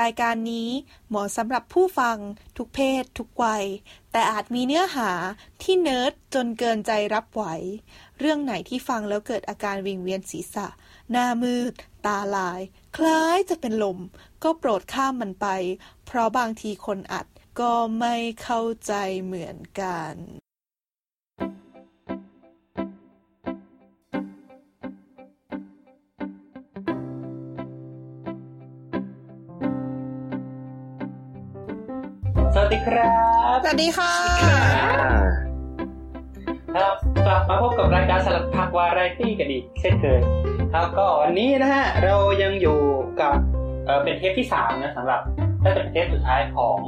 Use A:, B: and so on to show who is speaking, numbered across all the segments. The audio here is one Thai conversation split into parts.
A: รายการนี้เหมาะสำหรับผู้ฟัง ทุกเพศ ทุกวัย แต่อาจมีเนื้อหาที่เนิร์ดจนเกินใจรับไหว เรื่องไหนที่ฟังแล้วเกิดอาการวิงเวียนศีรษะ หน้ามืด ตาลาย คล้ายจะเป็นลม ก็โปรดข้ามมันไป เพราะบางทีคนอัดก็ไม่เข้าใจเหมือนกัน
B: สวัสดีครับ
A: สวัสดีค่ะ
B: ครับกลับมาพบกับรายการสลัดผักวาไรตี้กันอีกเช่นเคยครับก็วันนี้นะฮะเรายังอยู่กับเอ่อเป็นเทปที่สามนะสำหรับน่าจะเป็นเทปสุดท้ายของ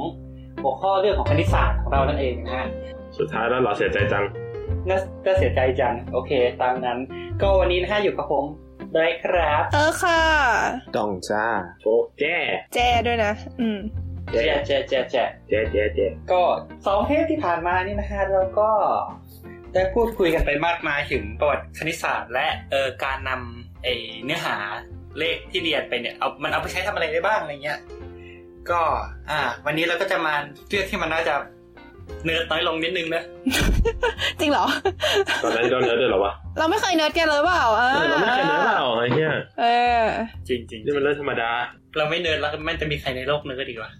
B: หัวข้อเรื่องของคณิตศาสตร์ของเรานั่นเองนะฮะ
C: สุดท้ายแล้วเหรอเสียใจจัง
B: น่าน่าเสียใจจังโอเค ตามนั้น ก็วันนี้นะฮะอยู่กับผมไบรท์ครับ
A: เออค่ะ
D: ดองจ้า
C: โกแจ้
A: แจด้วยนะ อืม
B: แจ๊ะแจ๊ะแจ๊ะแจ๊ะ
C: แจ้แจ้แจ้
B: ก็สองเทปที่ผ่านมานี่นะฮะเราก็ได้พูดคุยกันไปมากมายถึงประวัติคณิตศาสตร์ และเออการนำไอเนื้อหาเลขที่เรียนไปเนี่ยเอามันเอาไปใช้ทำอะไรได้บ้างอะไรเงี้ยก็อ่า วันนี้เราก็จะมาเรื่องที่มันน่าจะเนิร์ดน้อยลงนิดนึงนะ
A: จริงเหรอ
C: ตอนนั้นก็เนิร์ดด้วยเหรอวะ
A: เราไม่เคยเนิร์ดกันเลยเปล่าเอ
C: เอ
A: อ
C: อเราไม่เคยเนิร์ดเปล่าไอ้เหี้ย
A: เออ
B: จริงจริง
C: นี่มันเรื่องธรรมดา
B: เราไม่เนิร์ดแล้วมันจะมีใครในโลกเนิร์ดดีกว่า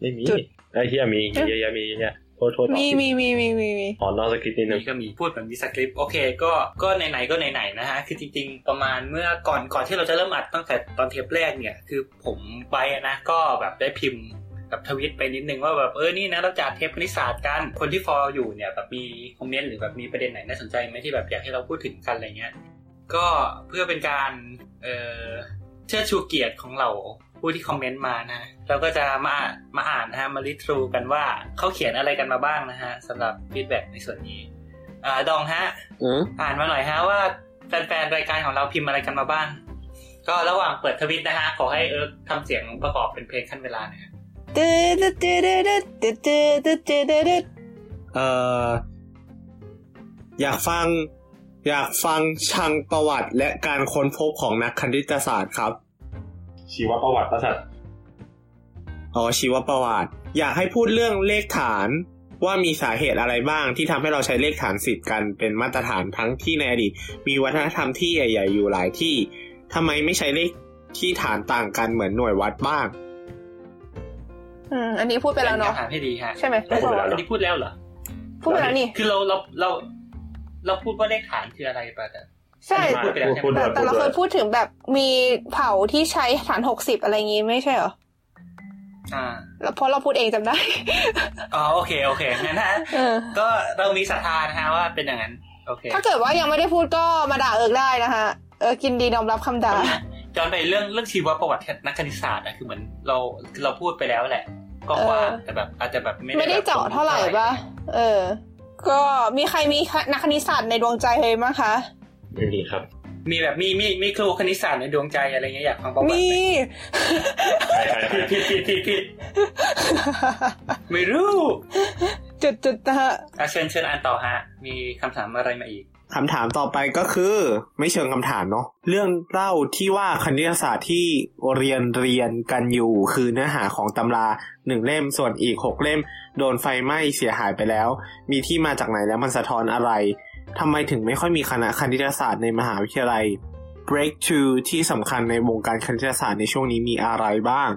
C: ไม่มี
A: จุด
C: ไอ้เหี้ยมีเยอะแยะมีเยอะแยะโทษโทษ
A: มีมีมีมีมีมี
C: ขอนอกสคริปต์นิดนึง
B: นี่ก็มีพูดแบบมีสคริปต์โอเค ก็ก็ไหนๆก็ไหนๆนะฮะคือจริง ๆ ประมาณเมื่อก่อนก่อนที่เราจะเริ่มอัดตั้งแต่ตอนเทปแรกเนี่ย คือผมไปอะนะก็แบบได้พิมพ์ กับทวิตไปนิดนึงว่าแบบเออนี่นะเราจะอัดเทปคณิตศาสตร์กันคนที่ฟอลอยู่เนี่ยแบบมีคอมเมนต์หรือแบบมีประเด็นไหนน่าสนใจไหมที่แบบอยากให้เราพูดถึงกันอะไรเงี้ยก็เพื่อเป็นการเออเชิดชูเกียรติของเราผู้ที่คอมเมนต์มานะเราก็จะมามาอ่านนะฮะมาริทรูกันว่าเขาเขียนอะไรกันมาบ้างนะฮะสำหรับฟีดแบ็ในส่วนนี้อ่าดองฮะ
D: อืม
B: อ่านมาหน่อยฮะว่าแฟนๆ รายการของเราพิมพ์อะไรกันมาบ้าง ก็ระหว่างเปิดทวิตนะฮะ ขอให้เอิร์กทำเสียงประกอบเป็นเพลงขั้นเวลาหนะฮะ
A: เด้อเด้อเด้อเด้อเด้อเด้อเด้อเด้อเด้อเด้อ
E: เอ่ออยากฟัง อยากฟังชังประวัติและการค้นพบของนักคณิตศาสตร์ครับ
C: ชีวประวัติประสัตว์
E: อ๋อชีวประวัติ อยากให้พูดเรื่องเลขฐาน ว่ามีสาเหตุอะไรบ้างที่ทำให้เราใช้เลขฐานสิบกันเป็นมาตรฐานทั้งที่ในอดีตมีวัฒนธรรมที่ใหญ่ ๆ อยู่หลายที่ทำไมไม่ใช้เลขที่ฐานต่างกันเหมือนหน่วยวัดบ้าง
A: อืมอันนี้พูดไปแล้วเนาะ
B: ถามให้ดีฮะ
A: ใช่ไหม
B: ได้ผมอันนี้พูดแล้วเหรอ
A: พูดไปแล้วนี่
B: คือเราเราเรา เราพูดว่าเลขฐานคืออะไรไปแต่
A: ใช่
B: พูดไปแล้วใช่ไหม
C: พูด
A: แต่
C: ด้วย
A: แต่เราเค
C: พูดด้วย
A: ยพูดถึงแบบมีเผ่าที่ใช้ฐานหกสิบอะไรงี้ไม่ใช่เหรอ
B: อ่า
A: แล้วเพราะเราพูดเองจำได้
B: อ๋อโอเคโอเคงั้นฮะ
A: เออ
B: ก็เรามีศรัทธานะฮะว่าเป็นอย่างนั้น โอเค
A: ถ้าเกิดว่ายังไม่ได้พูดก็มาด่าเอิร์กได้นะคะเออกินดีน้อมรับคำด่า
B: ย้อนไปเรื่องเรื่องชีวประวัตินักคณิตศาสตร์อะคือเหมือนเราคือเราพูดไปแล้วแหละ ก็กว่าง
A: เออ
B: แต่แบบอาจจะแบบไม่
A: ไม่ได้เจาะเท่าไหร่ปะเออ ก็มีใครมีนักคณิตศาสตร์ในดวงใจเลยมั้งคะ
C: ไม่มีครับ
B: มีแบบมีมีมีครูคณิตศาสตร์ในดวงใจอะไรเงี้ยอยากฟังประวัติไห
A: มี
C: ใครใครใคร
B: ผิดผิดผิดผิดผิด ไม่รู้
A: จุดจุดๆนะฮะ
B: อาเชิญเชิญอ่านต่อฮะ มีคำถามอะไรมาอีก
E: คำถามต่อไปก็คือ ไม่เชิงคำถามเนาะเรื่องเล่าที่ว่าคณิตศาสตร์ที่เรียนเรียนกันอยู่คือเนื้อหาของตำราหนึ่งเล่มส่วนอีกหกเล่ม โดนไฟไหม้เสียหายไปแล้ว มีที่มาจากไหนแล้วมันสะท้อนอะไรทำไมถึงไม่ค่อยมีคณะคณิตศาสตร์ในมหาวิทยาลัย breakthrough ที่สำคัญในวงการคณิตศาสตร์ในช่วงนี้มีอะไรบ้าง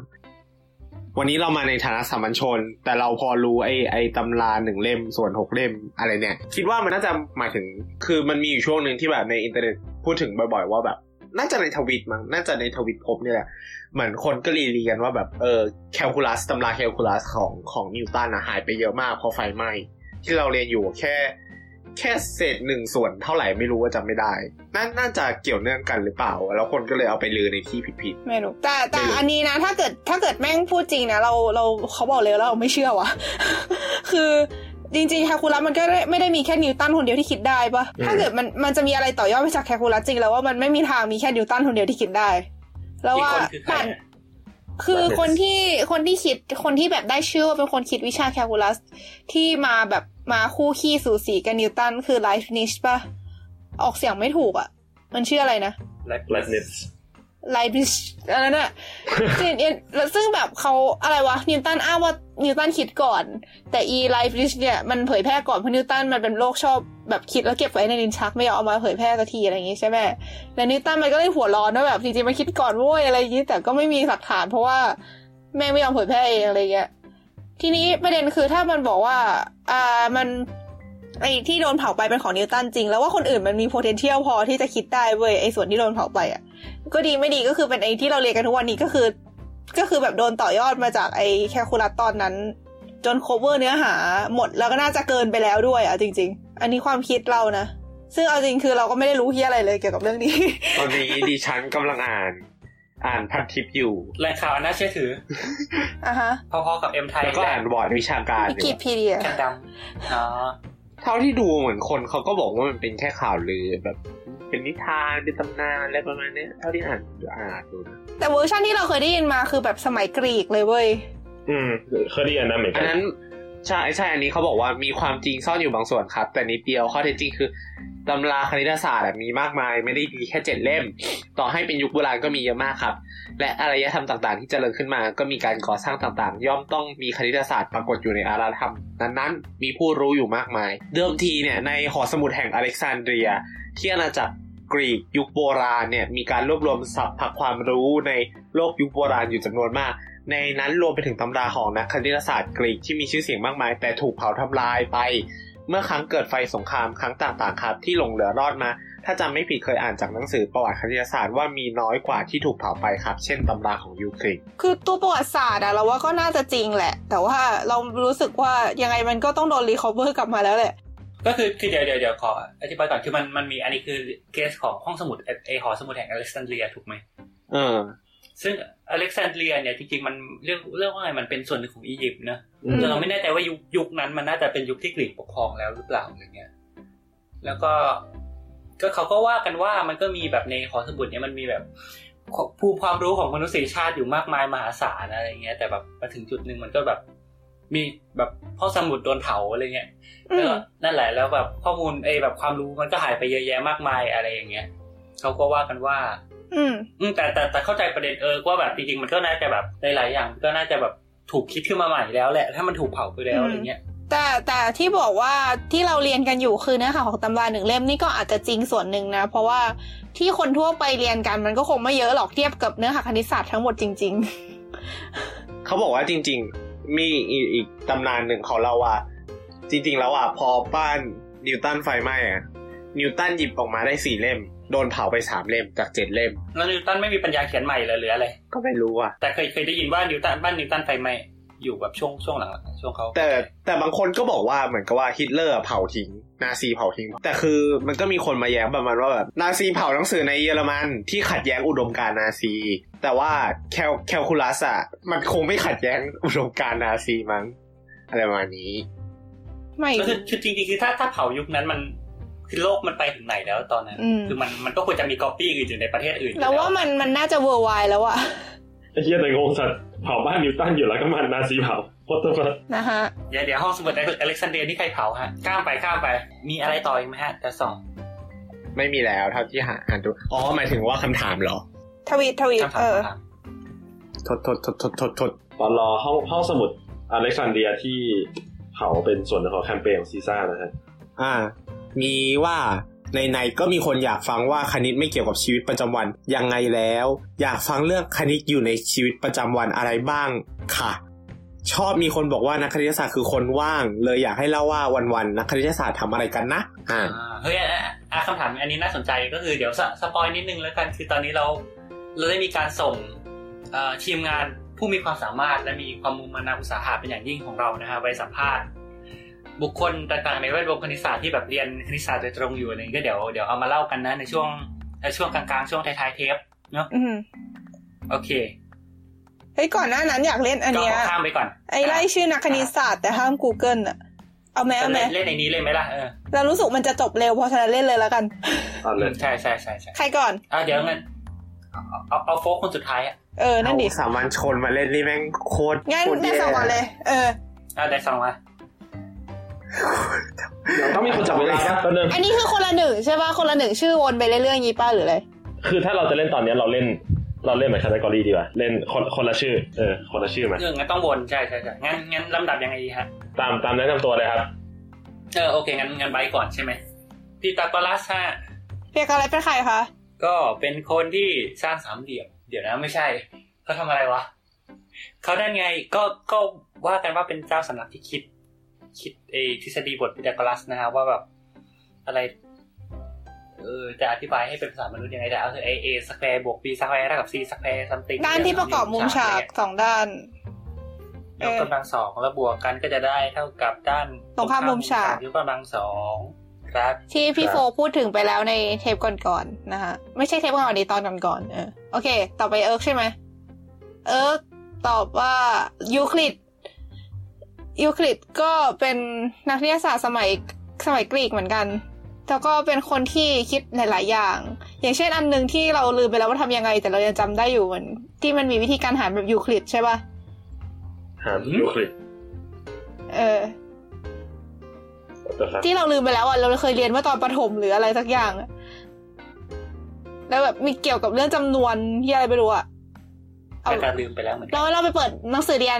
E: วันนี้เรามาในฐานะสามัญชน แต่เราพอรู้ไอ้ไอ้ตำราหนึ่งเล่มส่วนหกเล่มอะไรเนี่ย คิดว่ามันน่าจะหมายถึง คือมันมีอยู่ช่วงหนึ่งที่แบบในอินเทอร์เน็ตพูดถึงบ่อยๆ ว่าแบบ น่าจะในทวิตมั้งน่าจะในทวิตพบเนี่ยแหละ เหมือนคนก็รีรีกันว่าแบบเออแคลคูลัสตำราแคลคูลัสของของนิวตันอะหายไปเยอะมากเพราะไฟไหม้ที่เราเรียนอยู่แค่ แค่เศษหนึ่งส่วนเท่าไหร่ไม่รู้ว่าจำไม่ได้น่าน่าจะเกี่ยวเนื่องกันหรือเปล่า แล้วคนก็เลยเอาไปลือในที่ผิด
A: ไม่รู้แต่แต่
E: ไม่รู้
A: อันนี้นะ ถ้าเกิดถ้าเกิดแม่งพูดจริงนะเราเราเขาบอกเลยแล้วเราไม่เชื่อวะ คือจริงๆแคลคูลัสมันก็ไม่ได้มีแค่นิวตันคนเดียวที่คิดได้ปะถ้าเกิดมันมันจะมีอะไรต่อยอดไปจากแคลคูลัสจริงแล้วว่ามันไม่มีทางมีแค่นิวตันคนเดียวที่คิดได้ แล้วว่า
B: อีกคนคือใคร
A: ปั่นคือคนที่คนที่คิดคนที่แบบได้ชื่อว่าเป็นคนคิดวิชาแคลคูลัส ที่มาแบบมาคู่ขี้สูสีกับนิวตันคือไลฟ์นิชปะออกเสียงไม่ถูกอะมันชื่ออะไรนะ
C: แลกเนส
A: ไลบิชอะไรน่ะ ซึ่งเนี่ยแล้วซึ่งแบบเขาอะไรวะนิวตันอ้างว่านิวตันคิดก่อน แต่อีไลฟ์ริชเนี่ยมันเผยแพร่ก่อนเพราะนิวตันมันเป็นโรคชอบแบบคิดแล้วเก็บไว้ในลิ้นชักไม่ยอมเอามาเผยแพร่สักทีอะไรอย่างงี้ใช่ไหมแล้วนิวตันมันก็เลยหัวร้อนว่าแบบจริงๆมันคิดก่อนโว้ยอะไรอย่างงี้ แต่ก็ไม่มีหลักฐานเพราะว่าแม่งไม่ยอมเผยแพร่เองอะไรเงี้ยทีนี้ประเด็นคือถ้ามันบอกว่าอ่ามันไอที่โดนเผาไปเป็นของนิวตันจริง แล้วว่าคนอื่นมันมี potential พอที่จะคิดได้เว้ยไอส่วนที่โดนเผาไปอะ ก็ดีไม่ดีก็คือเป็นไอ้ที่เราเรียนกันทุกวันนี้ก็คือ ก็คือแบบโดนต่อยอดมาจากไอ้แคลคูลัสตอนนั้น จน cover เนื้อหาหมดแล้วก็น่าจะเกินไปแล้วด้วยอ่ะจริง ๆ อันนี้ความคิดเรานะ ซึ่งเอาจริงคือเราก็ไม่ได้รู้เฮียอะไรเลยเกี่ยวกับเรื่องนี้
E: ตอนนี้ดิฉันกำลังอ่าน อ่านพันทิปอยู่
B: แหล่งข่าวอันน่าเชื่อถือ
A: อ่ะฮะ
B: พอๆกับเอ็มไทย
E: แล้วก็อ่านบอร์ดวิชาการ
A: วิ
E: อยู่
A: กิพีเดีย
B: แกนดำอ๋อ
E: เท่าที่ดูเหมือนคนเขาก็บอกว่ามันเป็นแค่ข่าวลือแบบ เป็นนิทานเป็นตำนานอะไรประมาณเนี้ยเท่าที่อ่านอ่านดูนะ
A: แต่เวอร์ชันที่เราเคยได้ยินมาคือแบบสมัยกรีกเลยเว้ย
E: อืม
C: เคยได้ยินนะเหมือนกั
E: อั
C: นน
E: นั้นใช่ใช่อันนี้เขาบอกว่ามีความจริงซ่อนอยู่บางส่วนครับ แต่นิดเดียวข้อเท็จจริงคือตำราคณิตศาสตร์อะมีมากมาย ไม่ได้มีแค่เจ็ดเล่ม ต่อให้เป็นยุคโบราณก็มีเยอะมากครับ และอารยธรรมต่างๆ ที่เจริญขึ้นมา ก็มีการก่อสร้างต่างๆ ย่อมต้องมีคณิตศาสตร์ปรากฏอยู่ในอารยธรรมนั้นๆมีผู้รู้อยู่มากมาย เดิมทีเนี่ยในหอสมุดแห่งอเล็กซานเดรีย ที่อาณาจักรกรีกยุคโบราณเนี่ยมีการรวบรวมศัพท์ความรู้ในโลกยุคโบราณอยู่จำนวนมาก ในนั้นรวมไปถึงตำราของนักคณิตศาสตร์กรีกที่มีชื่อเสียงมากมาย แต่ถูกเผาทำลายไป เมื่อครั้งเกิดไฟสงครามครั้งต่างๆครับ ที่หลงเหลือรอดมา ถ้าจำไม่ผิดเคยอ่านจากหนังสือประวัติคณิตศาสตร์ว่ามีน้อยกว่าที่ถูกเผาไปครับ เช่นตำราของยูคลิด
A: คือตัวประวัติศาสตร์อะเราว่าก็น่าจะจริงแหละ แต่ว่าเรารู้สึกว่ายังไงมันก็ต้องโดนรีคอเวอร์กลับมาแล้วแหละ
B: ก็คือคือเดี๋ยวเดี๋ยวเดี๋ยวขออธิบายก่อนคือมันมันมีอันนี้คือเคสของห้องสมุดเอ่อไอหอสมุดแห่งอเล็กซานเดรียถูกไหม
E: เออ
B: ซึ่งอเล็กซานเดรียเนี่ยจริงๆมันเรื่องเรื่องว่าอะไรมันเป็นส่วนหนึ่งของอียิปต์นะ
E: อืม
B: แต่เราไม่แน่ใจว่ายุคยุคนั้นมันน่าจะเป็นยุคที่กรีกปกครองแล้วหรือเปล่าอะไรเงี้ยแล้วก็ก็เขาก็ว่ากันว่ามันก็มีแบบในหอสมุดเนี่ยมันมีแบบภูมิความรู้ของมนุษยชาติอยู่มากมายมหาศาลอะไรเงี้ยแต่แบบมาถึงจุดหนึ่งมันก็แบบ มีแบบห้องสมุดโดนเผาอะไรเงี้ย
A: อื
B: แล้ว
A: ม
B: ก็นั่นแหละแล้วแบบข้อมูลไอ้แบบความรู้มันก็หายไปเยอะแยะมากมายอะไรอย่างเงี้ยเขาก็ว่ากันว่า
A: อืม
B: อืมแต่แต่แต่เข้าใจประเด็นเออว่าแบบจริงๆมันก็น่าจะแบบหลายๆอย่างก็น่าจะแบบถูกคิดขึ้นมาใหม่แล้วแหละ ถ้ามันถูกเผาไปแล้ว
A: อืม
B: อะไรเงี้ย
A: แต่แต่ที่บอกว่าที่เราเรียนกันอยู่คือเนื้อหาของตำราหนึ่งเล่มนี่ก็อาจจะจริงส่วนหนึ่งนะ เพราะว่าที่คนทั่วไปเรียนกันมันก็คงไม่เยอะหรอกเทียบกับเนื้อหาคณิตศาสตร์ทั้งหมดจริง
E: เขาบอกว่าจริง ๆ มีอีกอีกตำนานหนึ่งของเราอ่ะจริง ๆ แล้วอ่ะพอบ้านนิวตันไฟไหม้อ่ะนิวตันหยิบออกมาได้สี่เล่ม โดนเผาไปสามเล่มจากเจ็ดเล่ม
B: แล้วนิวตันไม่มีปัญญาเขียนใหม่เลยหรืออะไร
E: ก็ไม่รู้อ่ะ
B: แต่เคยเคยได้ยินว่านิวตันบ้านนิวตันไฟไหม้อยู่แบบช่วงช่วงหลังๆช่วงเขา
E: แต่แต่บางคนก็บอกว่าเหมือนกับว่าฮิตเลอร์เผาทิ้งนาซีเผาทิ้ง แต่คือมันก็มีคนมาแย้งประมาณว่าแบบนาซีเผาหนังสือในเยอรมันที่ขัดแย้งอุดมการณ์นาซี แต่ว่าแคลแคลคูลัสอะมันคงไม่ขัดแย้ง อุดมการณ์นาซีมั้งอะไรประมาณนี้
A: ๆ ไม่
B: ก็คือคือจริงๆคือถ้าถ้าเผายุคนั้นมันคือโลกมันไปถึงไหนแล้วตอนนั้น
A: อืม
B: คือมันมันก็ควรจะมีก๊อปปี้อื่นอยู่ในประเทศอื่นอยู่
A: แล้วว่ามันมันน่าจะเวอร์ไวแล้วอะ
C: ไอ้เหี้ยแต่งงสัตว์เผาบ้านนิวตันอยู่แล้วก็มานาซีเผาโคตรฟัด
A: นะฮะ
B: เดี๋ยวเดี๋ยวห้องสมุดอเล็กซานเดรียนี่ใครเผาฮะข้ามไปข้ามไป มีอะไรต่ออีกไหมฮะจะส่อง
E: ไม่มีแล้วเท่าที่หาอ่านดูอ๋อหมายถึงว่าคำถามเหรอ
A: ทวีตทวีต
B: คำถาม
A: เออ
B: ครับ
E: ทดทดทดทดทดทด
C: ตอนรอห้องห้องสมุดอเล็กซานเดรียที่เผาเป็นส่วนหนึ่งของแคมเปญของซีซ่านะฮะ
E: อ่า มีว่าในในๆก็มีคนอยากฟังว่าคณิตไม่เกี่ยวกับชีวิตประจำวันยังไงแล้ว อยากฟังเรื่องคณิตอยู่ในชีวิตประจำวันอะไรบ้างค่ะ ชอบมีคนบอกว่านักคณิตศาสตร์คือคนว่าง เลยอยากให้เล่าว่าวันๆนักคณิตศาสตร์ทำอะไรกันนะอ่า
B: อ่าเฮ้ยอ่ะอ่ะอ่ะคำถามอันนี้น่าสนใจก็คือเดี๋ยวสสปอยนิดนึงแล้วกันคือตอนนี้เราเราได้มีการส่งเอ่อทีมงานผู้มีความสามารถและมีความมุ่งมั่นในอุตสาหะเป็นอย่างยิ่งของเรานะฮะไปสัมภาษณ์ บุคคลต่างๆในแวดวงคณิตศาสตร์ที่แบบเรียนคณิตศาสตร์โดยตรงอยู่อะไรอย่างเงี้ยก็เดี๋ยวเดี๋ยวเอามาเล่ากันนะในช่วงในช่วงกลางๆช่วงท้ายๆเทปเนาะ
A: อืม
B: โอเค
A: เฮ้ยก่อนหน้านั้นอยากเล่นอัน
B: ก็
A: เนี้ย
B: ขอข้ามไปก่อน
A: ไอไล่ชื่อนักคณิตศาสตร์แต่ห้าม Google อะเอาไหม
B: อ่ะ
A: เอาไหม
B: เล่นเล่นในนี้เลยไหมล่ะเออ
A: เรารู้สึกมันจะจบเร็วเพราะฉะนั้นเล่นเลยแล้วกัน
C: ตอนเลย
B: ใช่ใช่ใช่ใช่
A: ใครก่อน
B: อ่ะเดี๋ยวงั้นเอาเอาเอาโฟกคนสุดท้ายอ่ะ
A: เออนั่นดิ
E: เอาสามัญชนมาเล่นนี่แม่งโคตร
A: งั้น
E: โคตร
A: แม่
E: แย่
A: สองก่อนเลย เออ
B: อ่ะได้สองมา
C: เดี๋ยวต้องมีคนจับเวลาปะแป๊บนึง
A: อันนี้คือคนละหนึ่งใช่ป่ะคนละหนึ่งชื่อวนไปเรื่อยๆอย่างงี้ป้าหรืออะไร
C: คือถ้าเราจะเล่นตอนเนี้ยเราเล่น เราเล่นเหมือนคาตากรีดีกว่าเล่นคนคนละชื่อเออคนละชื่อมา
B: เรื่องงั้นต้องวนใช่ใช่ใช่งั้นงั้นลำดับยังไงดีฮะ
C: ตามตามแนะนำตัวเลยครับ
B: เออโอเคงั้นงั้นไบร์ทก่อนใช่ไหมพีตากรัสฮะ
A: เปียกอะไรเป็นใครคะ
B: ก็เป็นคนที่สร้างสามเหลี่ยม เดี๋ยวนะไม่ใช่เขาทำอะไรวะเขาได้ไงก็ก็ว่ากันว่าเป็นเจ้าสำนักที่คิด คิดเออทฤษฎีบทพีตากรัสนะฮะว่าแบบอะไร เออจะอธิบายให้เป็นภาษามนุษย์ยังไงแต่เอาเถอะไอเอสแควร์บวกบีสแควร์เท่ากับซีสแควร์ซัมติง
A: ด้านที่ประกอบมุมฉากสองด้าน
B: ยกกำลังสองแล้วบวกกันก็จะได้เท่ากับด้าน
A: ตรงข้ามมุมฉาก
B: ยกกำลังสองครับ
A: ที่พี่
C: ครับ
A: โฟพูดถึงไปแล้วในเทปก่อนๆนะคะไม่ใช่เทปก่อนๆดีตอนก่อนๆเออโอเค ต่อไปเอิร์กใช่ไหมเอิร์กตอบว่ายูคลิดยูคลิดก็เป็นนักวิทยาศาสตร์สมัยสมัยกรีกเหมือนกัน แล้วก็เป็นคนที่คิดหลาย ๆ อย่าง อย่างเช่นอันหนึงที่เราลืมไปแล้วว่าทำยังไง แต่เรายังจำได้อยู่เหมือนที่มันมีวิธีการหารแบบยูคลิดใช่ป่ะ
C: หามยูคลิด
A: เออ
C: ตัวครับ
A: ที่เราลืมไปแล้วอ่ะเราเคยเรียนว่าตอนประถมหรืออะไรสักอย่างอะแล้วแบบมีเกี่ยวกับเรื่องจำนวนที่อะไรไม่รู้อ่ะเอา
B: อาจารย์ลืมไปแล้วเหมือนกั
A: เรา
B: น
A: เราไปเปิดหนังสือเรียน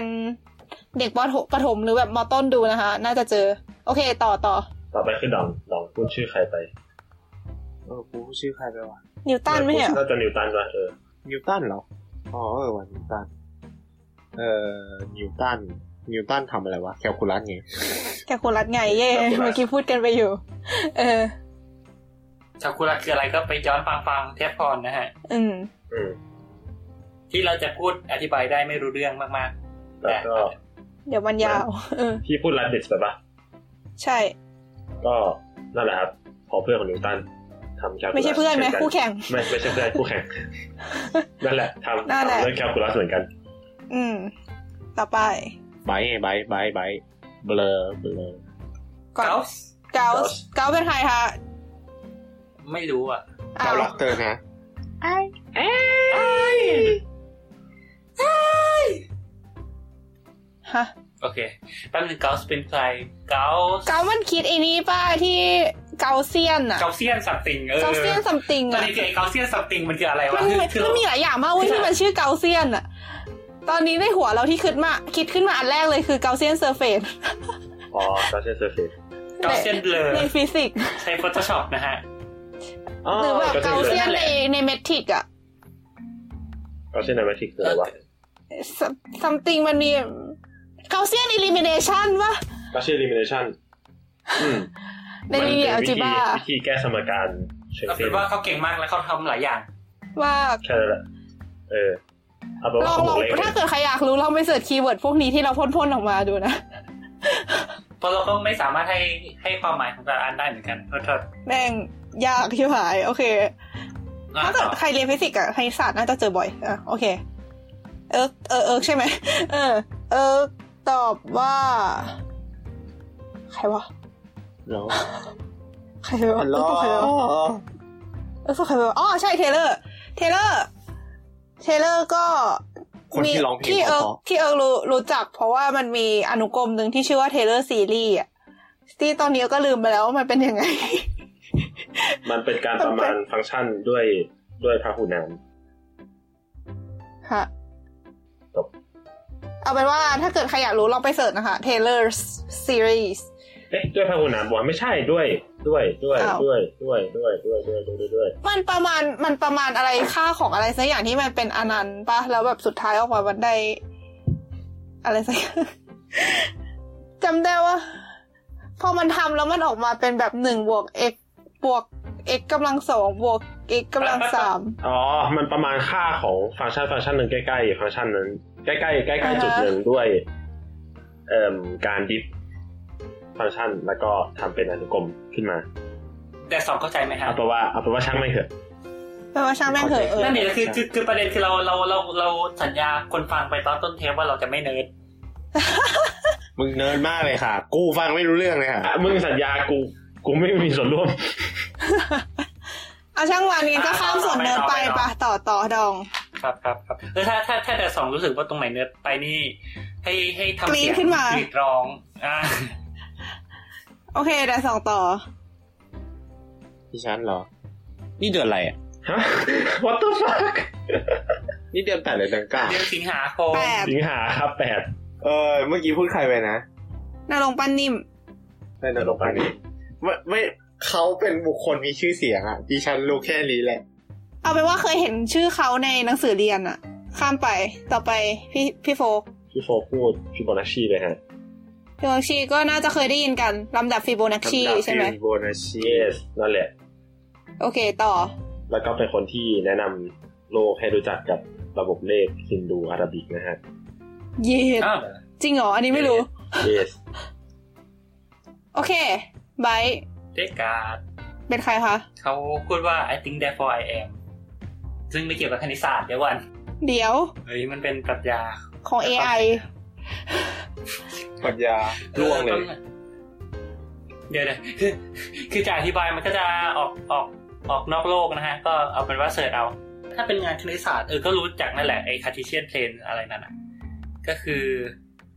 A: เด็กปถมประถมหรือแบบมต้นดูนะคะ น่าจะเจอ โอเค ต่อต่อ
C: ต่อไปคือดองดองพูดชื่อใครไป
E: เออกูชื่อใครไปวะ
A: นิวตันไม่ใช่เหรอ
C: น่าจะนิวตันว่ะเออ
E: นิวตันเหรออ๋อเออวันนิวตันเอ่อนิวตันนิวตันทำอะไรวะแคลคูลัสไง
A: แกคุรัดไงเย่เมื่อกี้พูดกันไปอยู่ เออ
B: ชาคุระคืออะไรก็ไปย้อนฟังฟังเทปก่อนนะฮะ
A: อืม
C: อืม
B: ที่เราจะพูดอธิบายได้ไม่รู้เรื่องมากๆ
C: แล้ว
B: แต่
C: ก็
A: เดี๋ยวมันยาวเออ
C: พี่พูดรัดดิสไปปะ
A: ใช่
C: ก็นั่นแหละครับพอเพื่อนของนิวตันทำแคลคูลัส
A: ไม่ใช่เพื่อนไหม
C: กั
A: คู่แข่ง
C: ไม่ไม่ใช่เพื่อนคู่แข่งนั่นแหละทำ
A: นั่นแหละ
C: ทำเรื่องแคลคูลัสเหมือนกัน
A: อืม ต่อไป
E: ไบร์ทไงไบร์ทไบร์ทไบร์ทเบลอเบลอ
A: ก่อน
B: เกาส
A: เกาส์เกาส์เป็นใครคะ
B: ไม่รู้อ่ะ
A: อ้า
E: เกาว ล็อกเตอร์นะ
A: ฮะ
B: โอเคแป๊บนึงเกาสเป็นใครเกาส
A: เกามันคิดไอ้นี่ป้าที่เกาเซียนอะ
B: เกาเซียนสัมติงเออ
A: เกาเซียนซัมติง
B: ตอน
A: อะ
B: นี้คือไอ้เกาเซียนสัมติงมันคืออะไรวะ
A: มันมี
B: คือ
A: มั
B: เรา
A: นมีหลายอย่างมากเว้ยที่มันชื่อเกาเซียนอะตอนนี้ในหัวเราที่คิดมาคิดขึ้นมาอันแรกเลยคือเกาเซียนเซอร์เฟส
C: อ๋อก็ใช่เซอร์เฟส
B: เกาเซียนเบลอ
A: ในฟิสิกส์
B: ใช้ Photoshop นะฮะ
A: หรือแบบ
C: ก็
A: เกา
C: ใช่
A: เซียน
B: นั่น
A: ใน
B: แหละ
A: ในเมทริกอะ
C: ก็ใช่ในแมทริกคืออะไรวะ
A: ซัมติงมันมีเกาเซียนอิลิมิเนชันวะ
C: ก็ใช่ลิมิเนชันอืม
A: ในนี้เอลจิบ้า
C: วิธีแก้สมการเชิง
B: ก็
C: เส้
B: เป็น นว่าเขาเก่งมากแล้วเขาทำหลายอย่าง
A: ว่า
C: แค่นั้นแหละเออเอาไปน
A: ล
C: ว่า
A: อง
C: เขา
A: ล
C: บ
A: อ
C: อง กเลข
A: ถ้าเกิดใครอยากรู้ลองไปเสิร์ชคีย์เวิร์ดพวกนี้ที่เราพ่นๆออกมาดูนะ
B: เพราะเราก็ไม่สามารถให้ให้ความหมายของแต่ละอันได้เหมือนกันเพราะเธอ
A: แม่งยากที่หาย โอเค
B: อ่ะ
A: ถ้าเกิดใครเรียนฟิสิกส์อะคณิตศาสตร์น่าจะเจอบ่อยอ่ะโอเค เอิร์กเออเอิร์กใช่ไหม เออ เอิร์กตอบว่า ใครวะ
E: แล้ว
A: ใครวะเอิร์กตอบใครวะเอิร์กตอบใครวะอ๋อใช่เทเลอร์ เทเลอร์ เทเลอร์ก็
E: คนที่
A: มี
E: ร้องเพลง
A: ที่เอิร์ก
E: เพราะ
A: ที่เอิร์กรู้รู้จัก เพราะว่ามันมีอนุกรมหนึ่งที่ชื่อว่าเทเลอร์ซีรีส์อะที่ตอนนี้ก็ลืมไปแล้วว่ามันเป็นยังไง
C: มันเป็นการประมาณฟังก์ชันด้วยด้วยพหุนาม
A: ฮะ
C: จบ
A: เอาเป็นว่าถ้าเกิดใครอยากรู้ลองไปเสิร์ชนะคะ Taylor's series
C: เอ๊ะด้วยพหุนามบอกว่าไม่ใช่ด้วยด้วยด้วย
A: อ้าว
C: ด้วยด้วยด้วยด้วยด้วยด้วยด้วย
A: มันประมาณมันประมาณอะไรค่าของอะไรสักอย่างที่มันเป็นอนันต์ปะแล้วแบบสุดท้ายออกมามันได้ อะไรสักอย่าง จำได้ว่า พอมันทำแล้วมันออกมาเป็นแบบหนึ่งบวก x บวก x กำลังสองบวก x กำลังสาม
C: อ๋อ มันประมาณค่าของฟังก์ชันฟังก์ชันหนึ่งใกล้ๆฟังก์ชันนั้นใกล้ๆใกล้
A: อ่าฮะ
C: ๆจุดหนึ่งด้วยเอ่มการดิฟฟังก์ชันแล้วก็ทำเป็นอนุกรมขึ้นมา
B: แต่สองเข้าใจไหมฮะ
C: เอาเป็นว่าเอาเป็นว่าช่างไม่งเถอะ
A: แปลว่าช่างแม่งเถอะเออ
B: นั่นเองคือคือคือประเด็นคือเราเราเราเราสัญญาคนฟังไปตอนต้นเทปว่าเราจะไม่เนิร์ด
E: มึงเนิร์ดมากเลยค่ะ กูฟังไม่รู้เรื่องเลยค่ะ
C: อ่ะมึงสัญญากูกูไม่มีส่วนร่วม
A: เอาช่างวานนี้ก็ข้ามส่วนเนิร์ดไปปะต่อต่อดอง
B: ครับครับครับเออถ้าถ้าถ้าแต่สองรู้สึกว่าตรงไหนเนิร์ดไปนี่ ให้ให้ทำ
A: กรี๊ด
B: เสียง
A: ขึ้นมา
B: กรีดร้อง อ่า
A: โอเคแต่สองต่อ
E: พี่ชั้นเหรอ นี่เดือนอะไรอ่ะ
C: ฮะ what the fuck นี่เดือนแปดหรือเดือนเก้า
B: เดือนสิงหาคม
A: แปด
C: สิงหาครับแปด
E: เออเมื่อกี้พูดใครไปนะ
A: นาลงค์ปันนิ่ม
E: ได้นรงค์ปานีไม่ไม่เขาเป็นบุคคลมีชื่อเสียงอะดิฉันรู้แค่นี้แหละ
A: เอาเป็นว่าเคยเห็นชื่อเขาในหนังสือเรียนอะข้ามไปต่อไปพี่พี่โฟก
C: พี่โฟพูดพี่โบนัชชีเลยฮะ
A: พี่โฟกชีก็น่าจะเคยได้ยินกันลำดับฟิโบนัชชีใช่ไหม
E: โบนัชชี
C: yes นั่นแหละ
A: โอเคต่อ
C: แล้วก็เป็นคนที่แนะนำโลกให้รู้จักกับระบบเลขฮินดูอาราบิกนะฮะ
A: เย่
B: อ้าว
A: จริงเหรอ อันนี้ไม่รู้
C: yes
A: โอเคไบร์ท
B: เดการ์ด
A: เป็นใครคะ
B: เขาพูดว่า I think therefore I am ซึ่งไม่เกี่ยวกับคณิตศาสตร์เดี๋ยววัน
A: เดี๋ยว
B: เฮ้ยมันเป็นปรัชญา
A: ของ AI
E: ปรัญญา
C: ร่วงเลย
B: เดี๋ยวเดี๋ยวคือ คือจะอธิบายมันก็จะออกออกออกนอกโลกนะฮะ ก็เอาเป็นว่าเสิร์ชเอา ถ้าเป็นงานคณิตศาสตร์เออก็รู้จักนั่นแหละไอ้ Cartesian plane อะไรนั่นอ่ะก็คือ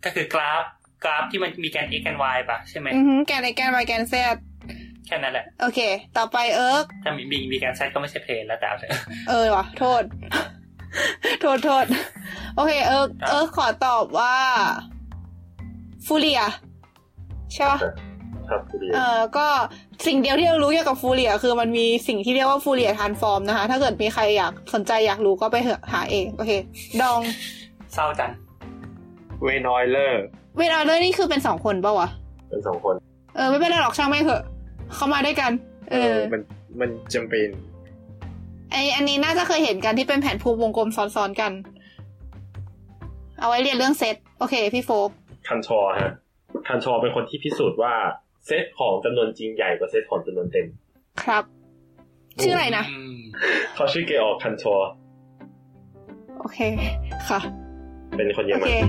B: ก็คือกราฟกราฟที่มันมีแกน x แกน y ป่ะใช่ไหม
A: อือหือแกนไอแกนไยแกนแซด
B: แค่นั้นแหละ
A: โอเค ต่อไปเอิร์ก
B: ถ้ามีมีมีการแซดก็ไม่ใช่เพลนแล้วแต่เอาเถอะ
A: เออวะโทษ โทษโทษ โอเค เอิร์ก
B: ครับ
A: เอิร์กขอตอบว่าฟูเรียใช่ปะ
C: ครับคุณเรียน
A: เอ่อก็สิ่งเดียวที่เรารู้เกี่ยวกับฟูเรียคือมันมีสิ่งที่เรียกว่าฟูเรียทานฟอร์มนะคะ ถ้าเกิดมีใครอยากสนใจอยากรู้ก็ไปเหอะหาเอง โอเค ดอง
B: เศร้าจัง
E: เวนอยเลอร์
A: เวลาเดอร์นี่คือเป็นสองคนปะวะ
C: เป็นสองคน
A: เออ ไม่เป็นไรหรอกช่างไม่งเถอะ เขามาด้วยกัน เออ
E: มันมันจำเป็น
A: ไออันนี้น่าจะเคยเห็นกันที่เป็นแผนภูมิวงกลมซ้อนๆกัน เอาไว้เรียนเรื่องเซตโอเค พี่โฟก
C: คันชอฮะคันชอเป็นคนที่พิสูจน์ว่าเซตของจำนวนจริงใหญ่กว่าเซตของจำนวนเต็ม
A: ครับ ชื่ออะไรนะ
B: อืม
C: เขาชื่อเกออกคันชอ
A: โอเค ค่ะ
C: เป็นคนเยอ
A: โอ
C: รมั
A: เค
C: น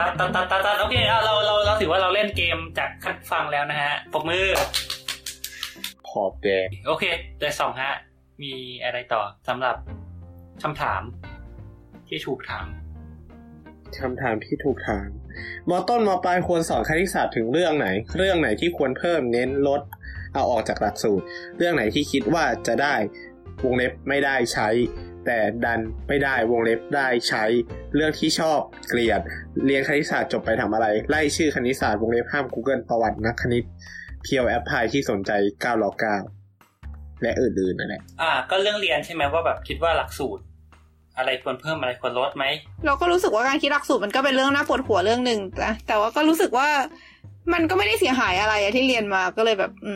B: ตัดตัดตัดตัดตัดโอเคเอาเราเราเราถือว่าเราเล่นเกมจากคัดฟังแล้วนะฮะปรบมือ
E: ขอบแดง
B: โอเคแต่สองฮะ มีอะไรต่อสำหรับคำถาม ที่ถูกถาม
E: คำถามที่ถูกถามมอต้นมอปลายควรสอนคณิตศาสตร์ถึงเรื่องไหน เรื่องไหนที่ควรเพิ่มเน้นลด เอาออกจากหลักสูตร เรื่องไหนที่คิดว่าจะได้วงเล็บไม่ได้ใช้ แต่ดันไม่ได้วงเล็บได้ใช้ เรื่องที่ชอบเกลียด เรียนคณิตศาสตร์จบไปทำอะไร ไล่ชื่อคณิตศาสตร์วงเล็บห้าม Google ประวัตินักคณิต เพียวแอปพลายที่สนใจ9ลอ9และอื่นๆนั่นแหละ
B: อ่า ก็เรื่องเรียนใช่ไหมว่าแบบคิดว่าหลักสูตร อะไรควรเพิ่มอะไรควรลดไหม
A: เราก็รู้สึกว่าการคิดหลักสูตรมันก็เป็นเรื่องน่าปวดหัวเรื่องหนึ่งนะแต่ว่าก็รู้สึกว่ามันก็ไม่ได้เสียหายอะไรอะที่เรียนมาก็เลยแบบ อื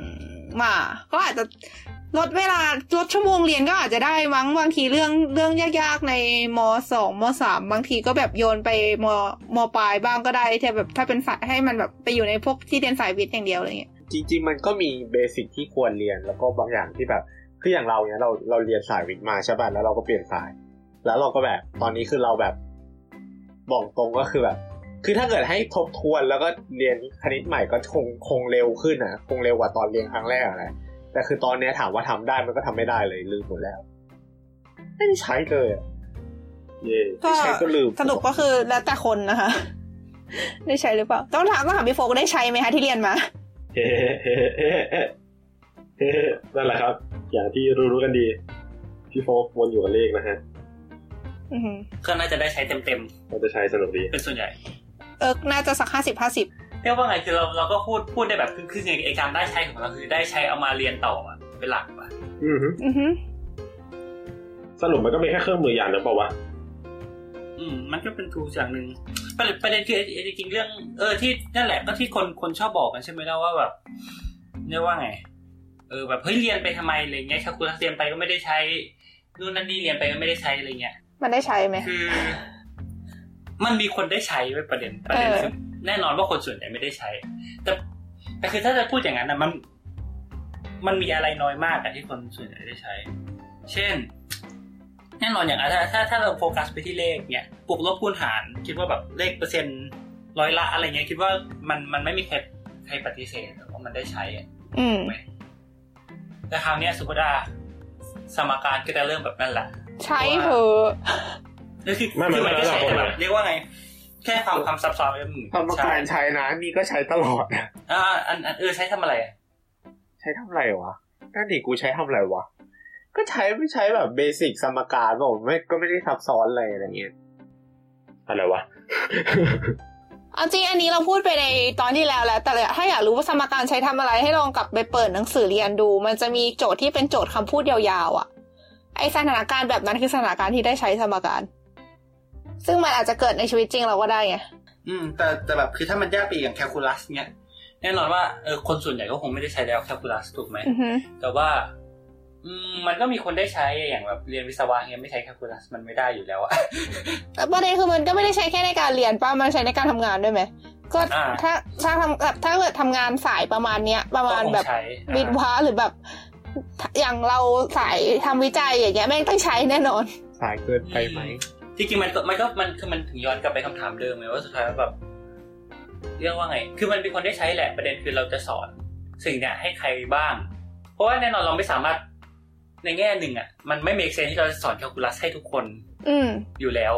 A: มมา ก็อาจจะลดเวลาลดชั่วโมงเรียนก็อาจจะได้มั้งบางทีเรื่องเรื่องยากๆในมสองมสามบางทีก็แบบโยนไปมมปลายบ้างก็ได้แต่แบบถ้าเป็นสายให้มันแบบไปอยู่ในพวกที่เรียนสายวิทย์อย่างเดียวอะไรเงี้ย
E: จริงๆ มันก็มีเบสิกที่ควรเรียนแล้วก็บางอย่างที่แบบคืออย่างเราเนี่ยเราเราเรียนสายวิทย์มาใช่ป่ะแล้วเราก็เปลี่ยนสาย แล้วเราก็แบบตอนนี้คือเราแบบบอกตรงก็คือแบบ คือถ้าเกิดให้ทบทวนแล้วก็เรียนคณิตใหม่ก็คงคงเร็วขึ้นนะคงเร็วกว่าตอนเรียนครั้งแรกอะนะแต่คือตอนเนี้ยถามว่าทำได้มันก็ทำไม่ได้เลยลืมหมดแล้วไม่ได้ใช้เลยอะ
C: เย่
A: ก็
E: ไม่ใช้ก็ลืม
A: สรุปก็คือแล้วแต่คนนะคะ ได้ใช้หรือเปล่าต้องถามต้องถามพี่โฟกได้ใช้ไหมคะที่เรียนมา
C: เฮ้ เฮ้เฮ้เฮ้เฮ้นั่นแหละครับ อย่างที่รู้ๆกันดีพี่โฟกวนอยู่กับเลขนะฮะ
A: อือหือ
B: ก็น่าจะได้ใช้เต็ม
C: เราจะใช้สนุกดี
B: ๆเป็นส่วนใหญ่
A: เอิร์กน่าจะสักห้าสิบห้าสิบ
B: เรียกว่าไงคือเราเราก็พูดพูดได้แบบคือคือไอการได้ใช้ของเราคือได้ใช้เอามาเรียนต่ออะเป็นหลักอะ
C: อือฮึ
A: อือฮึ
C: สรุปมันก็เป็นแค่เครื่องมืออย่างนึงเปล่าวะ
B: อืมมันก็เป็นทูอย่างหนึ่งประเด็นประเด็นคือไอ้ไอ้จริงๆเรื่อง เออที่นั่นแหละก็ที่คนคนชอบบอกกันใช่ไหมล่ะว่าแบบเรียกว่าไง เออแบบเฮ้ยเรียนไปทำไมอะไรเงี้ยคาคูลัสเรียนไปก็ไม่ได้ใช้นู่นนั่นนี่เรียนไปก็ไม่ได้ใช้อะไรเงี้ย
A: มันได้ใช้ไหม
B: คือ มันมีคนได้ใช้ไว้ประเด็นประเด็น
A: เออ
B: คือแน่นอนว่าคนส่วนใหญ่ไม่ได้ใช้ แต่แต่คือถ้าจะพูดอย่างนั้นนะมัน มันมีอะไรน้อยมากอะที่คนส่วนใหญ่ได้ใช้ เช่น แน่นอนอย่างอ่ะถ้าถ้าถ้าเราโฟกัสไปที่เลขเนี่ยบวกลบคูณหาร คิดว่าแบบเลขเปอร์เซ็นต์ร้อยละอะไรเงี้ยคิดว่ามันมันไม่มีใครใครปฏิเสธว่ามันได้ใช้อะ
A: อืม
B: แต่คราวเนี้ยสมมติว่า สมการก็จะเริ่มแบบนั่นแหละ
A: ใช้เถอะ
B: นั่นคือ
C: ไม่มัน
B: คือมันก็ใช้
C: ไม่
B: แต่
C: ได้หรอก
B: แบบเรียกว่าไง แค่ความความซับซ้อนมันเหมือน
E: สมการใช้นะนี่ก็ใช้ตลอดนะ
B: อ่าอันอันเออใช้ทำอะไรอะ
E: ใช้ทำอะไรวะนั่นดิกูใช้ทำอะไรวะก็ใช้ไม่ใช้แบบเบสิกสมการบอกไม่ก็ไม่ได้ซับซ้อนอะไรอะไรเงี้ย
C: อะไรวะ
A: เอาจริงอันนี้เราพูดไปในตอนที่แล้วแหละแต่ถ้าอยากรู้ว่าสมการใช้ทำอะไรให้ลองกลับไปเปิดหนังสือเรียนดู มันจะมีโจทย์ที่เป็นโจทย์คำพูดยาวๆอ่ะ ไอสถานการณ์แบบนั้นคือสถานการณ์ที่ได้ใช้สมการ ซึ่งมันอาจจะเกิดในชีวิตจริงเราก็ได้ไง
B: อืม แต่แต่แบบคือถ้ามันยากไปอย่างแคลคูลัสเนี้ยแน่นอนว่าเออคนส่วนใหญ่ก็คงไม่ได้ใช้แล้วแคลคูลัสถูกไหม
A: อือฮึ
B: แต่ว่า อืมมันก็มีคนได้ใช้อย่างแบบเรียนวิศวะเงี้ยไม่ใช้แคลคูลัสมันไม่ได้อยู่แล้วอะ
A: แต่ประเด็นคือมันก็ไม่ได้ใช้แค่ในการเรียนป้ามันใช้ในการทำงานด้วยไหมก็
B: อ่า
A: ถ้าถ้าทำแบบถ้าเกิดทำงานสายประมาณเนี้ยประ
B: ก็
A: มาณ
B: คง
A: แบบ
B: ใช้อ่า
A: วิดว้าหรือแบบ อย่างเราสายทำวิจัยอย่างเงี้ยแม่งต้องใช้แน่นอน
E: สายเกินไปไหม
B: จริงๆมันก็มันก็มันคือมันถึงย้อนกลับไปคำถามเดิมไงว่าสุดท้ายแล้วแบบเรียกว่าไง คือมันเป็นคนได้ใช้แหละประเด็นคือเราจะสอน สิ่งเนี้ยให้ใครบ้าง เพราะว่าแน่นอนเราไม่สามารถในแง่หนึ่งอ่ะ มันไม่เมกเซนที่เราจะสอนแคลคูลัสให้ทุกคน
A: อืม
B: อยู่แล้ว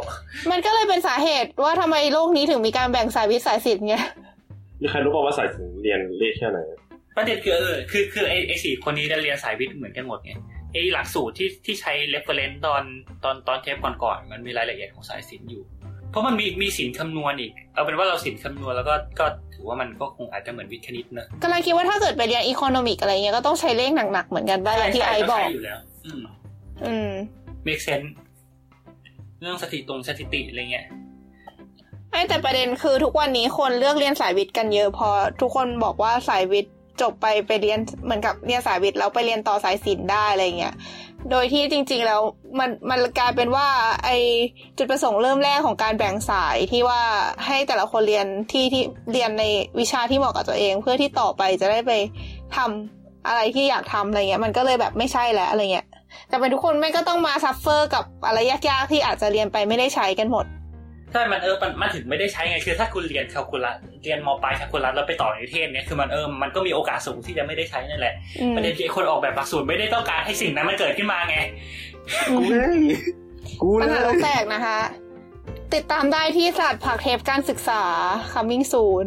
A: มันก็เลยเป็นสาเหตุว่าทำไมโลกนี้ถึงมีการแบ่งสายวิทย์สายศิลป์ไง
C: มีใครรู้ป่าวว่าสายถึงเรียนเลขแค่ไหน
B: ประเด็นคือเออคือคือไอไอสี่คนนี้ได้เรียนสายวิทย์เหมือนกันหมดไงไอหลักสูตรที่ที่ใช้เรฟเฟอเรนซ์ตอนตอนตอนเทปก่อนๆมันมีรายละเอียดของสายศิลป์อยู่ เพราะมันมีมีศิลป์คำนวณอีก เอาเป็นว่าเราศิลป์คำนวณแล้วก็ก็ถือว่ามันก็คงอาจจะเหมือนวิทย์คณิตเนอะ
A: กำลังคิดว่าถ้าเกิดไปเรียนอีโคโนมิกอะไรเงี้ยก็ต้องใช้เลขหนักๆเหมือนกันได้อย่างที่ไอบอก
B: อยู่แล้ว อืม
A: อืม
B: make sense เรื่องสถิติตรงสถิติอะไรเงี้ย
A: ไอแต่ประเด็นคือทุกวันนี้คนเลือกเรียนสายวิทย์กันเยอะเพอทุกคนบอกว่าสายวิทย์จบไปไปเรียนเหมือนกับเรียนสายวิทย์แล้วไปเรียนต่อสายศิลป์ได้อะไรเงี้ย โดยที่จริง ๆ แล้วมันมันกลายเป็นว่าไอจุดประสงค์เริ่มแรกของการแบ่งสายที่ว่าให้แต่ละคนเรียนที่ที่เรียนในวิชาที่เหมาะกับตัวเอง เพื่อที่ต่อไปจะได้ไปทำอะไรที่อยากทำอะไรเงี้ย มันก็เลยแบบไม่ใช่แล้วอะไรเงี้ยแต่เป็นทุกคนไม่ก็ต้องมาซัฟเฟอร์กับอะไรยากๆที่อาจจะเรียนไปไม่ได้ใช้กันหมด
B: ใช่ มันเออมันมันถึงไม่ได้ใช้ไง คือถ้าคุณเรียนแคลคูลัสเรียนมปลายแคลคูลัสแล้วไปต่อในนิเทศเนี่ย คือมันเออ มันก็มีโอกาสสูงที่จะไม่ได้ใช้นั่นแหละ
A: อืม
B: ประเด็นคือคนออกแบบหลักสูตรไม่ได้ต้องการให้สิ่งนั้นมันเกิดขึ้นมาไง
E: กูเลยกู
A: ปัญ
E: เล
A: หาโล
E: ย
A: กแตกนะคะ ติดตามได้ที่ศาสตร์ผักเทปการศึกษา coming soon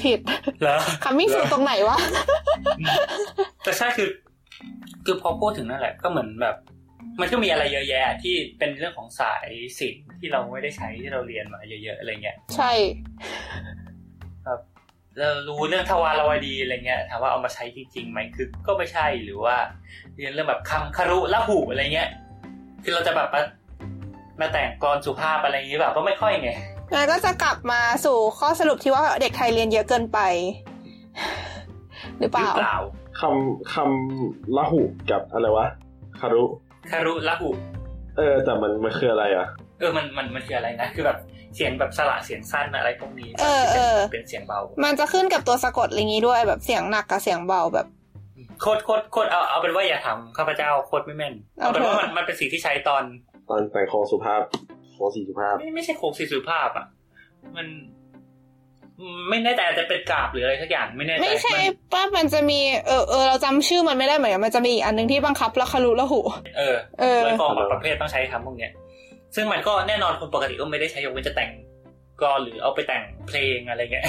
A: ผิด
B: เหรอ
A: coming soon ตรงไหนวะ
B: แต่ใช่คือ คือพอพูดถึงนั่นแหละ ก็เหมือนแบบ มันก็มีอะไรเยอะแยะที่เป็นเรื่องของสายศิลป์ที่เราไม่ได้ใช้ที่เราเรียนมาเยอะๆอะไรเงี้ย
A: ใช่
B: เรารู้เรื่องทวารวดีอะไรเงี้ยถามว่าเอามาใช้จริงๆไหมคือก็ไม่ใช่หรือว่าเรียนเรื่องแบบคำคารุละหูอะไรเงี้ยคือเราจะแบบมามาแต่งกลอนสุภาพอะไรอย่างงี้แบบก็ไม่ค่อยไง
A: แล้วก็จะกลับมาสู่ข้อสรุปที่ว่าเด็กไทยเรียนเยอะเกินไป หรือ
B: ห
A: เป
B: รือ
A: ล่า
B: เปล่า
C: คำคำละหุกับอะไรวะคารุ
B: คารุละหู
C: เออ แต่มันมันคืออะไรอ่ะ
B: เออมันมันมันคืออะไรนะคือแบบเสียงแบบสระเสียงสั้นอะไรพวกนี้
A: เออเออ
B: เป็นเสียงเบา
A: มันจะขึ้นกับตัวสะกดอะไรอย่างนี้ด้วยแบบเสียงหนักกับเสียงเบาแบบ
B: โคตรโคตรโคตรเอาเอาเป็นว่าอย่าทำข้าพเจ้าโคตรไม่แม่นเอาเป็นว่ามันมันเป็นสิ่งที่ใช้ตอน
C: ตอนแต่งโครงสุภาพโครงสีสุภาพ
B: ไม่ไม่ใช่โคกสีสุภาพอ่ะ มันไม่แน่ใจอาจจะเป็นกราบหรืออะไรสักอย่างไม่แน่ใจ
A: ไม่ใช่
B: มัน
A: ป้ามันจะมีเออเออเราจำชื่อมันไม่ได้เหมือนกันมันจะมีอีกอันหนึงที่บังคับละคารุละหู
B: เออ
A: เออ
B: เลยฟองแบบประเภทต้องใช้คำพวกเนี้ย ซึ่งมันก็แน่นอนคนปกติก็ไม่ได้ใช้ยกเว้นจะแต่งกลอนหรือเอาไปแต่งเพลงอะไรเงี้ย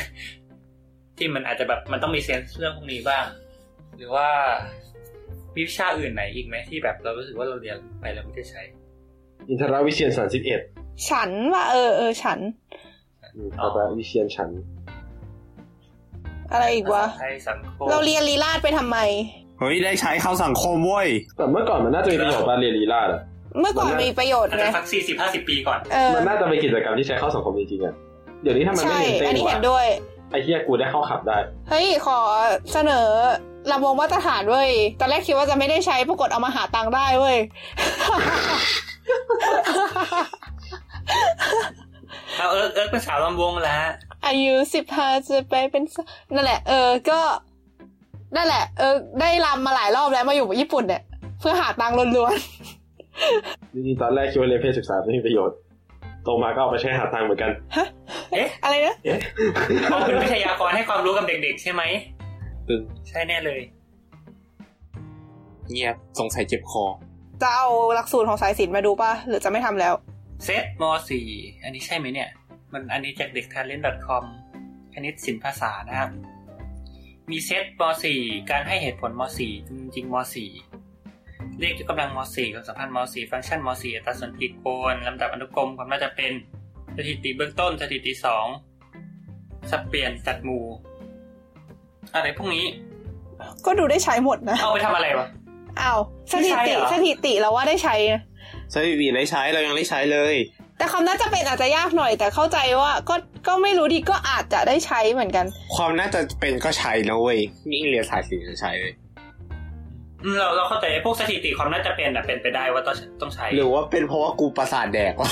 B: ที่มันอาจจะแบบมันต้องมีเซนส์เรื่องพวกนี้บ้าง หรือว่ามีวิชาอื่นไหนอีกไหมที่แบบเรารู้สึกว่าเราเรียนไปแล้วไม่ได้ใช้
C: อินทรวิเชียนสามสิบเอ็ด
A: ฉันว่าเออเออฉัน
C: อินทรวิเชียนฉัน
A: อะไรอีกวะ
B: ใช้สังคม
A: เราเรียนลีลาดไปทำไม
E: เฮ้ยได้ใช้เข้าสังคมเว้ย
C: แต่เมื่อก่อนมันน่าจะมีประโยชน์บ้านเรียนลีลาดอ่ะ
A: เมื่อก่อน
C: มันน่ะ
A: มีประโยชน์
B: อาจ
A: ไง
B: จะสักสี่สิบห้าสิบปีก่อน
A: เออ
C: มันน่าจะเป็นกิจกรรมที่ใช้เข้าสังคมจริงๆอ่ะ เดี๋ยวนี้ถ้ามันไม่
A: ใช่
C: เห็นเต้
A: อัน
C: น
A: นี้
C: วะ
A: เห็นด้วย
C: ไอ้เฮียกูได้เข้าขับได้
A: เฮ้ย ขอเสนอลำวงมาตรฐานเว้ย ตอนแรกคิดว่าจะไม่ได้ใช้ปรากฏเอามาหาตังค์ได้เว้ย
B: เอาเอิร์กเอิร์กเป็นสาวลำวงแล้ว
A: อายุสิบห้าจะไปเป็นสนั่นแหละ เออ ก็ นั่นแหละ เออ ได้ลำมาหลายรอบแล้วมาอยู่ญี่ปุ่นเนี่ย เพื่อหาตังค์ล้วน
C: จริงๆตอนแรกคิดว่าเรียนเพศศึกษาไม่มีประโยชน์ โตมาก็เอาไปใช้หาทางเหมือนกัน
A: ๆ อะไรนะ
B: เขาเป็นวิทยากรให้ความรู้กับเด็กๆ ใช่ไหม
E: อืม
B: ใช่แน่เลย
E: เงียบสงสัยเจ็บคอ
A: จะเอาหลักสูตรของสายศิลป์มาดูป่ะ หรือจะไม่ทำแล้ว
B: เซตมสี่อันนี้ใช่ไหมเนี่ย มันอันนี้จากเด็กท a เลน .com คณิตศิลปภาษานะครับ มีเซตมสี่การให้เหตุผลมสี่จริงๆมสี่เลขยกกำลังมสี่ความสัมพันธ์มสี่ฟังก์ชันมสี่อัตราส่วนกีโกนลำดับอนุกรมความน่าจะเป็นสถิติเบื้องต้นสถิติสองสับเปลี่ยนจัดหมู่อะไรพวกนี้
A: ก็ดูได้ใช้หมดนะ
B: เอาไปทำอะไรวะ
A: อ้าวสถิ
B: ไม่ใช้
A: ติ
B: เหรอ
A: สถิติเราว่าได้ใช้นะ
E: สถิติได้ใช้เรายังได้ใช้เลย
A: แต่คำน่าจะเป็นอาจจะยากหน่อย แต่เข้าใจว่าก็ก็ไม่รู้ดิก็อาจจะได้ใช้เหมือนกัน
E: ความน่าจะเป็นก็ใช้นะเว้ยนี่เรียนสายศิลป์จะใช้เลย
B: อืมเราเราเข้าใจไอ้พวกสถิติความน่าจะเป็นอะเป็นไปได้ว่าต้องต้องใช้
E: หรือว่าเป็นเพราะว่ากูประสาทแดกวะ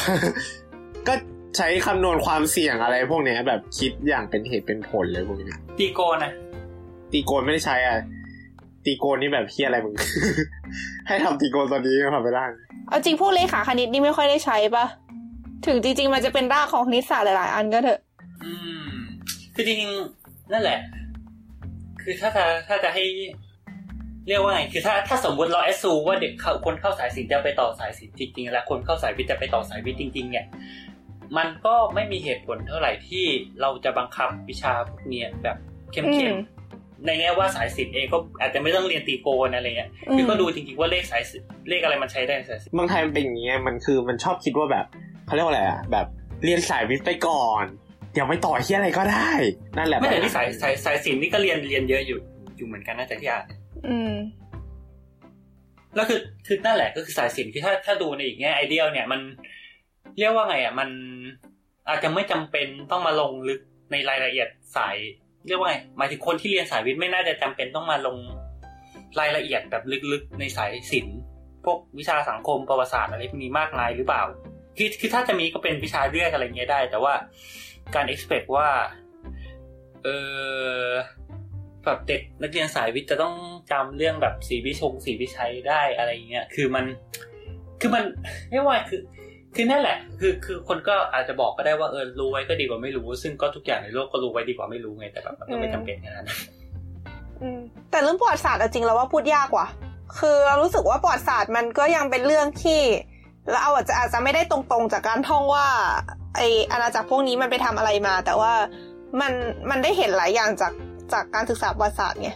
E: ก็ใช้คำนวณความเสี่ยงอะไรพวกเนี้ยแบบคิดอย่างเป็นเหตุเป็นผลเลยพวกเนี้ย
B: ตีโกนนะ
E: ตีโกนไม่ได้ใช้อ่ะ ตีโกนนี่แบบเฮียอะไรมึง ให้ทำตีโกนตอนนี้ก็ทำไม่ได้
A: เอาจริงพวกเลขาคณิตนี่ไม่ค่อยได้ใช้ปะถึงจริง ๆ มันจะเป็นรากของคณิตศาสตร์หลาย ๆ อันก็เถอะ
B: อืมคือจริงๆนั่นแหละ คือถ้าจะถ้าจะให้ เรียกว่าไง คือถ้าถ้าสมมติเราแอสซูว่าเด็กเข้าคนเข้าสายศิลป์จะไปต่อสายศิลป์จริงๆ และคนเข้าสายวิทย์จะไปต่อสายวิทย์จริง ๆ เนี่ย มันก็ไม่มีเหตุผลเท่าไหร่ที่เราจะบังคับวิชาพวกเนี้ยแบบเข้
A: อื
B: ม
A: ม
B: ๆในแง่ว่าสายศิลป์เองก็อาจจะไม่ต้องเรียนตีโกนอะไรเงี้ยคือก็ดูจริงๆว่าเลขสายศิลป์เลขอะไรมันใช้ได้ในสายศิลป์
E: เมืองไทยมันเป็นอย่างเงี้ยมันคือมันชอบคิดว่าแบบเขาเรียกว่าอะไรอ่ะแบบเรียนสายวิทย์ไปก่อนยังไม่ต่อเฮียอะไรก็ได้ นั่นแหละ
B: ไม่แต่
E: ปัญห
B: ที่สายสายสายศิลป์นี่ก็เรียนเรียนเยอะอยู่อยู่เหมือนกันนะแต่ที่อ่าน
A: อืม
B: แล้วคือคือนั่นแหละก็คือสายศิลป์คือถ้าถ้าดูในอีกแง่ไอเดียลเนี่ยมันเรียกว่าไงอ่ะมันอาจจะไม่จำเป็นต้องมาลงลึกในรายละเอียดสาย เรียกว่าไงหมายถึงคนที่เรียนสายวิทย์ไม่น่าจะจำเป็นต้องมาลงรายละเอียดแบบลึกๆในสายศิลป์พวกวิชาสังคมประวัติศาสตร์อะไรพวกนี้มากมายหรือเปล่า คือคือถ้าจะมีก็เป็นวิชาเลือกอะไรเงี้ยได้ แต่ว่าการ expect ว่า เออแบบเด็กนักเรียนสายวิทย์จะต้องจำเรื่องแบบสีวิชงสีวิชัยได้อะไรเงี้ยคือมัน คือมัน ไม่ว่าคือ คือนั่นแหละ คือคือคนก็อาจจะบอกก็ได้ว่าเออรู้ไว้ก็ดีกว่าไม่รู้ ซึ่งก็ทุกอย่างในโลกก็รู้ไว้ดีกว่าไม่รู้ไงแต่แบบมันก็ไม่
A: อืม
B: จำเป็นขนาดนั้น
A: อืมแต่เรื่องประวัติศาสตร์เอาจริงแล้วว่าพูดยากว่ะ คือเรารู้สึกว่าประวัติศาสตร์มันก็ยังเป็นเรื่องที่เราอาจจะอาจจะไม่ได้ตรงๆจากการท่องว่าไออาณาจักรพวกนี้มันไปทำอะไรมา แต่ว่ามันมันได้เห็นหลายอย่างจากจากการศึกษาประวัติศาสตร์ไง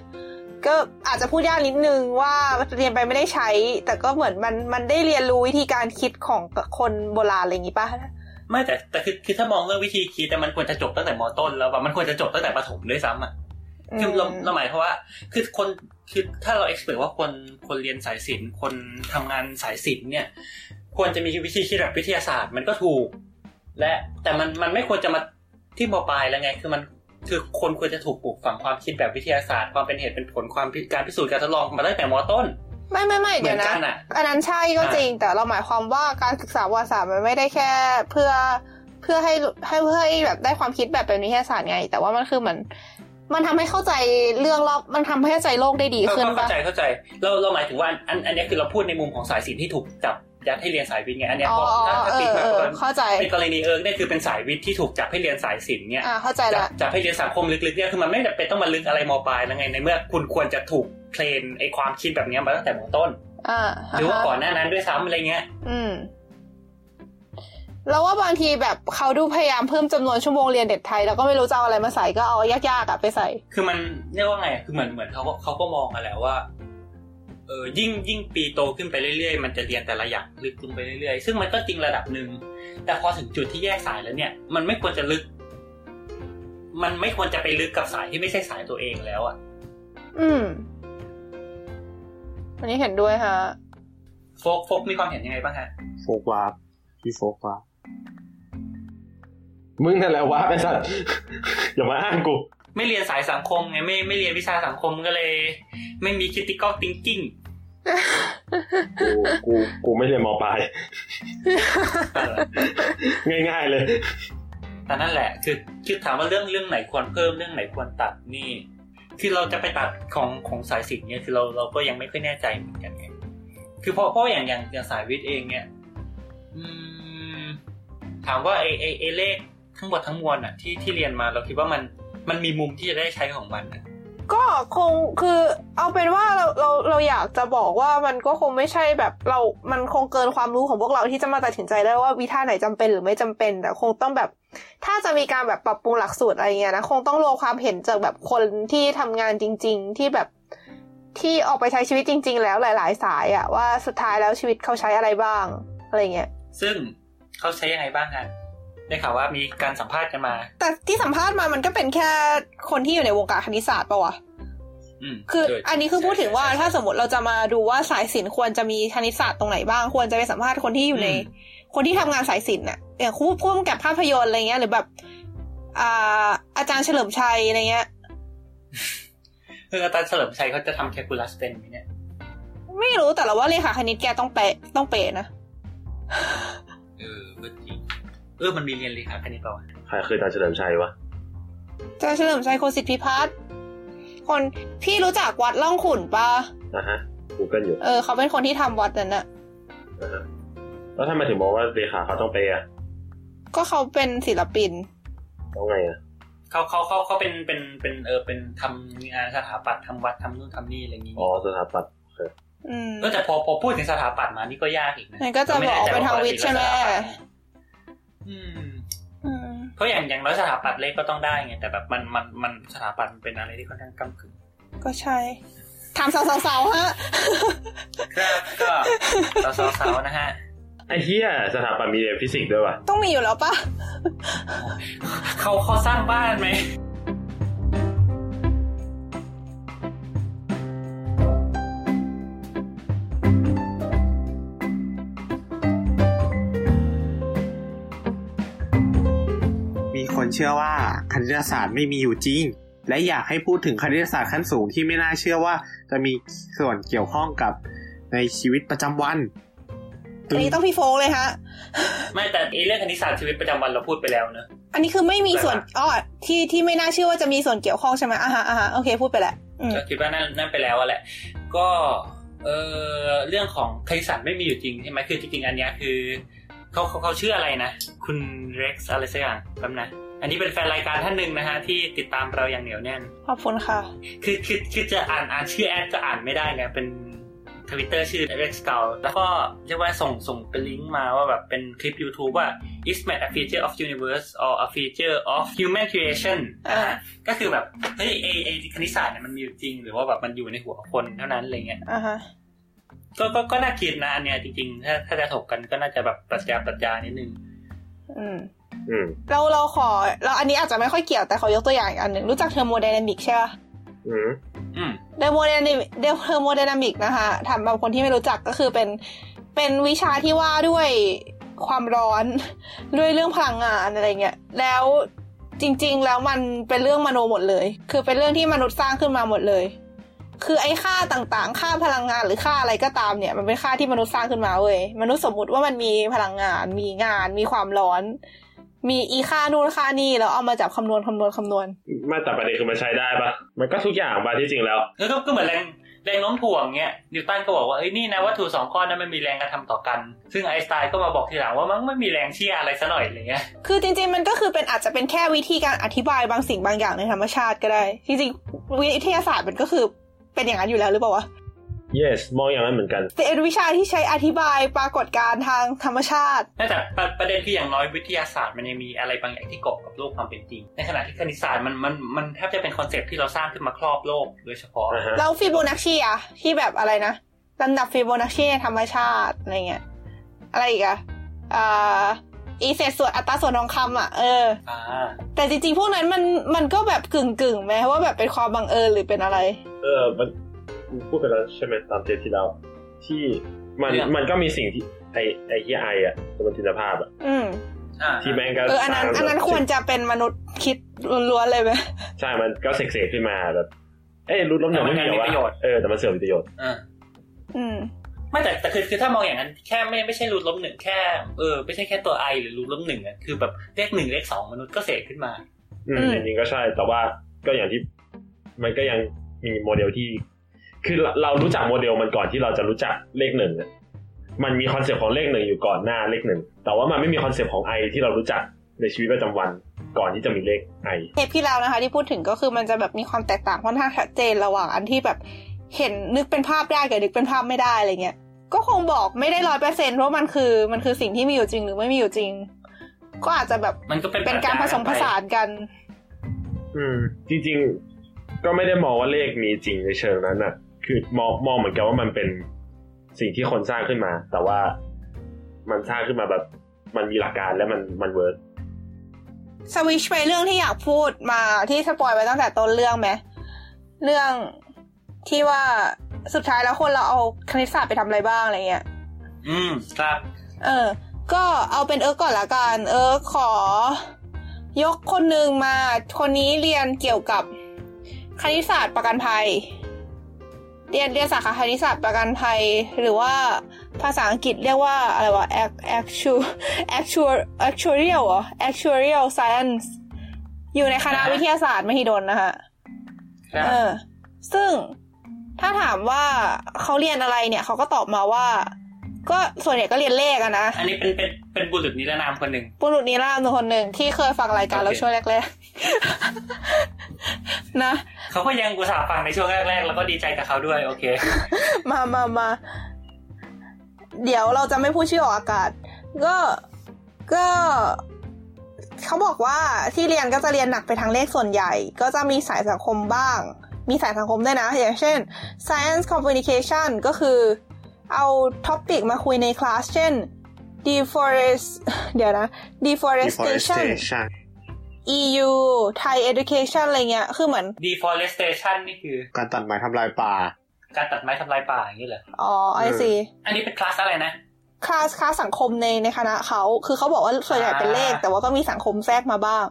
A: ก็อาจจะพูดยากนิดนึงว่าเรียนไปไม่ได้ใช้ แต่ก็เหมือนมันมันได้เรียนรู้วิธีการคิดของคนโบราณอะไรอย่างงี้ป่ะ
B: ไม่แต่แต่คือคือถ้ามองเรื่องวิธีคิดแต่มันควรจะจบตั้งแต่มต้นแล้วแบบมันควรจะจบตั้งแต่ประถมด้วยซ้ำอ่ะ
A: อืม
B: คือเราเราหมายความว่า คือคนคือถ้าเรา expect ว่าคนคนเรียนสายศิลป์คนทำงานสายศิลป์เนี่ย ควรจะมีวิธีคิดแบบวิทยาศาสตร์มันก็ถูก และแต่มันมันไม่ควรจะมาที่มปลายแล้วไง คือมันคือคนควรจะถูกปลูกฝังความคิดแบบวิทยาศาสตร์ความเป็นเหตุเป็นผลความพิการพิสูจน์การทดลองมาตั้งแต่มต้น
A: ไม่ไม่ไม่
B: เหมื
A: เดี๋
B: อย
A: วน นะ
B: กันอ่ะ
A: อันนั้นใช่ก็
B: อ่า
A: จริง แต่เราหมายความว่าการศึกษาประวัติศาสตร์มันไม่ได้แค่เพื่อเพื่อให้ให้เพื่อให้แบบได้ความคิดแบบเป็นวิทยาศาสตร์ไง แต่ว่ามันคือเหมือนมันทำให้เข้าใจเรื่องรอบมันทำให้เข้าใจโลกได้ดี
B: ก็
A: ขึ้น
B: ก็
A: ปะ
B: เข้าใจเข้าใจเราเราหมายถึงว่าอันอันอันเนี้ยคือเราพูดในมุมของสายศิลป์ที่ถูกจับยัดให้เรียนสายวิทย์ไงอันเนี้ย
A: อ๋อ
B: พ
A: อ๋อ
B: อถ้าถ้า
A: เอ
B: ติด
A: อ
B: แบบ
A: เออ
B: ว่า
A: เข้าใจ
B: เป็นกรณีเอิร์กเนี่ยคือเป็นสายวิทย์ที่ถูกจับให้เรียนสายศิลป์เนี่ย
A: อ่าเข้าใจ
B: จั
A: ละ
B: บจับให้เรียนสังคมลึกๆเนี่ยคือมันไม่จำเป็นต้องมาลึกอะไรมปลายแล้วไงในเมื่อคุณควรจะถูกเทรนไอความคิดแบบเนี้ยมาตั้งแต่มต้น
A: อ่า
B: หรือว่า
A: ฮะ
B: ก่อนหน้านั้นด้วยซ้ำอะไรเงี้ย
A: อืมแล้วว่าบางทีแบบเขาดูพยายามเพิ่มจำนวนชั่วโมงเรียนเด็กไทย แล้วก็ไม่รู้จะเอาอะไรมาใส่ก็เอายากๆอะไปใส่
B: คือมันเรียกว่าไงคือเหมือนเหมือนเขาก็เขาก็มองกันแหละว่า เออยิ่งยิ่งปีโตขึ้นไปเรื่อยๆ มันจะเรียนแต่ละอย่างลึกลงไปเรื่อยๆ ซึ่งมันก็จริงระดับหนึ่ง แต่พอถึงจุดที่แยกสายแล้วเนี่ย มันไม่ควรจะลึก มันไม่ควรจะไปลึกกับสายที่ไม่ใช่สายตัวเองแล้วอะ
A: อืมอันนี้เห็นด้วยฮะ
B: โฟกโฟกมีความเห็นยังไงบ้างฮะ
E: โฟกวาร์ปพี่โฟกวาร์ป
C: มึงนั่นแหละวะไอ้สัตว์ อย่ามาอ้างกู
B: ไม่เรียนสายสังคมไงไม่ไม่เรียนวิชาสังคมก็เลย ไม่มี critical thinking
C: กู กู กูไม่เรียนมปลาย
B: เออ
C: ง่าย ๆ เลย
B: แต่นั่นแหละคือคือถามว่าเรื่องเรื่องไหนควรเพิ่มเรื่องไหนควรตัดนี่ คือเราจะไปตัดของของสายสินเนี่ยคือเราเราก็ยังไม่ค่อยแน่ใจเหมือนกันไงคือเพราะเพราะอย่างอย่างอย่างสายวิทย์เองเนี่ยอืมถามว่าไอไอไอเลขทั้งหมดทั้งมวลอ่ะที่ที่เรียนมาเราคิดว่ามันมันมีมุมที่จะได้ใช้ของมันอะ
A: ก็คงคือเอาเป็นว่าเราเราเราอยากจะบอกว่ามันก็คงไม่ใช่แบบเรา มันคงเกินความรู้ของพวกเราที่จะมาตัดสินใจได้ว่าวิธาไหนจำเป็นหรือไม่จำเป็น แต่คงต้องแบบ ถ้าจะมีการแบบปรับปรุงหลักสูตรอะไรเงี้ยนะคงต้องรวมความเห็นจากแบบคนที่ทำงานจริง ๆ ที่แบบที่ออกไปใช้ชีวิตจริง ๆ แล้วหลาย ๆ สายอะว่าสุดท้ายแล้วชีวิตเขาใช้อะไรบ้างอะไรเงี้ย
B: ซึ่งเขาใช้ยังไงบ้างกัน ได้ข่าวว่ามีการสัมภาษณ์กันมา
A: แต่ที่สัมภาษณ์มามันก็เป็นแค่คนที่อยู่ในวงการคณิตศาสตร์ปะวะ
B: อืม
A: คือ
B: เ
A: อันนี้คือพูดถึงว่า
B: ใช่ใช่
A: ถ้าสมมติเราจะมาดูว่าสายศิลป์ควรจะมีคณิตศาสตร์ตรงไหนบ้าง ควรจะไปสัมภาษณ์คนที่อยู่ใน
B: อืม
A: คนที่ทำงานสายศิลป์น่ะอย่างคู่พ่วงกับภาพยนตร์อะไรเงี้ยหรือแบบอ่าอาจารย์เฉลิมชัยอะไรเงี้ย
B: คืออาจารย์เฉลิมชัยเขาจะทำแคลคูลัสเป็นไหมเนี่ย
A: ไม่รู้แต่เราว่าเลขาคณิตแกต้องเป๊ะต้องเป๊ะนะ
B: เออก็จริงเออมันมีเรียนเลขาคณิตเปล่าวะ
C: ใครเคยตาเฉลิมชัยวะ
A: อาจารย์เฉลิมชัยโคสิทธิพิพัฒน์คนพี่รู้จักวัดล่องขุนปะ
C: นะฮะกูเกิลอยู่
A: เออเขาเป็นคนที่ทำวัดนั้นน่ะ
C: นะฮะแล้วทำไมถึงบอกว่าเลขาเขาต้องไปอะ
A: ก็เขาเป็นศิลปิน
C: ต้องไงอะ
B: เขาเขาเขาเขาเป็นเป็นเป็นเออเป็นทำงานสถาปัตย์ทำวัดทำนู่นทำนี่อะไรอย่างงี้
C: อ๋อสถาปัตย์
A: อืม
B: ก็แต่พอพอพูดถึงสถาปัตย์มานี่ก็ยากอีกนะ
A: มันก็จะ
B: ม่แน่
A: บอก
B: ใจ
A: ไปทางวิทย์ใช่ไหม
B: สถาปัตย์อืม
A: อืม
B: เพราะอย่างอย่างน้อยสถาปัตย์เลขก็ต้องได้ไงแต่แบบมันมันมันสถาปัตย์มันเป็นอะไรที่ค่อนข้างกำกึ่ง
A: ก็ใช่ถามสาวๆๆฮะ
B: ครับก็ สาวๆๆนะฮะ
C: ไอ้เหี้ยสถาปัตย์มีเรียนฟิสิกส์ด้วยวะ
A: ต้องมีอยู่แล้วปะ
B: เขาเขาสร้างบ้านไหม
E: มีคนเชื่อว่าคณิตศาสตร์ไม่มีอยู่จริง และอยากให้พูดถึงคณิตศาสตร์ขั้นสูงที่ไม่น่าเชื่อว่า จะมีส่วนเกี่ยวข้องกับในชีวิตประจำวัน
A: อันนี้ต้องพี่โฟกเลยฮะ
B: ไม่แต่ไอ้เรื่องคณิตศาสตร์ชีวิตประจำวันเราพูดไปแล้วเนอะ
A: อันนี้คือไม่มีส่วน
B: อะไรวะ
A: อ๋อที่ที่ไม่น่าเชื่อว่าจะมีส่วนเกี่ยวข้องใช่ไหมอ่าฮะอ่าฮะโอเคพูดไปแล้วอืม
B: ก็คิดว่านั่นนั่นไปแล้วอะแหละ ก็เออเรื่องของคณิตศาสตร์ไม่มีอยู่จริงใช่ไหมคือจริงๆอันเนี้ยคือเขาเขาเขาชื่ออะไรนะ คุณเร็กซ์อะไรสักอย่างแป๊บนะ อันนี้เป็นแฟนรายการท่านหนึ่งนะฮะที่ติดตามเราอย่างเหนียวแน่น
A: ขอบคุณค่ะ
B: คือคือคือจะอ่านอ่านชื่อแอดจะอ่านไม่ได้ไงเป็นทวิตเตอร์ชื่อ Alex g a l แล้วก็เรียกว่าส่งส่งเป็นลิงก์มาว่าแบบเป็นคลิป YouTube ว่า is math a feature of universe or a feature of human creation
A: อ่า
B: ก็คือแบบเฮ้ยไอไอคณิตศาสตร์เนี่ยมันมีอยู่จริง หรือว่าแบบมันอยู่ในหัวคนเท่านั้นอะไรเงี้ย
A: อ่าฮะ
B: ก็ก็ก็น่าคิดนะอันเนี้ยจริงๆ ถ้าถ้าจะถกกันก็น่าจะแบบปรัชญาปรัชญานิดนึง
A: อืม
C: อืม
A: เราเราขอเราอันนี้อาจจะไม่ค่อยเกี่ยวแต่ขอยกตัวอย่างอีกอันหนึ่งรู้จักเทอร์โมไดนามิกใช่ปะ
C: อืม
B: อืม
A: เทอร์โมไดนามิกเทอร์โมไดนามิกนะคะถามบางคนที่ไม่รู้จักก็คือเป็นเป็นวิชาที่ว่าด้วยความร้อน ด้วยเรื่องพลังงานอะไรเงี้ยแล้วจริง ๆ แล้วมันเป็นเรื่องมโนหมดเลย คือเป็นเรื่องที่มนุษย์สร้างขึ้นมาหมดเลย คือไอ้ค่าต่างๆ ค่าพลังงานหรือค่าอะไรก็ตามเนี่ย มันเป็นค่าที่มนุษย์สร้างขึ้นมาเว้ยมนุษย์สมมติว่ามันมีพลังงาน มีงาน มีความร้อน มีอีค่านู่นค่านี่แล้วเอามาจับคำนวณคำนวณคำนวณ
C: ไม่แต่ประเด็นคือมันใช้ได้ปะมันก็ทุกอย่างปะที่จริงแล้ว
B: แล้วก็ก็เหมือนแรงแรงโน้มถ่วงเงี้ยนิวตันก็บอกว่าเอ้ยนี่นะวัตถุสองก้อนนั้นมันมีแรงกระทำต่อกัน ซึ่งไอน์สไตน์ก็มาบอกทีหลังว่ามันไม่มีแรงเชี่ยอะไรซะหน่อยอะไรเงี้ย
A: คือจริงๆมันก็คือเป็นอาจจะเป็นแค่วิธีการอธิบายบางสิ่งบางอย่างในธรรมชาติก็ได้จริงๆวิทยาศาสตร์มันก็คือเป็นอย่างนั้นอยู่แล้วหรือเปล่าวะ
C: yes มองอย่างนั้นเหมือนกัน
A: แต่เป็นวิชาที่ใช้อธิบายปรากฏการณ์ทางธรรมชาติ
B: แต่ประประเด็นคืออย่างน้อยวิทยาศาสตร์มันยังมีอะไรบางอย่างที่เกาะกับโลกความเป็นจริง ในขณะที่คณิตศาสตร์มันมันมันแทบจะเป็นคอนเซปต์ที่เราสร้างขึ้นมาครอบโลกโดยเฉพาะ
C: อ่าฮะ
A: แล้วฟิโบนัชชีอะที่แบบอะไรนะลำดับฟิโบนัชชีในธรรมชาติอะไรเงี้ยอะไรอีกอะอ่าอีเศษส่วนอัตราส่วนทองคำอะเออ
B: อ่า
A: แต่จริงๆ พวกนั้นมันมันก็แบบกึ่งกึ่งๆไหมว่าแบบเป็นความบังเอิญหรือเป็นอะไร
C: เออ มันกูพูดไปแล้วใช่ไหมตามเทปที่แล้วที่มัน
B: เรื่อง
C: มันก็มีสิ่งที่ไอไอเหี้ยไออะสมรรถิภาพอะ
A: อืม
B: อ่า
C: ที่แม่งก็
A: เอออันนั้น
C: สร้าง
A: อันนั้นควรจะเป็นมนุษย์คิดล้วนๆเลยไหม
C: ใช่มันก็เสกๆขึ้นมาแบบเอ้ยรูดล้มหนึ่งไม่มีเหรอวะเออแต่มันเสื่อมประโยชน์
B: อ่า
A: อืม
B: ไม่แต่แต่คือคือถ้ามองอย่างนั้นแค่ไม่ไม่ใช่รูทลบหนึ่งแค่เออไม่ใช่แค่ตัวไอหรือรูทลบหนึ่งอะคือแบบเลขหนึ่งเลขสองมนุษย์ก็เสกขึ้นมา
C: อืม
A: อืม
C: จริงๆก็ใช่แต่ว่าก็อย่างที่มันก็ยังมีโมเดลที่ คือเราเรารู้จักโมเดลมันก่อนที่เราจะรู้จักเลขหนึ่งอะมันมีคอนเซปต์ของเลขหนึ่งอยู่ก่อนหน้าเลขหนึ่งแต่ว่ามันไม่มีคอนเซปต์ของไอที่เรารู้จักในชีวิตประจำวัน ก่อนที่จะมีเลขไอ
A: เทปที่แล้วนะคะ ที่พูดถึงก็คือมันจะแบบมีความแตกต่างค่อนข้างชัดเจนระหว่างอันที่แบบเห็นนึกเป็นภาพได้กับนึกเป็นภาพไม่ได้อะไรเงี้ยก็คงบอกไม่ได้ร้อยเปอร์เซ็นต์ว่ามันคือมันคือสิ่งที่มีอยู่จริงหรือไม่มีอยู่จริง ก็อาจจะแบบ
B: มันก็เป็น
A: เป็นการผสมผสานกัน
C: อืมจริงๆก็ไม่ได้มองว่าเลขมีจริงในเชิงนั้นอ่ะ คือมองมองเหมือนกันว่ามันเป็นสิ่งที่คนสร้างขึ้นมา แต่ว่ามันสร้างขึ้นมาแบบมันมีหลักการและมันมันเวิร์ก
A: สวิชไปเรื่องที่อยากพูดมาที่สปอยไว้ตั้งแต่ต้นเรื่องไหมเรื่องที่ว่าสุดท้ายแล้วคนเราเอาคณิตศาสตร์ไปทำอะไรบ้างอะไรเงี้ย
B: อืมครับ
A: เออ ก็เอาเป็นเอิร์กก่อนละกัน เอิร์กขอ ยกคนหนึ่งมา คนนี้เรียนเกี่ยวกับคณิตศาสตร์ประกันภัย เรียนเรียนสาขาคณิตศาสตร์ประกันภัย หรือว่าภาษาอังกฤษเรียกว่าอะไรวะ act- actu actual actuarial เหรอ actuarial science อยู่ในคณะ
B: อ่า
A: วิทยาศาสตร์มหิดลนะคะ
B: ครับ
A: เออ ซึ่งถ้าถามว่าเขาเรียนอะไรเนี่ย เขาก็ตอบมาว่า ก็ส่วนใหญ่ก็เรียนเลขอะนะ
B: อันนี้เป็นเป็นเป็นบุรุษนิรนามคนหนึ่ง
A: ปุรุษนิรามคนหนึ่งที่เคยฟังรายการ
B: โอเค
A: เราช่วงแรกๆ นะ
B: เขาก็ยังอุตส่าห์ฟังในช่วงแรกๆ แล้วก็ดีใจกับเขาด้วย โอเค
A: มามามา เดี๋ยวเราจะไม่พูดชื่อออกอากาศ ก็ ก็ เขาบอกว่าที่เรียนก็จะเรียนหนักไปทางเลขส่วนใหญ่ ก็จะมีสายสังคมบ้าง มีสายสังคมด้วยนะ อย่างเช่น science communication ก็คือ เอาท็อปิกมาคุยในคลาส เช่น deforest เดี๋ยวนะ deforestation
E: deforestation
A: EU Thai Education อะไรเงี้ย คือเหมือน
B: deforestation นี่คือ
E: การตัดไม้ทำลายป่า
B: การตัดไม้ทำลายป่าอย่างนี้เหรอ
A: อ๋อไอ
E: เออ
A: ซี
B: อันนี้เป็นคลาสอะไรนะ
A: คลาสคลาสสังคมในในคณะเขา คือเขาบอกว่าส่วนใหญ่เป็นเลข
B: อ่า
A: แต่ว่าก็มีสังคมแทรกมาบ้าง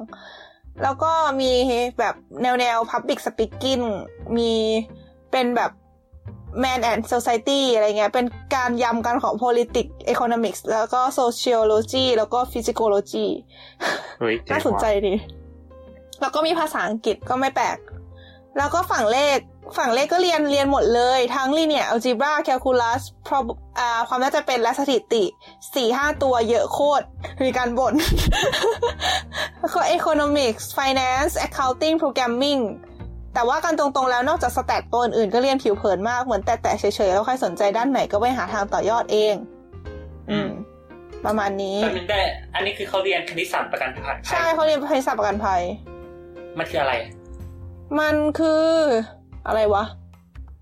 A: แล้วก็มีแบบแนวแนว Public Speaking มีเป็นแบบ Man and Society อะไรเงี้ย เป็นการยำกันของ Politics Economics แล้วก็ Sociology แล้วก็ Physiology
E: เฮ้ยเจ๋ง
A: น่าสนใจ
E: ว่ะ
A: ดี แล้วก็มีภาษาอังกฤษก็ไม่แปลก แล้วก็ฝั่งเลข ฝั่งเลขก็เรียนเรียนหมดเลย ทั้ง linear algebra calculus prob อ่าความน่าจะเป็นและสถิติสี่ห้าตัวเยอะโคตร มีการบ่น แล้วก็ economics finance accounting programming แต่ว่ากันตรงๆแล้วนอกจากสแตทตัวอื่นๆก็เรียนผิวเผินมากเหมือนแต่แต่ๆเฉยๆ แล้วใครสนใจด้านไหนก็ไปหาทางต่อยอดเอง อืม ประมาณนี้
B: แป๊บนึงได้ อันนี้คือเขาเรียนคณิตศาสตร์ประกันภัย
A: ใช่เขาเรียนภัยศาสตร์ประกันภัย
B: มันคืออะไร
A: มันคืออะไรวะ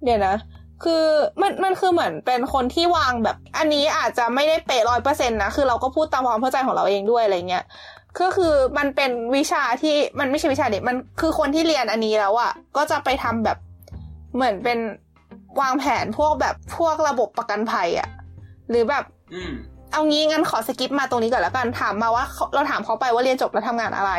A: เดี๋ยวนะ คือมันมันคือเหมือนเป็นคนที่วางแบบ อันนี้อาจจะไม่ได้เป๊ะร้อยเปอร์เซ็นต์นะ คือเราก็พูดตามความเข้าใจของเราเองด้วยอะไรเงี้ย ก็คือมันเป็นวิชาที่มันไม่ใช่วิชาเด็กมันคือคนที่เรียนอันนี้แล้วอะก็จะไปทำแบบเหมือนเป็นวางแผนพวกแบบพวกระบบประกันภัยอะหรือแบบ
B: อืม
A: เอางี้งั้นขอสกิปมาตรงนี้ก่อนแล้วกันถามมาว่าเขาเราถามเขาไปว่าเรียนจบแล้วทำงานอะไร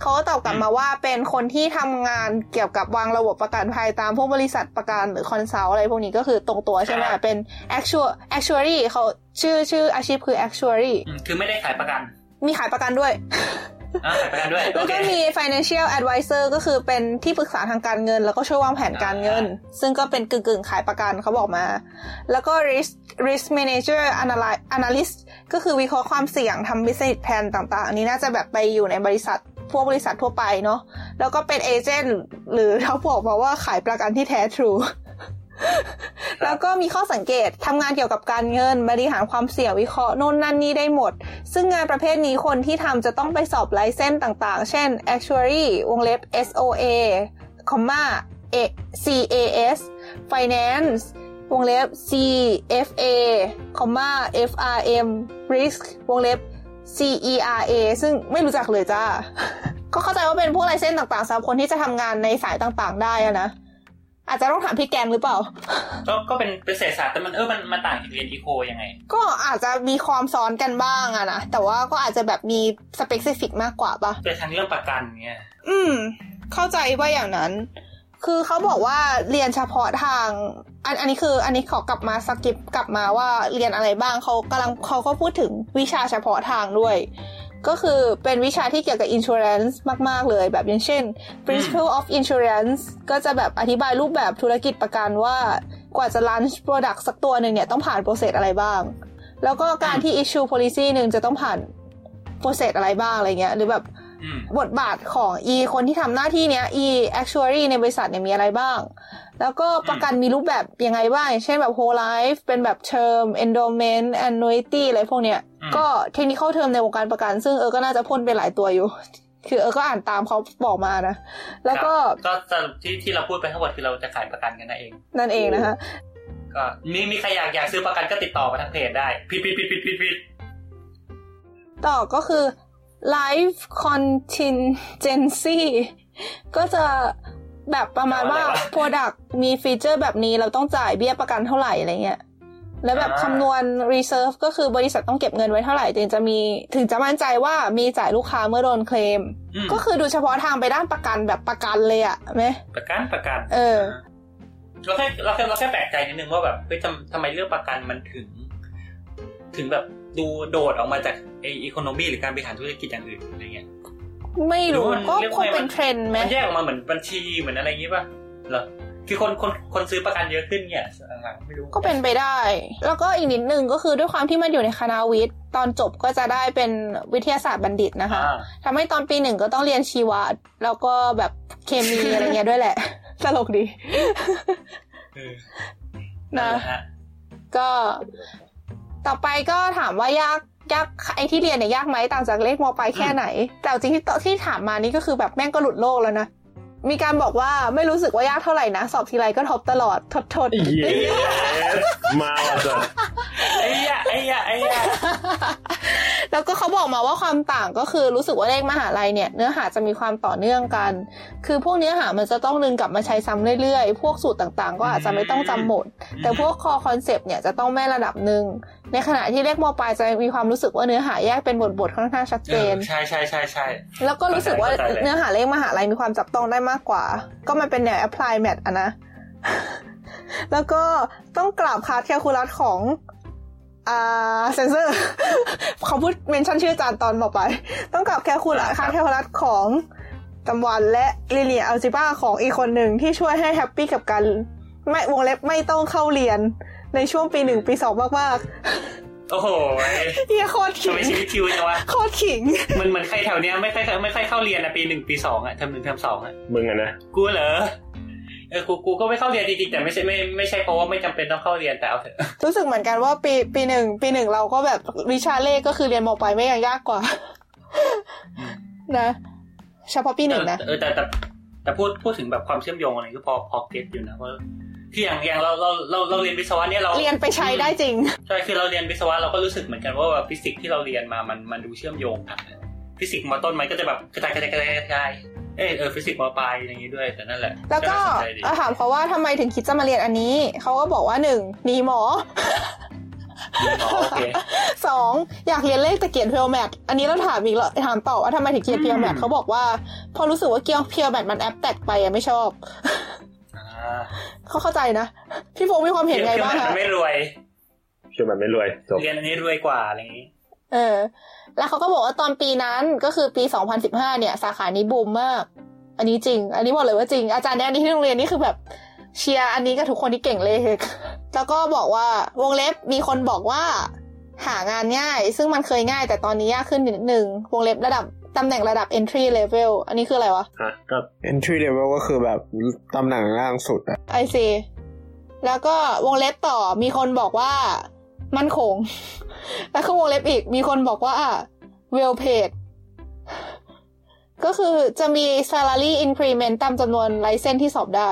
A: เขาก็ตอบกลับมาว่าเป็นคนที่ทำงานเกี่ยวกับวางระบบประกันภัยตามพวกบริษัทประกันหรือคอนซัลท์อะไรพวกนี้ก็คือตรงตัวใช่ไหม
B: ครับ
A: เป็น actual actuary เขาชื่อชื่ออาชีพคือ actuary
B: อืมคือไม่ได้ขายป ระกัน
A: มีขายประกันด้วย
B: อ่าขายประกันด้วย
A: แล้
B: โอ
A: ว
B: เค
A: ก็มี financial advisor ก็คือเป็นที่ปรึกษาทางการเงิน แล้วก็ช่วยวางแผนการเงิน ซึ่งก็เป็นกึ่งกึ่งๆขายประกันเขาบอกมา แล้วก็ risk risk manager analy- analyst ก็คือวิเคราะห์ความเสี่ยงทำ business plan ต่างๆ อันนี้น่าจะแบบไปอยู่ในบริษัทพวกบริษัททั่วไปเนาะ แล้วก็เป็นเอเจนต์หรือ เขาบอกมาว่าขายประกันที่แท้ทรู แล้วก็มีข้อสังเกตทำงานเกี่ยวกับการเงิน บริหารความเสี่ยงวิเคราะห์โน่นนั่นนี่ได้หมด ซึ่งงานประเภทนี้คนที่ทำจะต้องไปสอบไลเซนส์ต่างๆ เช่น actuary วงเล็บ SOA คอมมา A- CAS finance วงเล็บ CFA คอมมา FRM risk วงเล็บ CERA ซึ่งไม่รู้จักเลยจ้า ก็เข้าใจว่าเป็นพวกไลเซนส์ต่างๆสำหรับคนที่จะทำงานในสายต่างๆ ได้อะนะ อาจจะต้องถามพี่แกมหรือเปล่า
B: ก็ก็เป็นเป็นเศรษฐศาสตร์แต่มันเออมันมันต่างจากเรียนอีโคยังไง
A: ก็อาจจะมีความซ้อนกันบ้างอะนะ แต่ว่าก็อาจจะแบบมีสเปกซิฟิกมากกว่าปะ
B: เป็นทางเรื่องประกันเนี่ย
A: อืม เข้าใจว่าอย่างนั้น คือเขาบอกว่าเรียนเฉพาะทาง อันอันนี้คือ อันนี้ขอกลับมาสกิปกลับมาว่าเรียนอะไรบ้างเขากำลังเขาก็พูดถึงวิชาเฉพาะทางด้วย ก็คือเป็นวิชาที่เกี่ยวกับ insurance มาก ๆ เลย แบบอย่างเช่น principle of insurance ก็จะแบบอธิบายรูปแบบธุรกิจประกันว่ากว่าจะ launch product สักตัวหนึ่งเนี่ยต้องผ่านโปรเซสอะไรบ้าง แล้วก็การที่ issue policy หนึ่งจะต้องผ่านโปรเซสอะไรบ้างอะไรเงี้ย หรือแบบ
B: อืม
A: บทบาทของอีคนที่ทำหน้าที่เนี้ย อีแอคชวรีในบริษัทเนี่ยมีอะไรบ้าง แล้วก็ประกันมีรูปแบบยังไงบ้างอย่างเช่นแบบ whole life เป็นแบบ term endowment annuity อะไรพวกเนี้ย
B: อืม
A: ก็เทคนิคเข้าเทอมในวงการประกัน ซึ่งเออก็น่าจะพ่นไปหลายตัวอยู่ คือเออก็อ่านตามเขาบอกมานะ แล้วก็
B: ครับก็สรุปที่ที่เราพูดไปทั้งหมดคือเราจะขายประกันกันนะเอง
A: นั่นเองนะคะ
B: ก็มีมีใครอยากอยากซื้อประกันก็ติดต่อมาทางเพจได้ผิดผิดผิดผิดผิดผิด
A: ต่อก็คือ life contingency ก็จะแบบประมาณว่า product มีฟีเจอร์แบบนี้เราต้องจ่ายเบี้ยประกันเท่าไหร่อะไรเงี้ย แล้วแบบคำนวณ reserve ก็คือบริษัทต้องเก็บเงินไว้เท่าไหร่ถึงจะมีถึงจะมั่นใจว่ามีจ่ายลูกค้าเมื่อโดนเคลม
B: อืม
A: ก็คือดูเฉพาะทางไปด้านประกันแบบประกันเลยอะไหม
B: ประกันประกัน
A: เออ
B: เราแค่เราแค่เราแค่แปลกใจนิดนึงว่าแบบเฮ้ยทำทำไมเรื่องประกันมันถึง ถึงแบบดูโดดออกมาจากไออีโคโนมีหรือการบริหารธุรกิจอย่างอื่นอะไรเงี้ย
A: ไม่รู้
B: หรือ
A: ก็
B: ว่ามันเรียก
A: คงเป็น
B: ว่า
A: เทรนด์ไหม
B: มันแยกออกมาเหมือนบัญชีเหมือนอะไรอย่างงี้ป่ะเหรอคือคนคนคนซื้อประกันเยอะขึ้นเนี่ยหลังๆไม่รู้
A: ก็เป็นไปได้ แล้วก็อีกนิดนึงก็คือด้วยความที่มันอยู่ในคณะวิทย์ ตอนจบก็จะได้เป็นวิทยาศาสตร์บัณฑิตนะคะ
B: อ่า
A: ทำให้ตอนปีหนึ่งก็ต้องเรียนชีวะแล้วก็แบบเคมี อะไรเงี้ยด้วยแหละ ตลกดี
B: เออ
A: นะ
B: แหลฮ
A: ก็ต่อไปก็ถามว่ายากยากไอที่เรียนเนี่ยยากไหมต่างจากเลขมปลายแค่ไหน แต่จริงที่ตที่ถามมานี่ก็คือแบบแม่งก็หลุดโลกแล้วนะ มีการบอกว่าไม่รู้สึกว่ายากเท่าไหร่นะ สอบทีไรก็ท็อปตลอดทดทด
C: เย้มาว่ะจัด
B: ไอ้ยะไอ้ยะไอ้ยะ
A: แล้วก็เขาบอกมาว่าความต่างก็คือรู้สึกว่าเลขมหาลัยเนี่ยเนื้อหาจะมีความต่อเนื่องกัน คือพวกเนื้อหามันจะต้องดึงกลับมาใช้ซ้ำเรื่อยๆ พวกสูตรต่างๆ ก็อาจจะไม่ต้องจำหมด แต่พวกคอคอนเซปต์เนี่ยจะต้องแม่นระดับหนึ่ง ในขณะที่เลขมปลายจะมีความรู้สึกว่าเนื้อหาแยกเป็นบทบทๆค่อนข้างชัดเจน
B: ออใช่ใช่ใช่ใช่
A: แล้วก็รู้สึกว่า
B: เข้าใจเลย
A: เนื้อหาเลขมหาลัยมีความจับต้องได้มากกว่า ก็มันเป็นแนว apply math อะนะ แล้วก็ต้องกราบคาร์ดแคลคูลัสของอ่าเซนเซอร์ เขาพูดเมนชั่นชื่ออาจารย์ตอนบอกไป ต้องกราบแคลคูลัสคาร์ดแคลคูลัสของตำวันและลิเนียอัลจิบ้าของอีกคนหนึ่งที่ช่วยให้แฮปปี้กับการไม่วงเล็บไม่ต้องเข้าเรียนในช่วงปีหนึ่งปีสองมาก
B: โอ้โห
A: ๆเฮียโคตร
B: ทำ
A: ขิ
B: ไม
A: ง
B: ชีวิตชิวจังวะ
A: โคตรขิง
B: มันเหมือนใครแถวเนี้ยไม่ค่อยไม่ค่อยเข้าเรียนอะปีหนึ่งปีสองอะเทอมหนึ่งเทอมสองอะ
C: มึงอะนะ
B: กูเหรอเออกูกูก็ไม่เข้าเรียนจริงๆแต่ไม่ใช่ไม่ไม่ใช่เพราะว่าไม่จำเป็นต้องเข้าเรียนแต่เอาเถอะ
A: รู้สึกเหมือนกันว่าปีปีหนึ่งปีหนึ่งเราก็แบบวิชาเลขก็คือเรียนมปลายไม่ยังยากกว่า นะ เฉพาะปีหนึ่งนะ
B: เออแต่แต่แต่พูดพูดถึงแบบความเชื่อมโยงอะไรก็พอพอเก็ตอยู่นะเพราะที่อย่างอย่างเราเราเราเราเรียนวิศวะเนี่ยเรา
A: เรียนไปใช้ได้จริง
B: ใช่คือเราเรียนวิศวะเราก็รู้สึกเหมือนกันว่าแบบฟิสิกส์ที่เราเรียนมามันมันดูเชื่อมโยงกันนะฟิสิกส์มอต้นมันก็จะแบบกระจายกระจายกระจายกระจายเออเออฟิสิกส์มอปลายอย่างนี้ด้วยแต่นั่นแหละ
A: แล้วก็
B: น่าสนใจดี
A: เราถามเขาว่าทำไมถึงคิดจะมาเรียนอันนี้ เขาก็บอกว่าหนึ่งหนีหมอ
B: อ๋อโอเค
A: สองอยากเรียนเลขแต่เกลียดเพียวแมทอันนี้เราถามอีกเหรอถามต่อว่าทำไมถึงเกลียดเพียวแมทเขาบอกว่า พอรู้สึกว่าเกลียวเพียวแมทมันแอปแตกไปอะไม่ชอบ
B: อ่า
A: เขาเข้าใจนะ พี่โฟงมีความเห็นไงบ้าง
B: เรียน
A: คะ
B: เพื่อนมันไม่รวย
C: เชื่อมันไม่รวยจบ
B: เรียนอันนี้รวยกว่าอะไรอย่างนี้
A: เออ แล้วเขาก็บอกว่าตอนปีนั้นก็คือปี 2015 เนี่ย สาขานี้บูมมาก อันนี้จริง อันนี้บอกเลยว่าจริง อาจารย์แนะนำที่โรงเรียนนี่คือแบบเชียร์อันนี้กับทุกคนที่เก่งเลข แล้วก็บอกว่าวงเล็บมีคนบอกว่า หางานง่าย ซึ่งมันเคยง่ายแต่ตอนนี้ยากขึ้นนิดนึง วงเล็บระดับตำแหน่งระดับ entry level อันนี้คืออะไรวะ
C: ฮะก็
E: entry level ก็คือแบบตำแหน่งล่างสุดอะ
A: ไอซีแล้วก็วงเล็บต่อมีคนบอกว่ามันคง แล้วก็วงเล็บอีก มีคนบอกว่า well paid ก็คือจะมี salary increment ตามจำนวนไลเซนที่สอบได้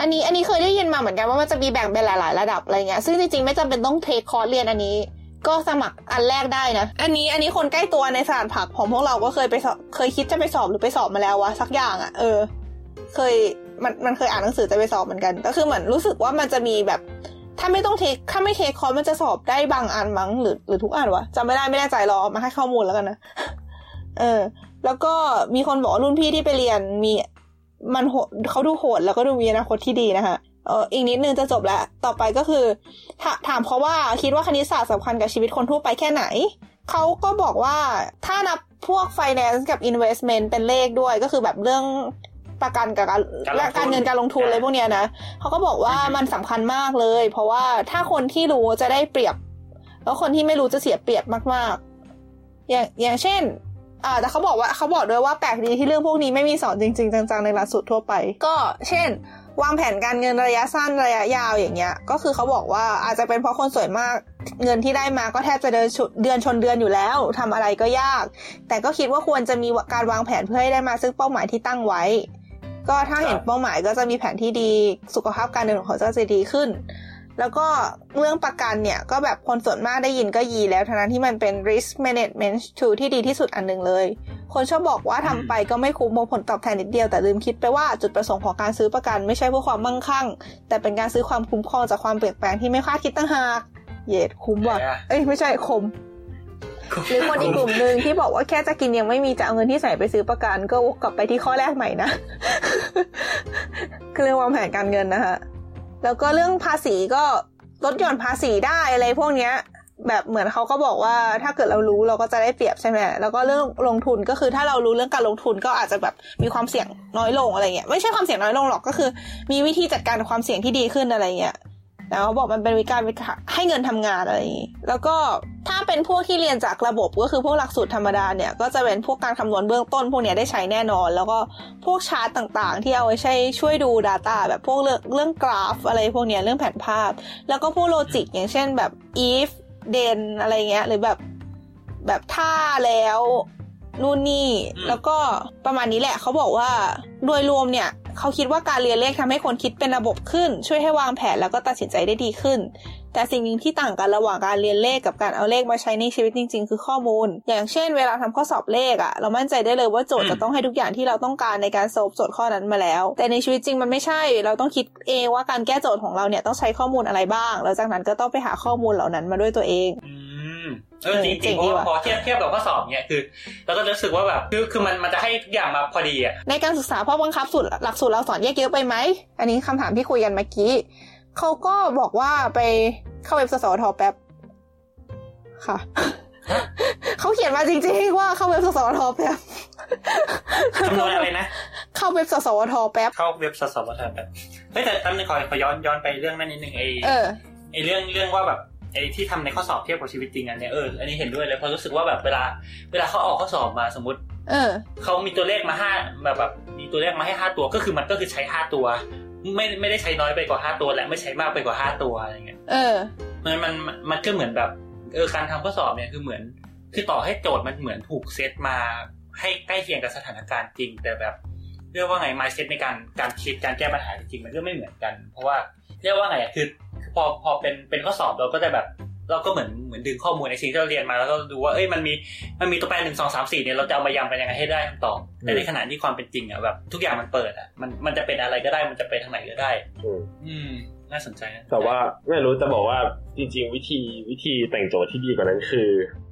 A: อันนี้อันนี้เคยได้ยินมาเหมือนกันว่ามันจะมีแบ่งเป็นหลาย ๆ ระดับอะไรเงี้ย ซึ่งจริง ๆ ไม่จำเป็นต้องเทคคอร์สเรียนอันนี้ ก็สมัครอันแรกได้นะ อันนี้อันนี้คนใกล้ตัวในสถานผักของพวกเราก็เคยไปสอบเคยคิดจะไปสอบหรือไปสอบมาแล้ววะสักอย่างอะ่ะเออ เคยมันมันเคยอ่านหนังสือจะไปสอบเหมือนกัน ก็คือเหมือนรู้สึกว่ามันจะมีแบบ ถ้าไม่ต้องเทคถ้าไม่เทคคอร์สมันจะสอบได้บางอันมั้งหรือหรือทุกอันวะจำไม่ได้ไม่แน่ใจรอมาให้ข้อมูลแล้วกันนะ เออ แล้วก็มีคนบอกว่ารุ่นพี่ที่ไปเรียนมี มันโหดเขาดูโหดแล้วก็ดูมีอนาคตที่ดีนะคะเอออีกนิดนึงจะจบแล้ว ต่อไปก็คือถาถามเขาว่าคิดว่าคณิตศาสตร์สำคัญกับชีวิตคนทั่วไปแค่ไหน เขาก็บอกว่าถ้านับพวก finance กับ investment เป็นเลขด้วยก็คือแบบเรื่องประกันกับการ
B: การลงทุน
A: และการเงินการลงทุนอะไรพวกเนี้ยนะเขาก็บอกว่ามันสำคัญมากเลย เพราะว่าถ้าคนที่รู้จะได้เปรียบ แล้วคนที่ไม่รู้จะเสียเปรียบมากๆ อย่างอย่างเช่น อ่าแต่เขาบอกว่าเขาบอกด้วยว่าแปลกดีที่เรื่องพวกนี้ไม่มีสอนจริง ๆ จังๆในหลักสูตรทั่วไป ก็เช่น วางแผนการเงินระยะสั้นระยะยาวอย่างเงี้ย ก็คือเขาบอกว่าอาจจะเป็นเพราะคนสวยมาก เงินที่ได้มาก็แทบจะเดินชุเดือนชนเดือนอยู่แล้วทำอะไรก็ยาก แต่ก็คิดว่าควรจะมีการวางแผนเพื่อให้ได้มาซึ่งเป้าหมายที่ตั้งไว้ ก็ถ้าเห็นเป้าหมายก็จะมีแผนที่ดีสุขภาพการเดินของเขาก็จะดีขึ้น แล้วก็เรื่องประกันเนี่ย ก็แบบคนส่วนมากได้ยินก็ยีแล้วทั้งนั้นที่มันเป็น risk management tool ที่ดีที่สุดอันหนึ่งเลย คนชอบบอกว่าทำไปก็ไม่คุ้มมองผลตอบแทนนิดเดียวแต่ลืมคิดไปว่าจุดประสงค์ของการซื้อประกันไม่ใช่เพื่อความมั่งคั่ง แต่เป็นการซื้อความคุ้มครองจากความเปลี่ยนแปลงที่ไม่คาดคิดตั้งหากเหยยดคุ้มว่ะเอ้ยไม่ใช่คม หรือคนอีกกลุ่มหนึ่งที่บอกว่าแค่จะกินยังไม่มีจะเอาเงินที่ใส่ไปซื้อประกันก็วกกลับไปที่ข้อแรกใหม่นะ คือเรื่องวางแผนการเงินนะคะแล้วก็เรื่องภาษีก็ลดหย่อนภาษีได้อะไรพวกเนี้ย แบบเหมือนเขาก็บอกว่าถ้าเกิดเรารู้เราก็จะได้เปรียบใช่ไหมแล้วก็เรื่องลงทุนก็คือถ้าเรารู้เรื่องการลงทุนก็อาจจะแบบมีความเสี่ยงน้อยลงอะไรเงี้ยไม่ใช่ความเสี่ยงน้อยลงหรอกก็คือ มีวิธีจัดการความเสี่ยงที่ดีขึ้นอะไรเงี้ย แล้วเขาบอกมันเป็นวิการให้เงินทำงานอะไรอย่างนี้ แล้วก็ถ้าเป็นพวกที่เรียนจากระบบก็คือพวกหลักสูตรธรรมดาเนี่ย ก็จะเป็นพวกการคำนวณเบื้องต้น พวกเนี้ยได้ใช้แน่นอน แล้วก็พวกชาร์ตต่างๆ ที่เอาไว้ใช้ช่วยดู Data แบบพวกเรื่องเรื่องกราฟอะไรพวกเนี้ยเรื่องแผนภาพ แล้วก็พวกโลจิกอย่างเช่นแบบ if then อะไรเงี้ยหรือแบบแบบถ้าแล้วนู่นนี่
B: อืม
A: แล้วก็ประมาณนี้แหละเขาบอกว่าโดยรวมเนี่ยเขาคิดว่าการเรียนเลขทำให้คนคิดเป็นระบบขึ้น ช่วยให้วางแผนแล้วก็ตัดสินใจได้ดีขึ้น แต่สิ่งหนึ่งที่ต่างกันระหว่างการเรียนเลขกับการเอาเลขมาใช้ในชีวิตจริง ๆ คือข้อมูล อย่างเช่น เวลาทำข้อสอบเลขอะเรามั่นใจได้เลยว่าโจทย์
B: อืม
A: จะต้องให้ทุกอย่างที่เราต้องการในการสอบโจทย์ข้อนั้นมาแล้ว แต่ในชีวิตจริงมันไม่ใช่ เราต้องคิดเองว่าการแก้โจทย์ของเราเนี่ยต้องใช้ข้อมูลอะไรบ้าง แล้วจากนั้นก็ต้องไปหาข้อมูลเหล่านั้นมาด้วยตัวเอง
B: อืมเออจริง
A: เจ๋
B: จริ
A: ง
B: งเพ
A: ดี
B: ราะ
A: ว่ะ
B: ว่าพอเทียบเทียบกับข้อสอบเนี่ยคือ แล้วก็รู้สึกว่าแบบคือคือมันมันจะให้ทุกอย่างมาพอดี อ่ะ
A: ในการศึกษาพ่อบังคับสูตรหลักสูตรเราสอนแยกเยอะไปไหม อันนี้คำถามที่คุยกันเมื่อกี้เขาก็บอกว่าไปเข้าเว็บสสทแป๊บค่ะ เขาเขียนมาจริงๆว่าเข้าเว็บสสทแป๊บ
B: คำนวณอะไรนะ
A: เข้าเว็บสสทแป๊บ
B: เข้าเว็บสสวทแบบเฮ้ยแต่ตอนนี้ขอขอย้อนย้อนไปเรื่องนั้นนิดนึงไอ
A: เออ
B: ไอเรื่องเรื่องว่าแบบไอที่ทำในข้อสอบเทียบกับชีวิตจริงอันเนี่ยเอออันนี้เห็นด้วยเลยเพราะรู้สึกว่าแบบเวลา เวลาเขาออกข้อสอบมาสมมติ
A: เออ
B: เขามีตัวเลขมาห้าแบบแบบมีตัวเลขมาให้ห้าตัวก็คือมันก็คือใช้ห้าตัว ไม่ไม่ได้ใช้น้อยไปกว่าห้าตัว และไม่ใช้มากไปกว่าห้าตัวอะไรเงี้ย
A: เออ
B: มันมันมันมันก็เหมือนแบบเออการทำข้อสอบเนี่ยคือเหมือน คือต่อให้โจทย์มันเหมือนถูกเซตมาให้ใกล้เคียงกับสถานการณ์จริง แต่แบบเรียกว่าไง mindset ในการการคิดการแก้ปัญหาจริงๆมันก็ไม่เหมือนกัน เพราะว่าเรียกว่าไงอะคือคือพอพอเป็นเป็นข้อสอบเราก็จะแบบ เราก็เหมือนเหมือนดึงข้อมูลในสิ่งที่เราเรียนมาแล้วก็ดูว่าเอ้ยมันมีมันมีตัวแปรหนึ่งสองสามสี่เนี่ยเราจะเอามายำกันยังไงให้ได้คำตอบแต่ในขณะที่ความเป็นจริงอ่ะแบบทุกอย่างมันเปิดอ่ะมันมันจะเป็นอะไรก็ได้มันจะไปทางไหนก็ได้
C: อืม
B: อืม น่าสนใจนะ
C: แต่ว่าไม่รู้จะบอกว่าจริง ๆ วิธีวิธีแต่งโจทย์ที่ดีกว่านั้นคือ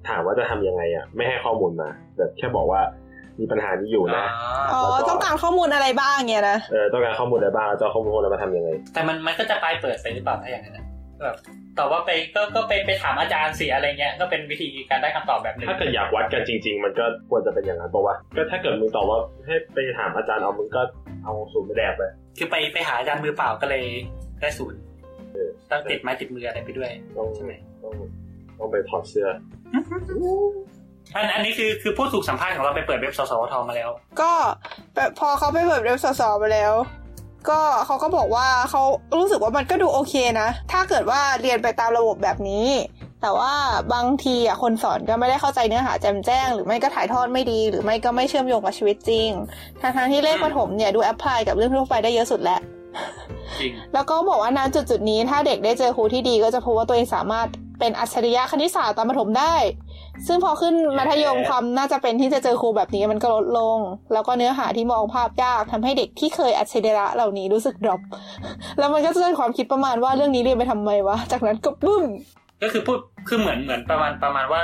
C: ถามว่าจะทำยังไงอ่ะไม่ให้ข้อมูลมาแบบแค่บอกว่ามีปัญหานี้อยู่
B: อ๋
C: นะ
B: อ
A: อ๋อ ต้องการข้อมูลอะไรบ้างเนี่ยนะ
C: เออต้องการข้อมูลอะไรบ้างแล้วจะเอาข้อมูลพวกนั้นมาทำยังไง
B: แต่มันมันก็จะปลายเปิดไปหรือเปล่าถ้าอย่างนั้นนะแบบตอบว่าไปก็ก็ไปไปถามอาจารย์สิอะไรเงี้ยก็เป็นวิธีการได้คำตอบแบบหนึง
C: ถ้าเกิดอยากวัดกันจริง ๆ มันก็ควรจะเป็นอย่างนั้นปะวะก็ถ้าเกิดมึงตอบว่าให้ไปถามอาจารย์เอามึงก็เอาสูตรไปแดกไป
B: คือไปไปหาอาจารย์มือเปล่าก็เลยได้ศูนย์ต้องติดไม้ติดมืออะไรไปด้วย
C: ต้อง
B: ใช่ไหม
C: ต้องต้องไปถอดเสื้อ
B: อันอันนี้คือคือผู้ถูกสัมภาษณ์ของเราไปเปิดเว็บสสวทมาแล้ว
A: ก็แบบพอเขาไปเปิดเว็บสสไปแล้ว ก็เขาก็บอกว่าเขารู้สึกว่ามันก็ดูโอเคนะ ถ้าเกิดว่าเรียนไปตามระบบแบบนี้ แต่ว่าบางทีอ่ะคนสอนก็ไม่ได้เข้าใจเนื้อหาแจ่มแจ้ง หรือไม่ก็ถ่ายทอดไม่ดี หรือไม่ก็ไม่เชื่อมโยงกับชีวิตจริงทางทางๆที่เลขประถมเนี่ยดูแอพพลายกับเรื่องทั่วไปได้เยอะสุดแล้ว
B: จริง
A: แล้วก็บอกว่าณจุดจุดๆนี้ถ้าเด็กได้เจอครูที่ดีก็จะพบว่าตัวเองสามารถเป็นอัจฉริยะคณิตศาสตร์ตอนประถมได้ ซึ่งพอขึ้นมัธยม
B: แหม่
A: ความน่าจะเป็นที่จะเจอครูแบบนี้มันก็ลดลง แล้วก็เนื้อหาที่มองภาพยากทำให้เด็กที่เคยอัจฉริยะเหล่านี้รู้สึกดรอป แล้วมันก็จะเกิดความคิดประมาณว่าเรื่องนี้เรียนไปทำไมวะ จากนั้นก็บึ้ม
B: ก็คือพูดคือเหมือนเหมือนประมาณประมาณว่า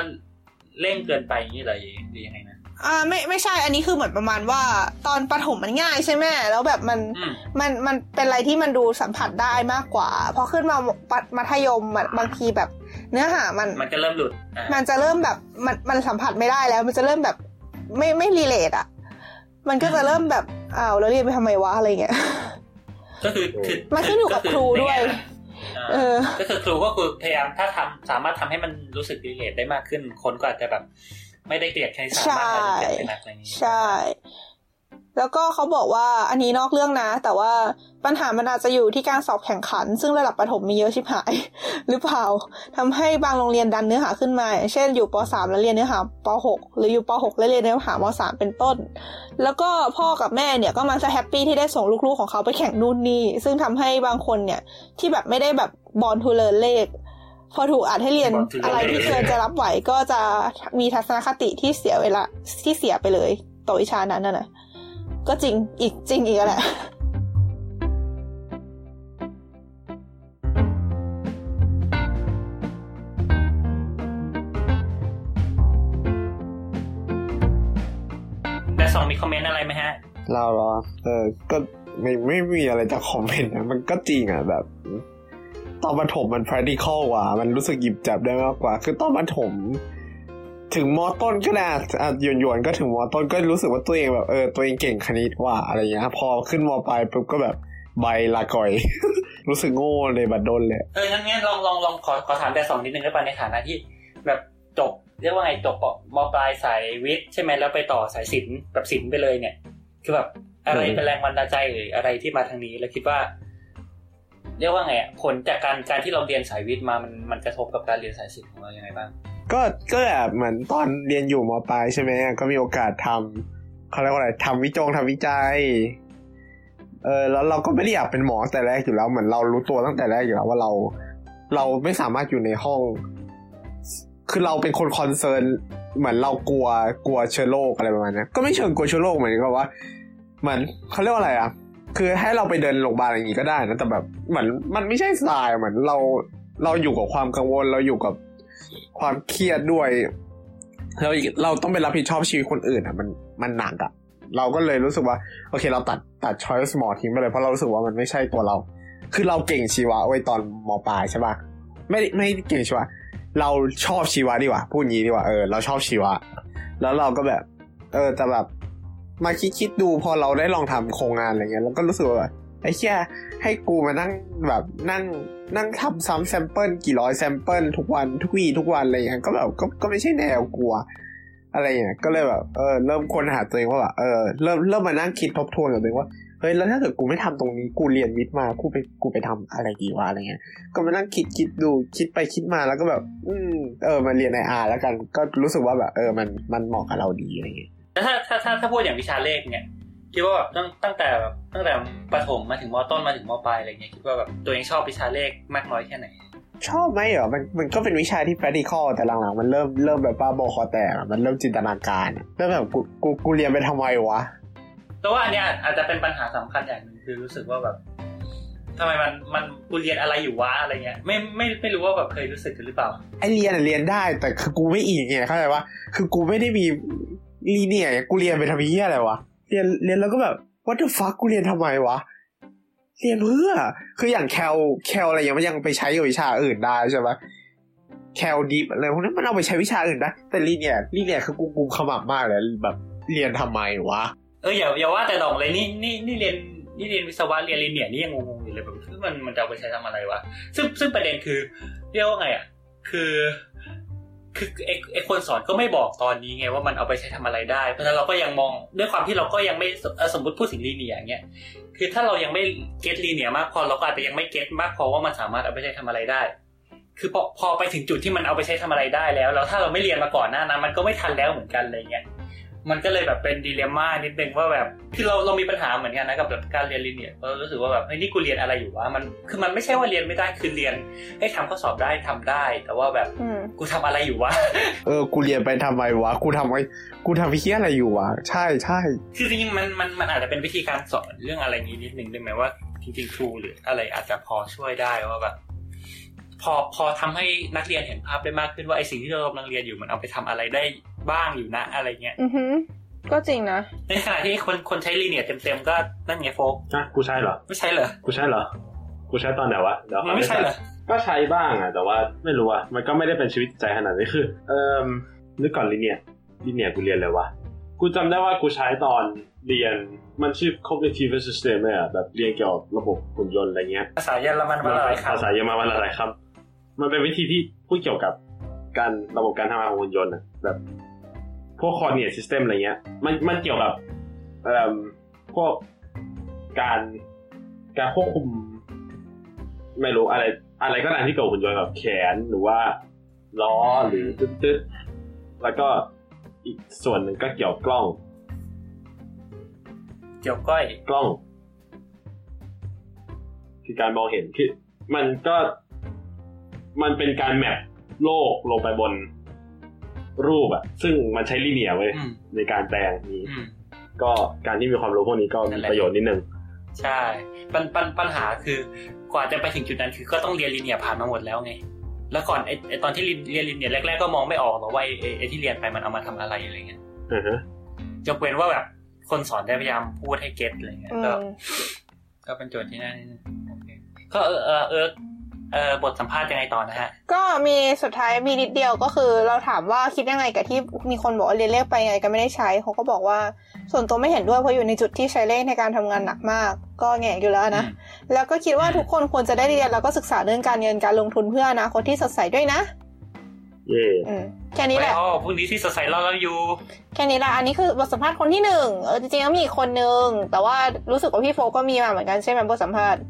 B: เร่งเกินไปอย่างนี้เหรอหรือยังไงนะ
A: อ่าไม่ไม่ใช่อันนี้คือเหมือนประมาณว่า ตอนประถมมันง่ายใช่ไหมแล้วแบบมัน
B: อืม
A: มันมันเป็นอะไรที่มันดูสัมผัสได้มากกว่า พอขึ้นมาปะมัธยมอะบางทีแบบ เนื้อหามัน
B: มันจะเริ่มหลุดอ่า
A: มันจะเริ่มแบบมันมันสัมผัสไม่ได้แล้ว มันจะเริ่มแบบไม่ไม่รีเลทอ่ะ มันก็จะเริ่มแบบอ้าวแล้วเรียนไปทำไมวะอะไรเงี้ย
B: ก็คือคือ
A: มันขึ้นอยู่กับครูด้วย
B: อ่า
A: เออ
B: ก็คือครูก็คือพยายามถ้าทำสามารถทำให้มันรู้สึกดีเลทได้มากขึ้น คนก็อาจจะแบบ ไม่ได้เกลียดใครสามารถอะไรเกลียดใครหนักอะไรอย่างนี้
A: ใช่ แล้วก็เขาบอกว่าอันนี้นอกเรื่องนะ แต่ว่าปัญหามันอาจจะอยู่ที่การสอบแข่งขัน ซึ่งระดับประถมมีเยอะชิบหาย หรือเปล่าทำให้บางโรงเรียนดันเนื้อหาขึ้นมาอย่างเช่นอยู่ป .3 แล้วเรียนเนื้อหาป .6 หรืออยู่ป .6 แล้วเรียนเนื้อหาม .3 เป็นต้น แล้วก็พ่อกับแม่เนี่ยก็มักจะแฮปปี้ที่ได้ส่งลูกๆของเขาไปแข่งนู่นนี่ซึ่งทำให้บางคนเนี่ยที่แบบไม่ได้แบบบอลทูเลอร์เลข พอถูกอัดให้เรียนอะไรที่เกินจะรับไหวก็จะมีทัศนคติที่เสียเวลาที่เสียไปเลยต่อวิชานั้นน่ะนะ ก็จริง อีกจริงอีกแล้วแหละ
B: แต่สองมีคอมเมนต์อะไรไหมฮะ
E: เราเหรอ เออ ก็ไม่ไม่มีอะไรจะคอมเมนต์นะ มันก็จริงอ่ะแบบ ตอนประถมมัน practical กว่า มันรู้สึกหยิบจับได้มากกว่า คือตอนประถม ถึงมอต้นก็ได้อะอ่ะหยวนๆก็ถึงมอต้นก็รู้สึกว่าตัวเองแบบเออตัวเองเก่งคณิตว่าอะไรเงี้ย พอขึ้นมอปลายปุ๊บก็แบบใบลาก่อย รู้สึกโง่เลยบัดดนเลย
B: เออทั้งนี้นลองลองลองขอขอถามแต่สองนิดนึงได้ป่ะในฐานะที่ แบบจบเรียกว่าไงจบปมปลายสายวิทย์ใช่ไหมแล้วไปต่อสายศิลป์แบบศิลป์ไปเลยเนี่ย คือแบบอะไร
E: อืม
B: เป็นแรงบันดาลใจหรืออะไรที่มาทางนี้แล้วคิดว่า เรียกว่าไงอะผลจากการการที่เราเรียนสายวิทย์มามันมันกระทบกับการเรียนสายศิลป์ของเรายังไงบ้าง
E: ก็ก็แบบเหมือนตอนเรียนอยู่มปลายใช่ไหมก็มีโอกาสทำเขาเรียกว่าอะไรทำวิจงทำวิจัยเออแล้วเราก็ไม่ได้อยากเป็นหมอแต่แรกอยู่แล้วเหมือนเรารู้ตัวตั้งแต่แรกอยู่แล้วว่าเรา เราไม่สามารถอยู่ในห้อง คือเราเป็นคนคอนเซิร์นเหมือนเรากลัวกลัวเชื้อโรคอะไรประมาณเนี้ยก็ไม่เชิงกลัวเชื้อโรคเหมือนกับว่าเหมือนเขาเรียกว่าอะไรอ่ะ คือให้เราไปเดินโรงพยาบาลอะไรอย่างงี้ก็ได้นะแต่แบบเหมือนมันไม่ใช่สไตล์เหมือนเราเราอยู่กับความกังวลเราอยู่กับความเครียดด้วยแล้วอีกเราต้องไปรับผิดชอบชีวิตคนอื่นอ่ะ มันมันหนักอ่ะ เราก็เลยรู้สึกว่า โอเค เราตัดตัดช้อยส์หมอทิ้งไปเลยเพราะเรารู้สึกว่ามันไม่ใช่ตัวเรา คือเราเก่งชีวะไว้ยตอนมปลายใช่ปะไม่ได้ไม่ได้เก่งชีวะ เราชอบชีวะดีกว่าพูดงี้ดีกว่าเออเราชอบชีวะ แล้วเราก็แบบ เออแต่แบบมาคิดคิดดูพอเราได้ลองทำโครงงานอะไรเงี้ยเราก็รู้สึกว่าแบบไอ้เชี่ยให้กูมานั่งแบบนั่งนั่งทำซ้ำแซมเปิลกี่ร้อยแซมเปิลทุกวันทุกวีทุกวันอะไรเงี้ยก็แบบก็ก็ไม่ใช่แนวกลัว อะไรเงี้ยก็เลยแบบเออเริ่มค้นหาตัวเองว่าแบบเออเริ่มเริ่มมานั่งคิดทบทวนกับตัวเองว่าเฮ้ยแล้วถ้าเกิดกูไม่ทำตรงนี้กูเรียนวิทย์มากูไปกูไปทำอะไรดีวะอะไรเงี้ย ก็มานั่งคิดคิดดูคิดไปคิดมาแล้วก็แบบ อืมเออมาเรียนไออาร์แล้วกันก็รู้สึกว่าแบบเออมันมันเหมาะกับเราดีอะไรเงี้ย
B: แล้วถ้าถ้าถ้าถ้าพูดอย่างวิชาเลขเนี่ยคิดว่าแบบตั้งตั้งแต่แบบตั้งแต่ประถมมาถึงมต้นมาถึงมปลายอะไรเงี้ยคิดว่าแบบตัวเองชอบวิชาเลขมากน้อยแค่ไหน
E: ชอบไหมเหรอมันมันก็เป็นวิชาที่ practical แต่หลังๆ มันเริ่มเริ่มแบบป้าบอคอแตกอะมันเริ่มจินตนาการอะเริ่มแบบกูกูกูเรียนไปทำไมวะ
B: แต่ว่าอันเนี้ยอาจจะเป็นปัญหาสำคัญอย่างหนึ่งคือรู้สึกว่าแบบทำไมมันมันกูเรียนอะไรอยู่วะอะไรเงี้ยไม่ไม่ไม่รู้ว่าแบบเคยรู้สึกกันหรือเปล่า
E: ไอเรียนอะเรียนได้แต่คือกูไม่อินไงเข้าใจว่าคือกูไม่ได้มีลีเนียกูเรียนไปทำไมเหี้ยอะไรวะเรียนเรียนแล้วก็แบบ what the fuck กูเรียนทำไมวะเรียนเพื่อ คืออย่างแคลแคลอะไรอย่างมันยังไปใช้กับวิชาอื่นได้ใช่ไหมแคลดิฟอะไรพวกนั้นมันเอาไปใช้วิชาอื่นได้แต่ลีเนียลีเนียคือกูกูขมับมากเลยแบบเรียนทำไมวะ
B: เอออย่าอย่าว่าแต่ดองเลยนี่นี่นี่เรียนนี่เรียนวิศวะเรียนลิเนียร์นี่ยังงงๆอยู่เลยแบบคือมันมันจะเอาไปใช้ทำอะไรวะซึ่งซึ่งประเด็นคือเรียกว่าไงอ่ะคือคือไอไอคนสอนก็ไม่บอกตอนนี้ไงว่ามันเอาไปใช้ทำอะไรได้ เพราะฉะนั้นเราก็ยังมองด้วยความที่เราก็ยังไม่สเอ่อสมมติพูดถึงลีเนียร์อย่างเงี้ยคือถ้าเรายังไม่เก็ตลีเนียร์มากพอเราก็อาจจะยังไม่เก็ตมากพอว่ามันสามารถเอาไปใช้ทำอะไรได้ คือพอพอไปถึงจุดที่มันเอาไปใช้ทำอะไรได้แล้วแล้วถ้าเราไม่เรียนมาก่อนหน้านั้นมันก็ไม่ทันแล้วเหมือนกันอะไรเงี้ย มันก็เลยแบบเป็นดิเลม่านิดนึงว่าแบบคือเราเรามีปัญหาเหมือนกันนะกับแบบการเรียนลิเนียร์เรารู้สึกว่าแบบเฮ้ยนี่กูเรียนอะไรอยู่วะมันคือมันไม่ใช่ว่าเรียนไม่ได้คือเรียนให้ทำข้อสอบได้ทำได้ แต่ว่าแบบ
A: อืม
B: กูทำอะไรอยู่วะ
E: เออ กูเรียนไปทำไมวะกูทำไมกูทำไอ้เฮี้ยอะไรอยู่วะใช่ใช่
B: คือจริงๆมันมันมันอาจจะเป็นวิธีการสอนเรื่องอะไรนี้นิดนึงได้ไหมว่าจริงๆครูหรืออะไรอาจจะพอช่วยได้ว่าแบบพอพอทำให้นักเรียนเห็นภาพได้มากขึ้นว่าไอสิ่งที่เรากำลังเรียนอยู่มันเอาไปทำอะไรได้บ้างอยู่นะอะไรเงี้ย
A: อือฮึก็จริงนะ
B: ในขณะที่คนคนใช้ลิเนียร์เต็มๆก็นั่นไงโฟก
C: อ่ะกูใช่เหรอ
B: ไม่ใช่เหรอ
C: กูใช่เหรอ กูใช่ตอนไหนวะเดี๋ยวขอ
B: มันไม่ใช่เหรอ
C: ก็ใช้บ้างอ่ะ แต่ว่าไม่รู้อ่ะ มันก็ไม่ได้เป็นชีวิตใจขนาดนี้คือ เอ่มนึกก่อนลิเนียลิเนียกูเรียนเลยวะ กูจำได้ว่ากูใช้ตอนเรียนมันชื่อ cognitive system ไหมอ่ะแบบเรียนเกี่ยวกับระบบหุ่นยนต์อะไรเงี้ย
B: ภาษาเยอรมันมาหลายคำ
C: ภาษาเยอรมันวันละหลายคำมันเป็นวิธีที่พูดเกี่ยวกับการระบบการทำงานของหุ่นยนต์อะแบบ พวก coordinate system อะไรเงี้ย มันมันเกี่ยวกับเอ่อพวกการการควบคุม ไม่รู้อะไร อะไรก็ตามที่เกี่ยวกับหุ่นยนต์แบบแขนหรือว่าล้อหรือตึ๊ดตึ๊ดๆแล้วก็อีกส่วนหนึ่งก็เกี่ยวกล้อง
B: เกี่ยวก้อย
C: กล้อง คือการมองเห็นคือมันก็มันเป็นการแมปโลกลงไปบนรูปอะซึ่งมันใช้ลิเนียร์เว้ย
B: อืม
C: ในการแปลงนี้
B: อืม
C: ก็การที่มีความรู้พวกนี้ก็
B: นั่น
C: มี
B: แหละ
C: ประโยชน์นิดนึง
B: ใช่ปัญปัญปัญหาคือกว่าจะไปถึงจุดนั้นคือก็ต้องเรียนลิเนียร์ผ่านมาหมดแล้วไง แล้วก่อนไอไอตอนที่เรียนเรียนลิเนียร์แรกๆก็มองไม่ออกหรอกว่าไอ้ไอ้ไอที่เรียนไปมันเอามาทำอะไรอะไรเงี้ย
C: อือฮะ
B: ยกเว้นว่าแบบคนสอนได้พยายามพูดให้เก็ตอะไรเงี้ยก็ก็เป็นโจทย์ที่น่านิดนึงโอเคก็เออเออเออเออบทสัมภาษณ์ยังไงต่อนะฮะ
A: ก็มีสุดท้ายมีนิดเดียวก็คือ เราถามว่าคิดยังไงกับที่มีคนบอกว่าเรียนเลขไปยังไงก็ไม่ได้ใช้เขาก็บอกว่าส่วนตัวไม่เห็นด้วยเพราะอยู่ในจุดที่ใช้เลขในการทำงานหนักมาก ก็แง่อยู่แล้วนะ แล้วก็คิดว่าทุกคนควรจะได้เรียนแล้วก็ศึกษาเรื่องการเงินการลงทุนเพื่ออนาคตที่สดใสด้วยนะ
C: เย่
A: อืมแค่นี้
B: นี่
A: แห
B: แห
A: ละ
B: ละพรุ่งนี้ที่สดใสรอเราอยู่
A: แค่นี้ละอันนี้คือบทสัมภาษณ์คนที่หนึ่งเออจริงๆก็มีอีกคนนึง แต่ว่ารู้สึกว่าพี่โฟก็มีมาเหมือนกันใช่ไหมบทสัมภาษณ์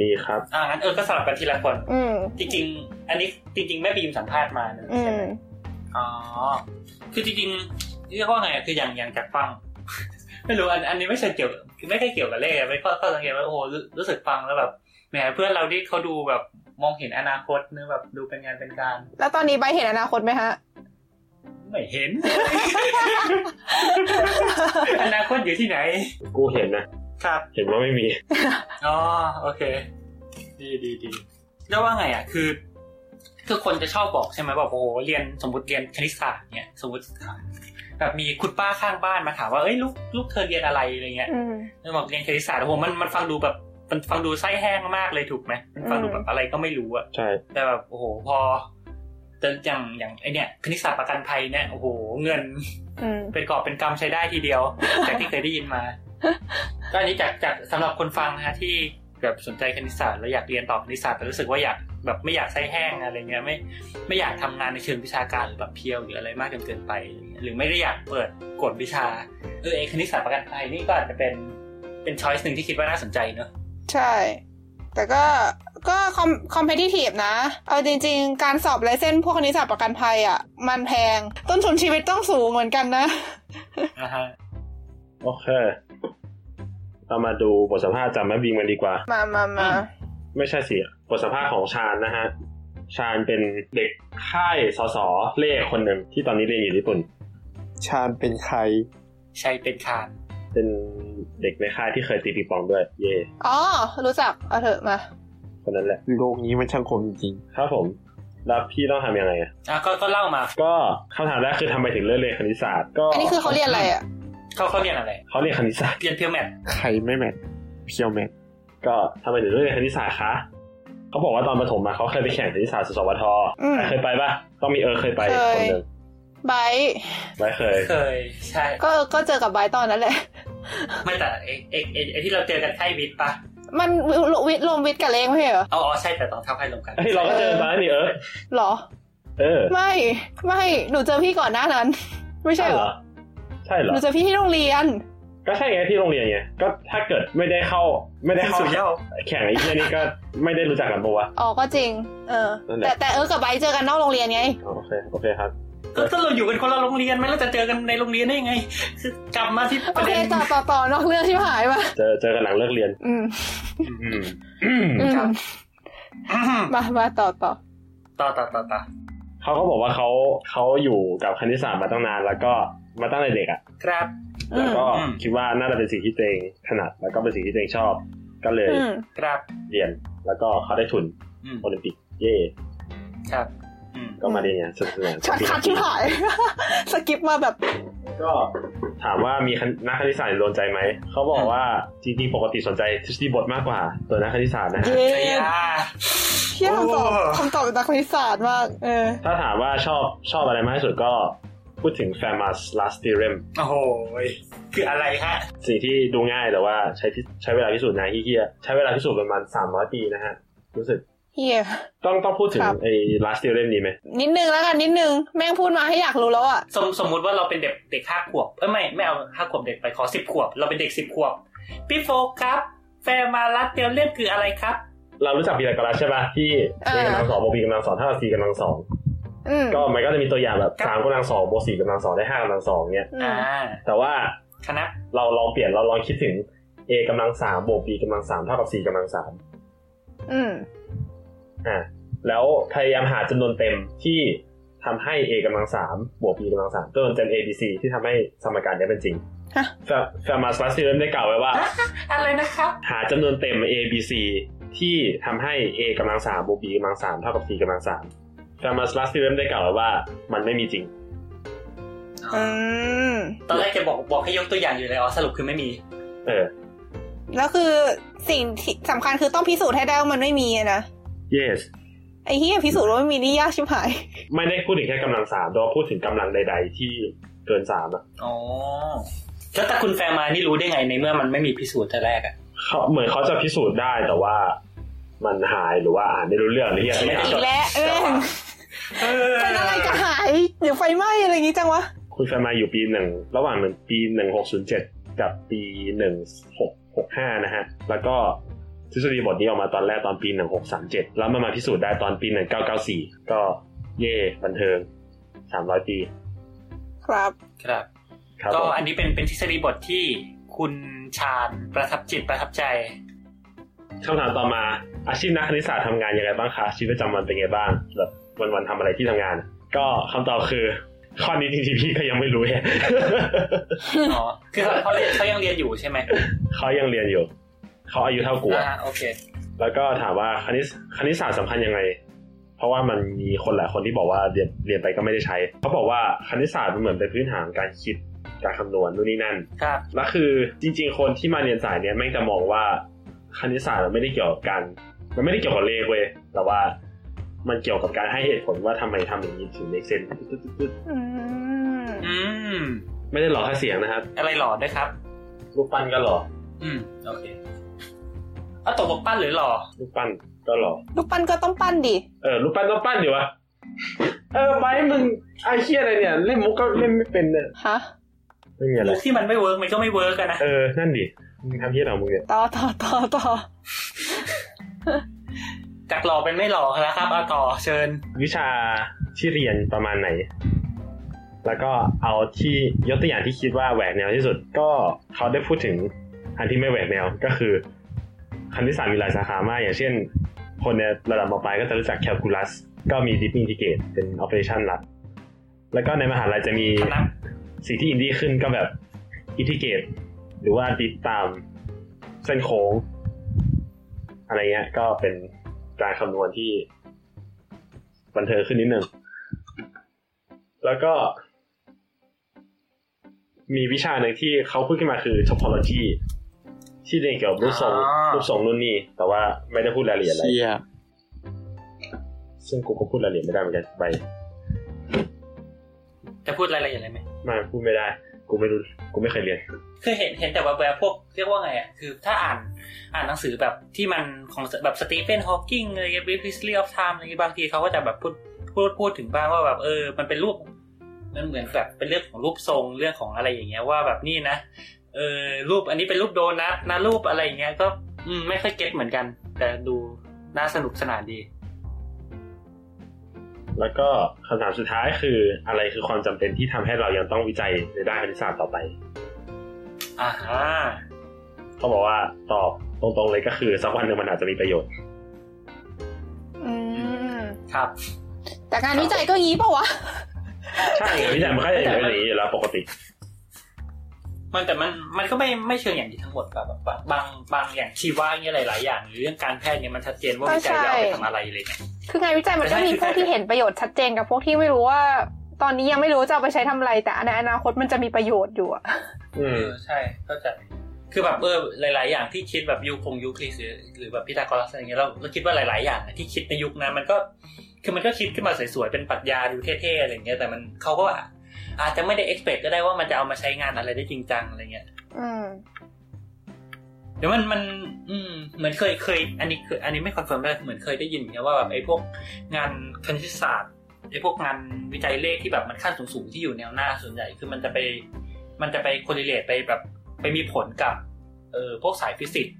C: มีครับ
B: อ่างั้นเออ ก็สลับกันทีละคน
A: อืม
B: จริงๆ อันนี้จริง ๆ แม่บีมสัมภาษณ์มานะ
A: อื
B: ใช่
A: ม
B: ไหมอ๋อ คือจริงๆเรียกว่าไงอะคืออย่างอย่างจากฟัง ไม่รู้อันอันนี้ไม่ใช่เกี่ยวไม่ได้เกี่ยวกับเลขอะไม่ก็ก็สังเกตว่าโอ้โหรู้รู้สึกฟังแล้วแบบแหมเพื่อนเราที่เขาดูแบบมองเห็นอนาคตเนื้อะแบบดูเป็นงานเป็นการ
A: แล้วตอนนี้ใบเห็นอนาคตไหมฮะ
B: ไม่เห็น อนาคตอยู่ที่ไหน
C: กูเห็นนะ
B: ครับ
C: เห็นว่าไม่มี
B: อ๋อโอเค ดีดีดีแล้วว่าไงอ่ะคือคือคนจะชอบบอกใช่ไหมแบบโอ้โหเรียนสมมติเรียนคณิตศาสตร์เนี่ยสมมติแบบมีคุณป้าข้างบ้านมาถามว่าเอ้ยลูกลูกเธอเรียนอะไรอะไรเงี้ย
A: อืม
B: แล้วบอกเรียนคณิตศาสตร์โอ้โหมันมันฟังดูแบบมันฟังดูไส้แห้งมากเลยถูกไหมมันฟังดูแบบอะไรก็ไม่รู้อะ
C: ใช่
B: แต่แบบโอ้โหพอแต่อย่างอย่างไอเนี่ยคณิตศาสตร์ประกันภัยเนี่ยโอ้โหเงิน
A: อืม
B: เป็นกอบเป็นกรรมใช้ได้ทีเดียว จากที่เคยได้ยินมา ก็อันนี้จากจากสำหรับคนฟังนะฮะที่แบบสนใจคณิตศาสตร์แล้วอยากเรียนต่อคณิตศาสตร์แต่รู้สึกว่าอยากแบบไม่อยากไส้แห้งอะไรเงี้ยไม่ไม่อยากทำงานในเชิงวิชาการหรือแบบเพียวหรืออะไรมากจนเกินไปอะไรเงี้ยหรือไม่ได้อยากเปิดกฎวิชาเออไอคณิตศาสตร์ประกันภัยนี่ก็อาจจะเป็นเป็นช้อยส์หนึ่งที่คิดว่าน่าสนใจเนอะ
A: ใช่ แต่ก็ ก็คอมคอมเพทิทีฟนะ เอาจริง ๆ การสอบไลเส้นส์พวกคณิตศาสตร์ประกันภัยอ่ะ มันแพง ต้นทุนชีวิตต้องสูงเหมือนกันนะ
B: อ่าฮะ
C: โอเค เรามาดูบทสัมภาษณ์จากแม่บิงกันดีกว่า
A: มามามา
C: ไม่ใช่สิบทสัมภาษณ์ของชาญนะฮะ ชาญเป็นเด็กค่ายสสเลขคนหนึ่งที่ตอนนี้เรียนอยู่ญี่ปุ่น
E: ชาญเป็นใคร
B: ใช่เป็นคาน
C: เป็นเด็กในค่ายที่เคยตีปีปองด้วย เย่
A: อ๋อ รู้จัก เอาเถอะมา
C: คนนั้นแหละ
E: โลกนี้มันช่างคมจริง
C: ครับผม แล้วพี่ต้องทำยังไงอะ
B: อ่ะก็ก็เล่ามา
C: ก็คำถามแรกคือทำไมถึงเลือกเรียนคณิตศาสตร์ ก็
A: อันนี้คือเขาเรียนอะไรอ่ะ
B: เขาเขาเรียนอะไร
C: เขาเรียนคณิตศาสตร์
B: เรียนเพียวแมท
E: ๆ ใครไม่แมทเพียวแมท
C: ก็ทำไมถึงเลือกเรียนคณิตศาสตร์คะเขาบอกว่าตอนประถมมาเขาเคยไปแข่งคณิตศาสตร์สสวท
A: อืม
C: เคยไปปะต้องมีเออเคยไปคนหนึ่ง
A: ไบร์ท
C: ไม่เคย
B: เคยใช่
A: ก็ ก็เจอกับไบร์ทตอนนั้นแหละ
B: ไม่แต่ไอไอไอ้ไอที่เราเจอกันใช่วิทย์ปะ
A: มันวิวิทย์รวมวิทย์กับเลขไม่ใช่เหรอ
B: อ๋ออ๋อใช่แต่ต้องทับให้ลงกัน
C: เฮ้ยเราก็เจอมาแล้วนี่เออ
A: หรอ
C: เออ
A: ไม่ ไม่ หนูเจอพี่ก่อนหน้านั้น ไม่ใช่เหรอ
C: ใช่เหรอ
A: หนูเจอพี่ที่โรงเรียน
C: ก็ใช่ไงที่โรงเรียนไง ก็ถ้าเกิดไม่ได้เข้า ไม่ได้เข้าแข่งไอ้เรื่องนี้ก็ไม่ได้รู้จักกันปะวะ
A: อ๋อ ก็จริง เออ
C: นั่นแหละ
A: แต่แต่เออ กับไบร์ทเจอกันนอกโรงเรียนไง
C: อ๋อโอเคโอเคครับ
B: ก็ถ้าเราอยู่กันคนละโรงเรียนไหมเราจะเจอกันในโรงเรียนได้ยังไงคือกลับมาที่ป
A: โอ
B: ระ
A: เค
B: เด็น
A: ต่อต่อต่อนอกเรื่องที่หายมา
C: เจอเจอกันหลังเลิกเรียน
A: อืม
C: อืม
A: อืมมามาต่อต่อ
B: ต่อต่อต่อต่อ
C: เขาก็บอกว่าเขาเขาอยู่กับคณิตศาสตร์มาตั้งนาน แล้วก็มาตั้งแต่เด็กอ่ะ
B: ครับ
C: แล้วก็
B: อืม
C: คิดว่าน่าจะเป็นสิ่งที่ตัวเองถนัด แล้วก็เป็นสิ่งที่ตัวเองชอบ ก็เลย
A: อืม
B: ครับ
C: เรียน แล้วก็เขาได้ทุน
B: อืม
C: โอลิมปิก เย่
B: ครับอืม
C: ก็มาเรียนอย่างสนุกสนาน
A: ช็อตคัดที่หาย สกิปมาแบบ
C: ก็ถามว่ามีคณนักคณิตศาสตร์โดนใจไหม เขาบอกว่าจริงๆปกติสนใจทฤษฎีบทมากกว่า ตัวนักคณิตศาสตร์นะฮะ
A: เย้
B: ชยา
A: เที่ยคำตอบ
B: โอ้
A: คำตอบเป็นนักคณิตศาสตร์มาก เออ
C: ถ้าถามว่าชอบชอบอะไรมากที่สุดก็พูดถึง Fermat's Last Theorem
B: โอ้โหคืออะไรฮะ
C: สิ่งที่ดูง่ายแต่ว่าใช้พิใช้เวลาพิสูจน์นานที่เฮียใช้เวลาพิสูจน์ประมาณ300ปีนะฮะ รู้สึก
A: เฮีย
C: ต้องต้องพูดถึง
A: ครับ
C: ไอ้ last s t u d e n t นี้ไหม
A: นิดนึงแล้วกันนิดนึง แม่งพูดมาให้อยากรู้แล้วอ่ะ
B: สมสมมุติว่าเราเป็นเด็กเด็กห้าขวบเอ้ยไม่ไม่เอาห้าขวบเด็กไปขอสิบขวบ เราเป็นเด็กสิบขวบพี่โฟครับ แฟนมารัดเดียวเล่มคืออะไรครับ
C: เรารู้จักพีระกราใช่ป่ะที่
A: อ่า
C: เอกำลังสองบวกพีกำลังสองเท่ากับสี่กำลังสอง
A: อืม
C: ก็มันก็จะมีตัวอย่างแบบ
B: ครับ
C: สามกำลังสองบวกสี่กำลังสองได้ห้ากำลังสองเนี่ย
A: อื
B: อ่าม
C: แต่ว่า
B: คณะ
C: เราลองเปลี่ยนเราลองคิดถึง a กำลังสามบวก b กำลังสามเท่ากับ c กำลังสาม
A: อืม
C: อ่าแล้วพยายามหาจำนวนเต็มที่ทำให้ a กำลังสามบวก b กำลังสามจนเป็น a b c ที่ทำให้สมการเนี้เป็นจริง
A: ฮะ
C: แฟแฟร์มาสลาสติเลมได้กล่าวไว้ว่า
B: อะไรนะครับ
C: หาจำนวนเต็ม a b c ที่ทำให้ a กำลังสามบวก b กำลังสามเท่ากับ c กำลังสามแฟร์มาสลาสติเลมได้กล่าวไว้ว่ามันไม่มีจริง
A: อืม
B: ตอนแรกจะบอกบอกให้ยกตัวอย่างอยู่เลยอ๋อสรุปคือไม่มี
C: เออ
A: แล้วคือสิ่งที่สำคัญคือต้องพิสูจน์ให้ได้ว่ามันไม่มีอะนะ
C: yes
A: ไอ้เฮียพิสูจน์ว่าไม่มีนี่ยากชิบหาย
C: ไม่ได้พูดถึงแค่กำลังสามแต่ว่าพูดถึงกำลังใด ๆ ที่เกินสามอะ
B: อ๋อแล้วแต่คุณแฟนมานี่รู้ได้ไงในเมื่อมันไม่มีพิสูจน์แต่แรกอะ
C: เขาเหมือนเขาจะพิสูจน์ได้แต่ว่ามันหายหรือว่าอ่านไม่รู้เรื่องหรือยังไง
A: อีกแล้วเออ
B: เออ
A: เป็นอะไรกระหายหรือไฟไหม้อะไรอย่างงี้จังวะ
C: คุณแฟนมาอยู่ปีหนึ่งระหว่างหนึ่งปีหนึ่งหกศูนย์เจ็ดกับปีหนึ่งหกหกห้านะฮะ แล้วก็ทฤษฎีบทนี้ออกมาตอนแรกตอนปีหนึ่งหกสามเจ็ดแล้วมันมาพิสูจน์ได้ตอนปีหนึ่งเก้าเก้าสี่ก็เย่บันเทิงสามร้อยปี
A: ครับ
B: ครับ
C: ครับ
B: ก็
C: ผม
B: อันนี้เป็นเป็นทฤษฎีบทที่คุณชาญประทับจิตประทับใจ
C: คำถามต่อมาอาชีพนักคณิตศาสตร์ทำงานยังไงบ้างคะชีวิตประจำวันเป็นไงบ้างแบบวันๆทำอะไรที่ทำงาน ก็คำตอบคือข้อนี้จริงๆพี่ก็ยังไม่รู้เนี่ย
B: อ๋อ คือเขาเขาเรียนเขายังเรียนอยู่ใช่ไหม
C: เขายังเรียนอยู่ เขาอายุเท่ากูอะ
B: อ่าโอเค
C: แล้วก็ถามว่าคณิตคณิตศาสตร์สำคัญยังไง เพราะว่ามันมีคนหลายคนที่บอกว่าเรียนเรียนไปก็ไม่ได้ใช้ เขาบอกว่าคณิตศาสตร์มันเหมือนเป็นพื้นฐานการคิด การคำนวณนู่นนี่นั่น
B: ครับ
C: แล้วคือจริง ๆ คนที่มาเรียนสายเนี้ยแม่งจะมองว่าคณิตศาสตร์มันไม่ได้เกี่ยวกับการ มันไม่ได้เกี่ยวกับเลขเว้ย แต่ว่ามันเกี่ยวกับการให้เหตุผลว่าทำไมทำอย่างนี้ถึงเลขเซน
A: อืม
B: อืม
C: ไม่ได้หลอกแค่เสียงนะครับ
B: อะไรหล่อด้วยครับ
C: รูปปั้นก็หลอก
B: อืม โอเคเอาตกบกปั้นหรือหล่อ
C: รูปปั้นก็หลอก
A: ลูกปั้นก็ต้องปั้นดิ
C: เออรูปปั้นต้องปั้นดิวะ เออไปมึงไอ้เคียอะไรเนี่ย เล่นมุกก็เล่นไม่เป็นเนี่ย
A: ฮะ
C: ไม่มีอะไร
B: มุกที่มันไม่เวิร์กมันก็ไม่เวิร์กอะนะ
C: เออ นั่นดิมึงทำเฮียอะไรของมึงเนี่ย
A: ต่อต่อต่อต่อ
B: จากหล่อเป็นไม่หล่อแล้วครับเอาต่อเชิญ
C: วิชาที่เรียนประมาณไหน แล้วก็เอาที่ยกตัวอย่างที่คิดว่าแหวกแนวที่สุด ก็เขาได้พูดถึงอันที่ไม่แหวกแนวก็คือคณิตศาสตร์มีหลายสาขามาก อย่างเช่น คนในระดับมปลายก็จะรู้จักแคลคูลัส ก็มีดิฟมิงทิเกตเป็นออ e r a t i o n หลัก แล้วก็ในมหาลัยจะมี
B: คณะ
C: สิ่งที่อินดี้ขึ้นก็แบบอิทิเกต หรือว่าดิดตามเส้นโค้ง อะไรเงี้ย ก็เป็นการคำนวณที่บันเทิงขึ้นนิดหนึ่ง แล้วก็ มีวิชาหนึ่งที่เขาพูดขึ้นมาคือ topology ที่เรียนเกี่ยวกับรูปทรง
B: อ่ารู
C: รูปทรงนู่นนี่ แต่ว่าไม่ได้พูดรายละเอียดอะไร
E: เชี่ย
C: ซึ่งกูก็พูดรายละเอียดไม่ได้เหมือนกันไป
B: จะพูดอะไรอะไรอย่างไรไหม
C: มาพูดไม่ได้ กูไม่รู้ กูไม่เคยเรียน
B: คือเห็นเห็นแต่แบบแบบพวกเรียกว่าไงอ่ะ คือถ้าอ่านอ่านหนังสือแบบที่มันของแบบสตีเฟนฮอว์กิงอะไรเงี้ยบิฟฟิสลีออฟไทม์อะไรเงี้ยบางทีเขาก็จะแบบพูดพูดพูดถึงบ้างว่าแบบเออ มันเป็นรูป มันเหมือนแบบเป็นเรื่องของรูปทรงเรื่องของอะไรอย่างเงี้ยว่าแบบนี่นะเออรูปอันนี้เป็นรูปโดนัทนะรูปอะไรอย่างเงี้ยก็อืมไม่ค่อยเก็ตเหมือนกัน แต่ดูน่าสนุกสนานดี
C: แล้วก็คำถามสุดท้ายคืออะไรคือความจำเป็นที่ทำให้เรายังต้องวิจัยในด้านคณิตศาสตร์ต่อไป
B: อ่าฮะ
C: เขาบอกว่าตอบตรงๆเลยก็คือสักวันหนึ่งมันอาจจะมีประโยชน์
A: อืม
B: ครับ
A: แต่งานวิจัยก็งี้ปะวะ
C: ใช่วิจัยมันก็จะเป็นอย่างนี้อยู่แล้วปกติ
B: มันแต่มันมันก็ไม่ไม่เชิงอย่างนี้ทั้งหมดแบบแบบบางบางอย่างชีวะเนี่ยหลาย ๆ อย่างหรือเรื่องการแพทย์เนี่ยมันชัดเจนว่า
A: ก็
B: วิจัยแล้ว
A: ใช่
B: เอาไปทำอะไรอะไรเลย
A: คืองานวิจัยมันก็มีพ
B: แต่ได้
A: วกที่เห็นประโยชน์ชัดเจนกับพวกที่ไม่รู้ว่า ตอนนี้ยังไม่รู้จะเอาไปใช้ทำอะไร แต่ในอนาคตมันจะมีประโยชน์อยู่อะ
C: อื
B: เอ
C: ม
B: อใช่เข้าใจคือแบบเออหลาย ๆ อย่างที่คิดแบบยูคงยูคลิสหรือหรือแบบพีทาโกรัสอะไรเงี้ยเราเราคิดว่าหลาย ๆ อย่างอะที่คิดในยุคนั้นมันก็คือมันก็คิดขึ้นมาสวย ๆ เป็นปรัชญาดูเท่ ๆ อะไรเงี้ยแต่มันเขาก็อาจจะไม่ได้ expect ก็ได้ว่ามันจะเอามาใช้งานอะไรได้จริงจังอะไรเงี้ย
A: อืม
B: ดี๋ยวมันมันอืมเหมือนเคยเคย อันนี้คืออันนี้ไม่คอนเฟิร์มได้เหมือนเคยได้ยินอย่างเงี้ยว่าแบบไอ้พวกงานคณิตศาสตร์ไอ้พวกงานวิจัยเลขที่แบบมันขั้นสูงๆที่อยู่แนวหน้าส่วนใหญ่คือมันจะไป มันจะไปโคเรเลตไปแบบไปมีผลกับเออพวกสายฟิสิกส์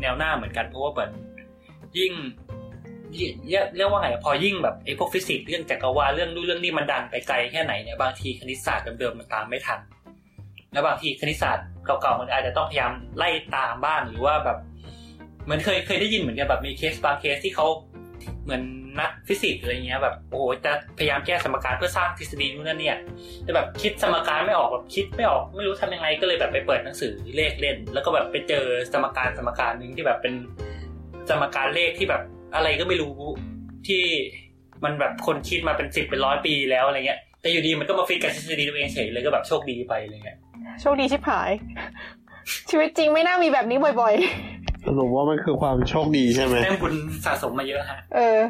B: แนวหน้าเหมือนกันเพราะว่าเหมือนยิ่งยิ่งเรียกเรียกว่าไงอะพอยิ่งแบบไอ้พวกฟิสิกส์เรื่องจักรวาลเรื่องนู่นเรื่องนี้มันดันไปไกลแค่ไหนเนี่ยบางทีคณิตศาสตร์เดิมๆมันตามไม่ทัน แล้วบางทีคณิตศาสตร์เก่าๆมันอาจจะต้องพยายามไล่ตามบ้างหรือว่าแบบเหมือนเคยเคยได้ยินเหมือนกันแบบมีเคสบางเคสที่เขาเหมือนนักฟิสิกส์อะไรเงี้ยแบบโอ้โหจะพยายามแก้สมการเพื่อสร้างทฤษฎีนู่นนั่นเนี่ยแต่แบบคิดสมการไม่ออกแบบคิดไม่ออก ไม่รู้ทำยังไงก็เลยแบบไปเปิดหนังสือเลขเล่น แล้วก็แบบไปเจอสมการสมการหนึ่งที่แบบเป็นสมการเลขที่แบบอะไรก็ไม่รู้ที่มันแบบคนคิดมาเป็นสิบเป็นร้อยปีแล้วอะไรเงี้ย แต่อยู่ดีมันก็มาฟิตกับทฤษฎีตัวเองเฉยเลยก็แบบโชคดีไปอะไรเงี้ย
A: โชคดีชิบหาย ชีวิตจริงไม่น่ามีแบบนี้บ่อย
E: สรุปว่ามันคือความโชคดีใช่ไหม
B: แต้มบุญสะสมมาเยอะฮะ
A: ๆ เออ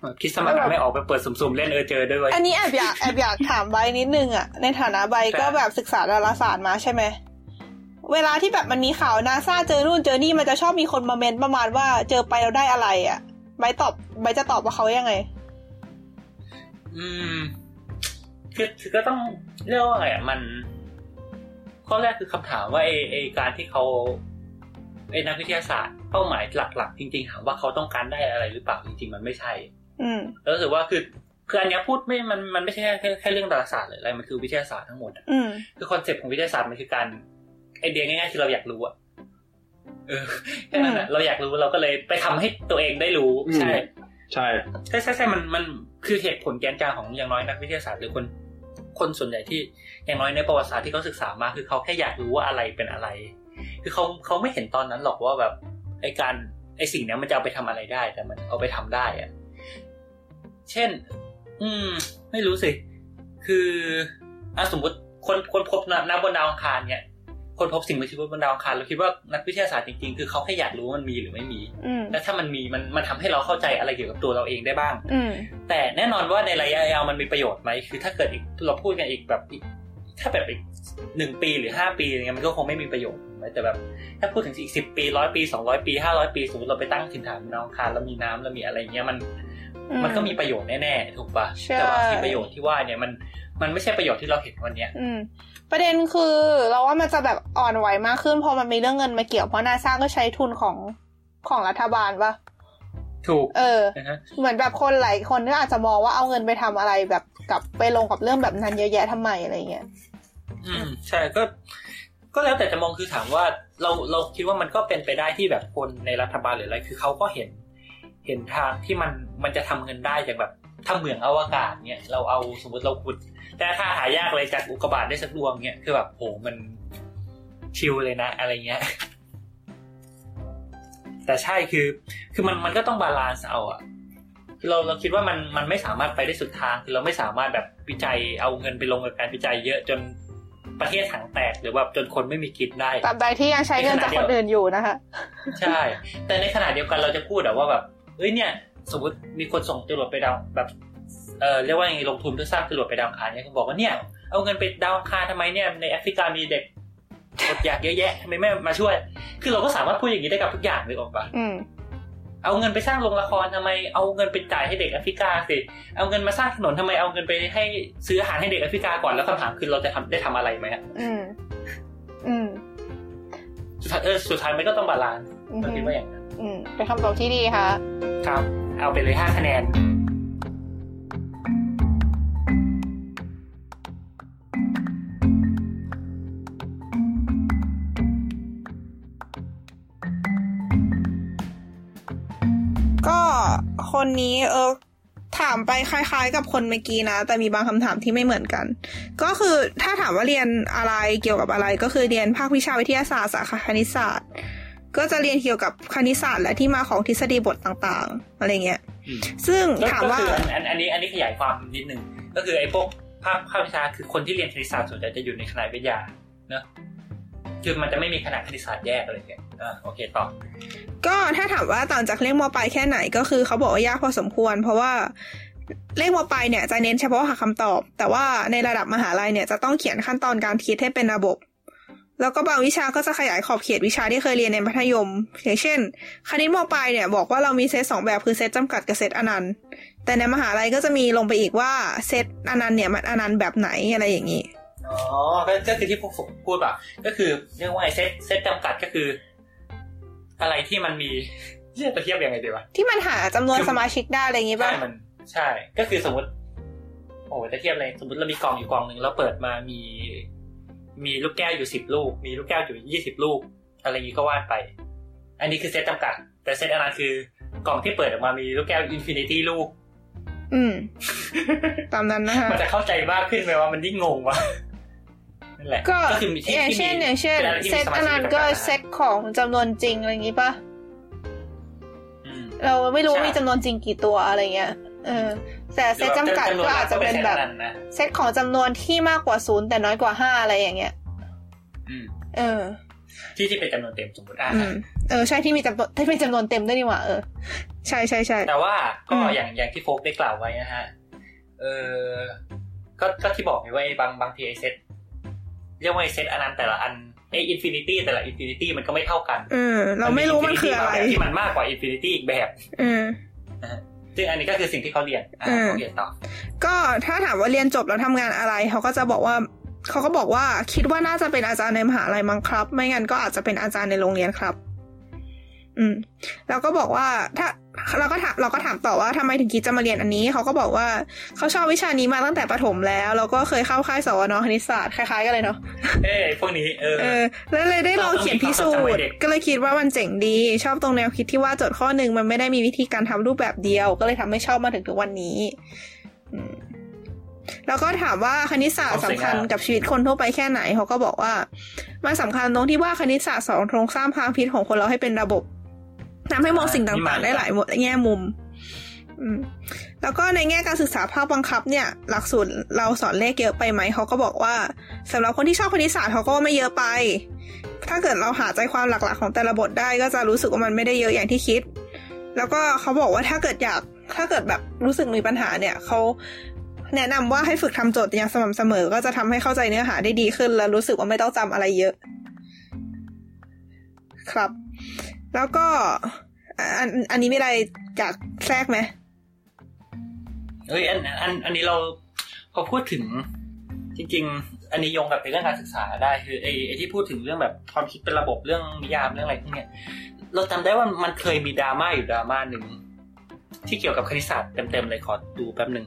B: แบบคิดสมการไม่ออกไปเปิดสุ่มๆเล่นเออเจอด้วย
A: อันนี้แอบอยากแอบอยากถามใบนิดนึงอ่ะ ในฐานะใบ
B: ครับ
A: ก็แบบศึกษาดาราศาสตร์มาใช่ไหม เวลาที่แบบมันมีข่าวนาซาเจอนู่นเจอนี่มันจะชอบมีคนมาเมนประมาณว่าเจอไปแล้วได้อะไรอ่ะใบตอบใบจะตอบว่าเขายังไง
B: อืมคือคือก็ต้องเรียกว่าไงอ่ะมัน ข้อแรกคือคำถามว่าไอไอการที่เขาไอนักวิทยาศาสตร์เป้าหมายหลัก ๆ จริงๆถามว่าเขาต้องการได้อะไรหรือเปล่าจริง ๆ มันไม่ใช่
A: อืม
B: แล้วรู้สึกว่าคือคืออันเนี้ยพูดไม่มันมันไม่ใช่แค่แค่เรื่องดาราศาสตร์หรืออะไรมันคือวิทยาศาสตร์ทั้งหมดอะ
A: อืม
B: คือคอนเซปต์ของวิทยาศาสตร์มันคือการไอเดียง่ายๆคือเราอยากรู้อะเออ แค่นั้นอะเราอยากรู้เราก็เลยไปทำให้ตัวเองได้รู้ ใช่
C: ใช่
B: ใช่ใช่ใช่มันมันคือเหตุผลแกนกลางของอย่างน้อยนักวิทยาศาสตร์หรือคนคนส่วนใหญ่ที่อย่างน้อยในประวัติศาสตร์ที่เขาศึกษามาคือเขาแค่อยากรู้ว่าอะไรเป็นอะไร คือเขาเขาไม่เห็นตอนนั้นหรอกว่าแบบไอการไอสิ่งเนี้ยมันจะเอาไปทำอะไรได้ แต่มันเอาไปทำได้อะเช่น อืม ไม่รู้สิ คืออ่ะสมมติคนคนพบน้ำน้ำบนดาวอังคารเนี่ย คนพบสิ่งมีชีวิตบนดาวอังคารเราคิดว่านักวิทยาศาสตร์จริงๆ คือเขาแค่อยากรู้ว่ามันมีหรือไม่มี
A: อืม
B: และถ้ามันมีมันมันทำให้เราเข้าใจอะไรเกี่ยวกับตัวเราเองได้บ้าง
A: อืม
B: แต่แน่นอนว่าในระยะยาวมันมีประโยชน์ไหมคือถ้าเกิดอีกเราพูดกันอีกแบบอีกถ้าแบบอีกหนึ่งปีหรือห้าปีอะไรเงี้ยมันก็คงไม่มีประโยชน์แต่แบบ ถ้าพูดถึงอีกสิบปีร้อยปีสองร้อยปีห้าร้อยปีสมมติเราไปตั้งถิ่นฐานบนดาวอังคารเรามีน้ำเรามีอะไรเงี้ยมัน
A: อืม
B: มันก็มีประโยชน์แน่ๆถูกปะ
A: ใช่
B: แต่ว่าที่ประโยชน์ที่ว่าเนี่ยมันมันไม่ใช่ประโยชน์ที่เราเห็นวันเนี้ย
A: อืม ประเด็นคือเราว่ามันจะแบบอ่อนไหวมากขึ้นพอมันมีเรื่องเงินมาเกี่ยวเพราะนาซาก็ใช้ทุนของของรัฐบาลปะ
B: ถูก
A: เออ
B: นะฮะ
A: เหมือนแบบคนหลายคนก็อาจจะมองว่าเอาเงินไปทำอะไรแบบกับไปลงกับเรื่องแบบนั้นเยอะแยะทำไมอะไรเงี้ย
B: อืมใช่ก็ ก็แล้วแต่จะมองคือถามว่าเราเราคิดว่ามันก็เป็นไปได้ที่แบบคนในรัฐบาลหรืออะไร คือเขาก็เห็น เห็นทางที่มันมันจะทำเงินได้จากแบบถ้าเหมืองอวกาศเนี่ยเราเอาสมมติเราขุดแต่ถ้าหายากเลยจากอุกกาบาตได้สักดวงเนี่ยคือแบบโหมันชิลเลยนะ อะไรเงี้ย แต่ใช่คือ คือมันมันก็ต้องบาลานซ์เอาอะคือเราเราคิดว่ามันมันไม่สามารถไปได้สุดทางคือเราไม่สามารถแบบวิจัยเอาเงินไปลงกับการวิจัยเยอะจนประเทศถังแตกหรือว่าจนคนไม่มีกินได้
A: ตามใดที่ยังใช้เงินจากคนอื่นอยู่นะคะ
B: ใช่ แต่ในขณะเดียวกันเราจะพูดอะว่าแบบ เอ้ยเนี่ย สมมติมีคนส่งจรวดไปดาวแบบ เออเรียกว่าไงลงทุนเพื่อสร้างจรวดไปดาวอังคารเนี่ยเขาบอกว่าเนี่ย เอาเงินไปดาวอังคารทำไมเนี่ย ในแอฟริกามีเด็กอดอยากเยอะแยะทำไมไม่มาช่วย คือเราก็สามารถพูดอย่างนี้ได้กับทุกอย่างเลยออกปะ
A: อืม
B: เอาเงินไปสร้างโรงละครทำไม เอาเงินไปจ่ายให้เด็กแอฟริกาสิ เอาเงินมาสร้างถนนทำไม เอาเงินไปให้ซื้ออาหารให้เด็กแอฟริกาก่อน แล้วคำถามคือเราจะทำได้ทำอะไรไหมอะ
A: อืม อืม
B: สุดท้ายเออสุดท้ายมันก็ต้องบาลานซ์
A: อืม
B: เราคิดว่าอย่างนั้น
A: อืมเป็นคำตอบที่ดีค่ะ
B: ครับ เอาไปเลยห้าคะแนน
A: ก็คนนี้เออถามไปคล้าย ๆ กับคนเมื่อกี้นะ แต่มีบางคำถามที่ไม่เหมือนกัน ก็คือถ้าถามว่าเรียนอะไรเกี่ยวกับอะไรก็คือเรียนภาควิชาวิทยาศาสตร์สาขาคณิตศาสตร์ ก็จะเรียนเกี่ยวกับคณิตศาสตร์และที่มาของทฤษฎีบทต่างๆอะไรเงี้ย
B: อืม
A: ซึ่ง
B: ก็
A: ถาม
B: ก็
A: ว่า
B: คืออันอันอันนี้อันนี้ขยายความนิดนึง ก็คือไอ้พวกภาคภาควิชาคือคนที่เรียนคณิตศาสตร์ส่วนใหญ่จะอยู่ในคณะวิทยาเนอะคือมันจะไม่มีคณะคณิตศาสตร์แยกอะไรอย่างเงี้ยอ่าโอเคต่อ
A: ก็ถ้าถามว่าต่างจากเลขมปลายแค่ไหนก็คือเขาบอกว่ายากพอสมควร เพราะว่าเลขมปลายเนี่ยจะเน้นเฉพาะหาคำตอบ แต่ว่าในระดับมหาลัยเนี่ยจะต้องเขียนขั้นตอนการคิดให้เป็นระบบ แล้วก็บางวิชาก็จะขยายขอบเขตวิชาที่เคยเรียนในมัธยม อย่างเช่น คณิตมปลายเนี่ยบอกว่าเรามีเซตสองแบบคือเซตจำกัดกับเซตอนันต์ แต่ในมหาลัยก็จะมีลงไปอีกว่าเซตอนันต์เนี่ยมันอนันต์แบบไหนอะไรอย่างนี้
B: อ๋อก็ก็คือที่พวกผมพูดอ่ะก็คือเรียกว่าไอ้เซตเซตจำกัดก็คือ อะไรที่มันมีเรียกจะเทียบยังไงดีวะ
A: ที่มันหาจำนวน
B: คือ
A: สมาชิกได้อะไรอย่างนี้
B: ใช่
A: ป่ะ
B: มันใช่ ก็คือสมมติ โอ้โหจะเทียบอะไรสมมติเรามีกล่องอยู่กล่องหนึ่งแล้วเปิดมามี มีลูกแก้วอยู่สิบลูก มีลูกแก้วอยู่ยี่สิบลูก อะไรอย่างนี้ก็วาดไป อันนี้คือเซตจำกัด แต่เซตอนันต์คือกล่องที่เปิดออกมามีลูกแก้วอินฟินิตี้ลูก
A: อืม ตามนั้นนะคะ
B: มันจะเข้าใจมากขึ้นไหมว่ามันยิ่งงงวะนั่นแหละ
A: ก็
B: คือมีที่
A: อย่าง
B: ที่มี
A: เช่นอย่างเช่น
B: ป็อะไรที่
A: เซ
B: มี
A: ต
B: สมา
A: อ
B: ชิ
A: นันต์
B: จำ
A: ก็
B: ด
A: เซตของจำนวนจริงอะไรอย่างนี้ป่ะ
B: อืม
A: เราไม่รู้
B: ใช่
A: มีจำนวนจริงกี่ตัวอะไรเงี้ย เออ แต่เซตจำกัด
B: หรื
A: ก็
B: ว่
A: อาจจะเป็นแบบ
B: ซตนั้นนะ
A: เซตของจำนวนที่มากกว่าศูนย์แต่น้อยกว่าห้าอะไรอย่างเงี้ย
B: อืม
A: เออ
B: ที่ที่เป็นจำนวนเต็มสมมติอ่ะ
A: อืม เออ ใช่ที่มีจำนวนที่มีจำนวนเต็มด้วยนี่หว่า เออ ใช่ใช่ใช่
B: แต่ว่าก็
A: อืม
B: อย่างอย่างที่โฟกได้กล่าวไว้นะฮะเออก็ก็ที่บอกไงว่าไอ้บางบางทีไอเซตเรียกว่าไอเซตอันนั้นแต่ละอันไออินฟินิตี้แต่ละอินฟินิตี้มันก็ไม่เท่ากัน
A: เออ เราไม่รู้มันคืออะไร
B: แบบที่มันมากกว่าอินฟินิตี้อีกแบบ
A: อืม
B: ซึ่งอันนี้ก็คือสิ่งที่เขาเรียนอ่ะ
A: อืม
B: เขาเรียนต่อ
A: ก็ถ้าถามว่าเรียนจบแล้วทำงานอะไร เขาก็จะบอกว่าเขาก็บอกว่าคิดว่าน่าจะเป็นอาจารย์ในมหาลัยมั้งครับ ไม่งั้นก็อาจจะเป็นอาจารย์ในโรงเรียนครับ อืม แล้วก็บอกว่าถ้าเราก็ถามเราก็ถามต่อว่าทำไมถึงคิดจะมาเรียนอันนี้ เขาก็บอกว่าเขาชอบวิชานี้มาตั้งแต่ประถมแล้ว แล้วก็เคยเข้าค่ายสวนคณิตศาสตร์คล้ายๆกันเลยเนาะ
B: เอ้ยพวกนี้เออ
A: เออแล้วเลยได้ลองเขียนพิสูจน์
B: เราต้องมีความสามารถเด็ก
A: ก็เลยคิดว่ามันเจ๋งดี ชอบตรงแนวคิดที่ว่าโจทย์ข้อหนึ่งมันไม่ได้มีวิธีการทำรูปแบบเดียว ก็เลยทำให้ชอบมาถึงทุกวันนี้อืมแล้วก็ถามว่าคณิตศาสตร์สำคัญกับชีวิตคนทั่วไปแค่ไหนเขาก็บอกว่ามันสำคัญตรงที่ว่าคณิตศาสตร์สอนโครงสร้างพลังพิษของคนเราให้เป็นระบบทำให้มองสิ่งต่างๆ ได้หลายแง่มุม อืม แล้วก็ในแง่การศึกษาภาคบังคับเนี่ย หลักสูตรเราสอนเลขเยอะไปไหมเขาก็บอกว่าสำหรับคนที่ชอบคณิตศาสตร์เขาก็ไม่เยอะไป ถ้าเกิดเราหาใจความหลักๆของแต่ละบทได้ก็จะรู้สึกว่ามันไม่ได้เยอะอย่างที่คิด แล้วก็เขาบอกว่าถ้าเกิดอยากถ้าเกิดแบบรู้สึกมีปัญหาเนี่ยเขาแนะนำว่าให้ฝึกทำโจทย์อย่างสม่ำเสมอ ก็จะทำให้เข้าใจเนื้อหาได้ดีขึ้น และรู้สึกว่าไม่ต้องจำอะไรเยอะ ครับ แล้วก็อ่ะอันอันนี้มีอะไรอยากแทรกไหม
B: เอ้ยอันอันอันนี้เราพอพูดถึงจริง ๆ อันนี้โยงกับในเรื่องการศึกษาได้คือไอ้ไอ้ที่พูดถึงเรื่องแบบความคิดเป็นระบบเรื่องนิยามเรื่องอะไรพวกเนี้ยเราจำได้ว่ามันเคยมีดราม่าอยู่ดราม่าหนึ่งที่เกี่ยวกับคณิตศาสตร์เต็มๆเลยขอดูแป๊บหนึ่ง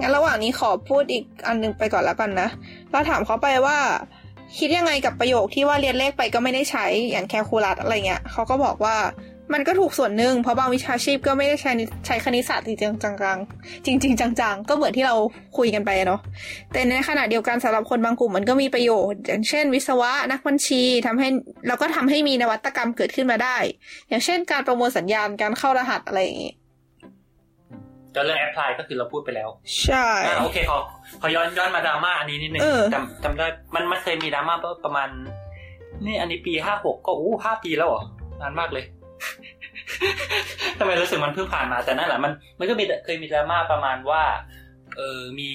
A: งั้นระหว่างนี้ขอพูดอีกอันหนึงไปก่อนแล้วกันนะ เราถามเขาไปว่า คิดยังไงกับประโยคที่ว่าเรียนเลขไปก็ไม่ได้ใช้อย่างแคลคูลัสอะไรเงี้ยเขาก็บอกว่ามันก็ถูกส่วนหนึ่งเพราะบางวิชาชีพก็ไม่ได้ใช้ใช้คณิตศาสตร์จริงๆจังๆจริง ๆ จังๆ ก็เหมือนที่เราคุยกันไปอะเนาะแต่ในขณะเดียวกันสำหรับคนบางกลุ่มมันก็มีประโยชน์ อย่างเช่น วิศวะนักบัญชีทำให้แล้วก็ทำให้มีนวัตกรรมเกิดขึ้นมาได้ อย่างเช่น การประมวลสัญญาณการเข้ารหัสอะไรอย่างงี้
B: แต่เรื่องแอปพลายก็คือเราพูดไปแล้ว
A: ใช่
B: อ่าโอเคขอขอย้อนย้อนมาดราม่าอันนี้นิดนึง
A: เออ
B: จำจำได้มันมันเคยมีดราม่าประมาณ นี่อันนี้ปีห้าหกก็อู้ห้าปีแล้วเหรอนานมากเลย ทำไมรู้สึกมันเพิ่งผ่านมาแต่นั่นแหละมันมันก็มีเคยมีดราม่าประมาณว่า เออมี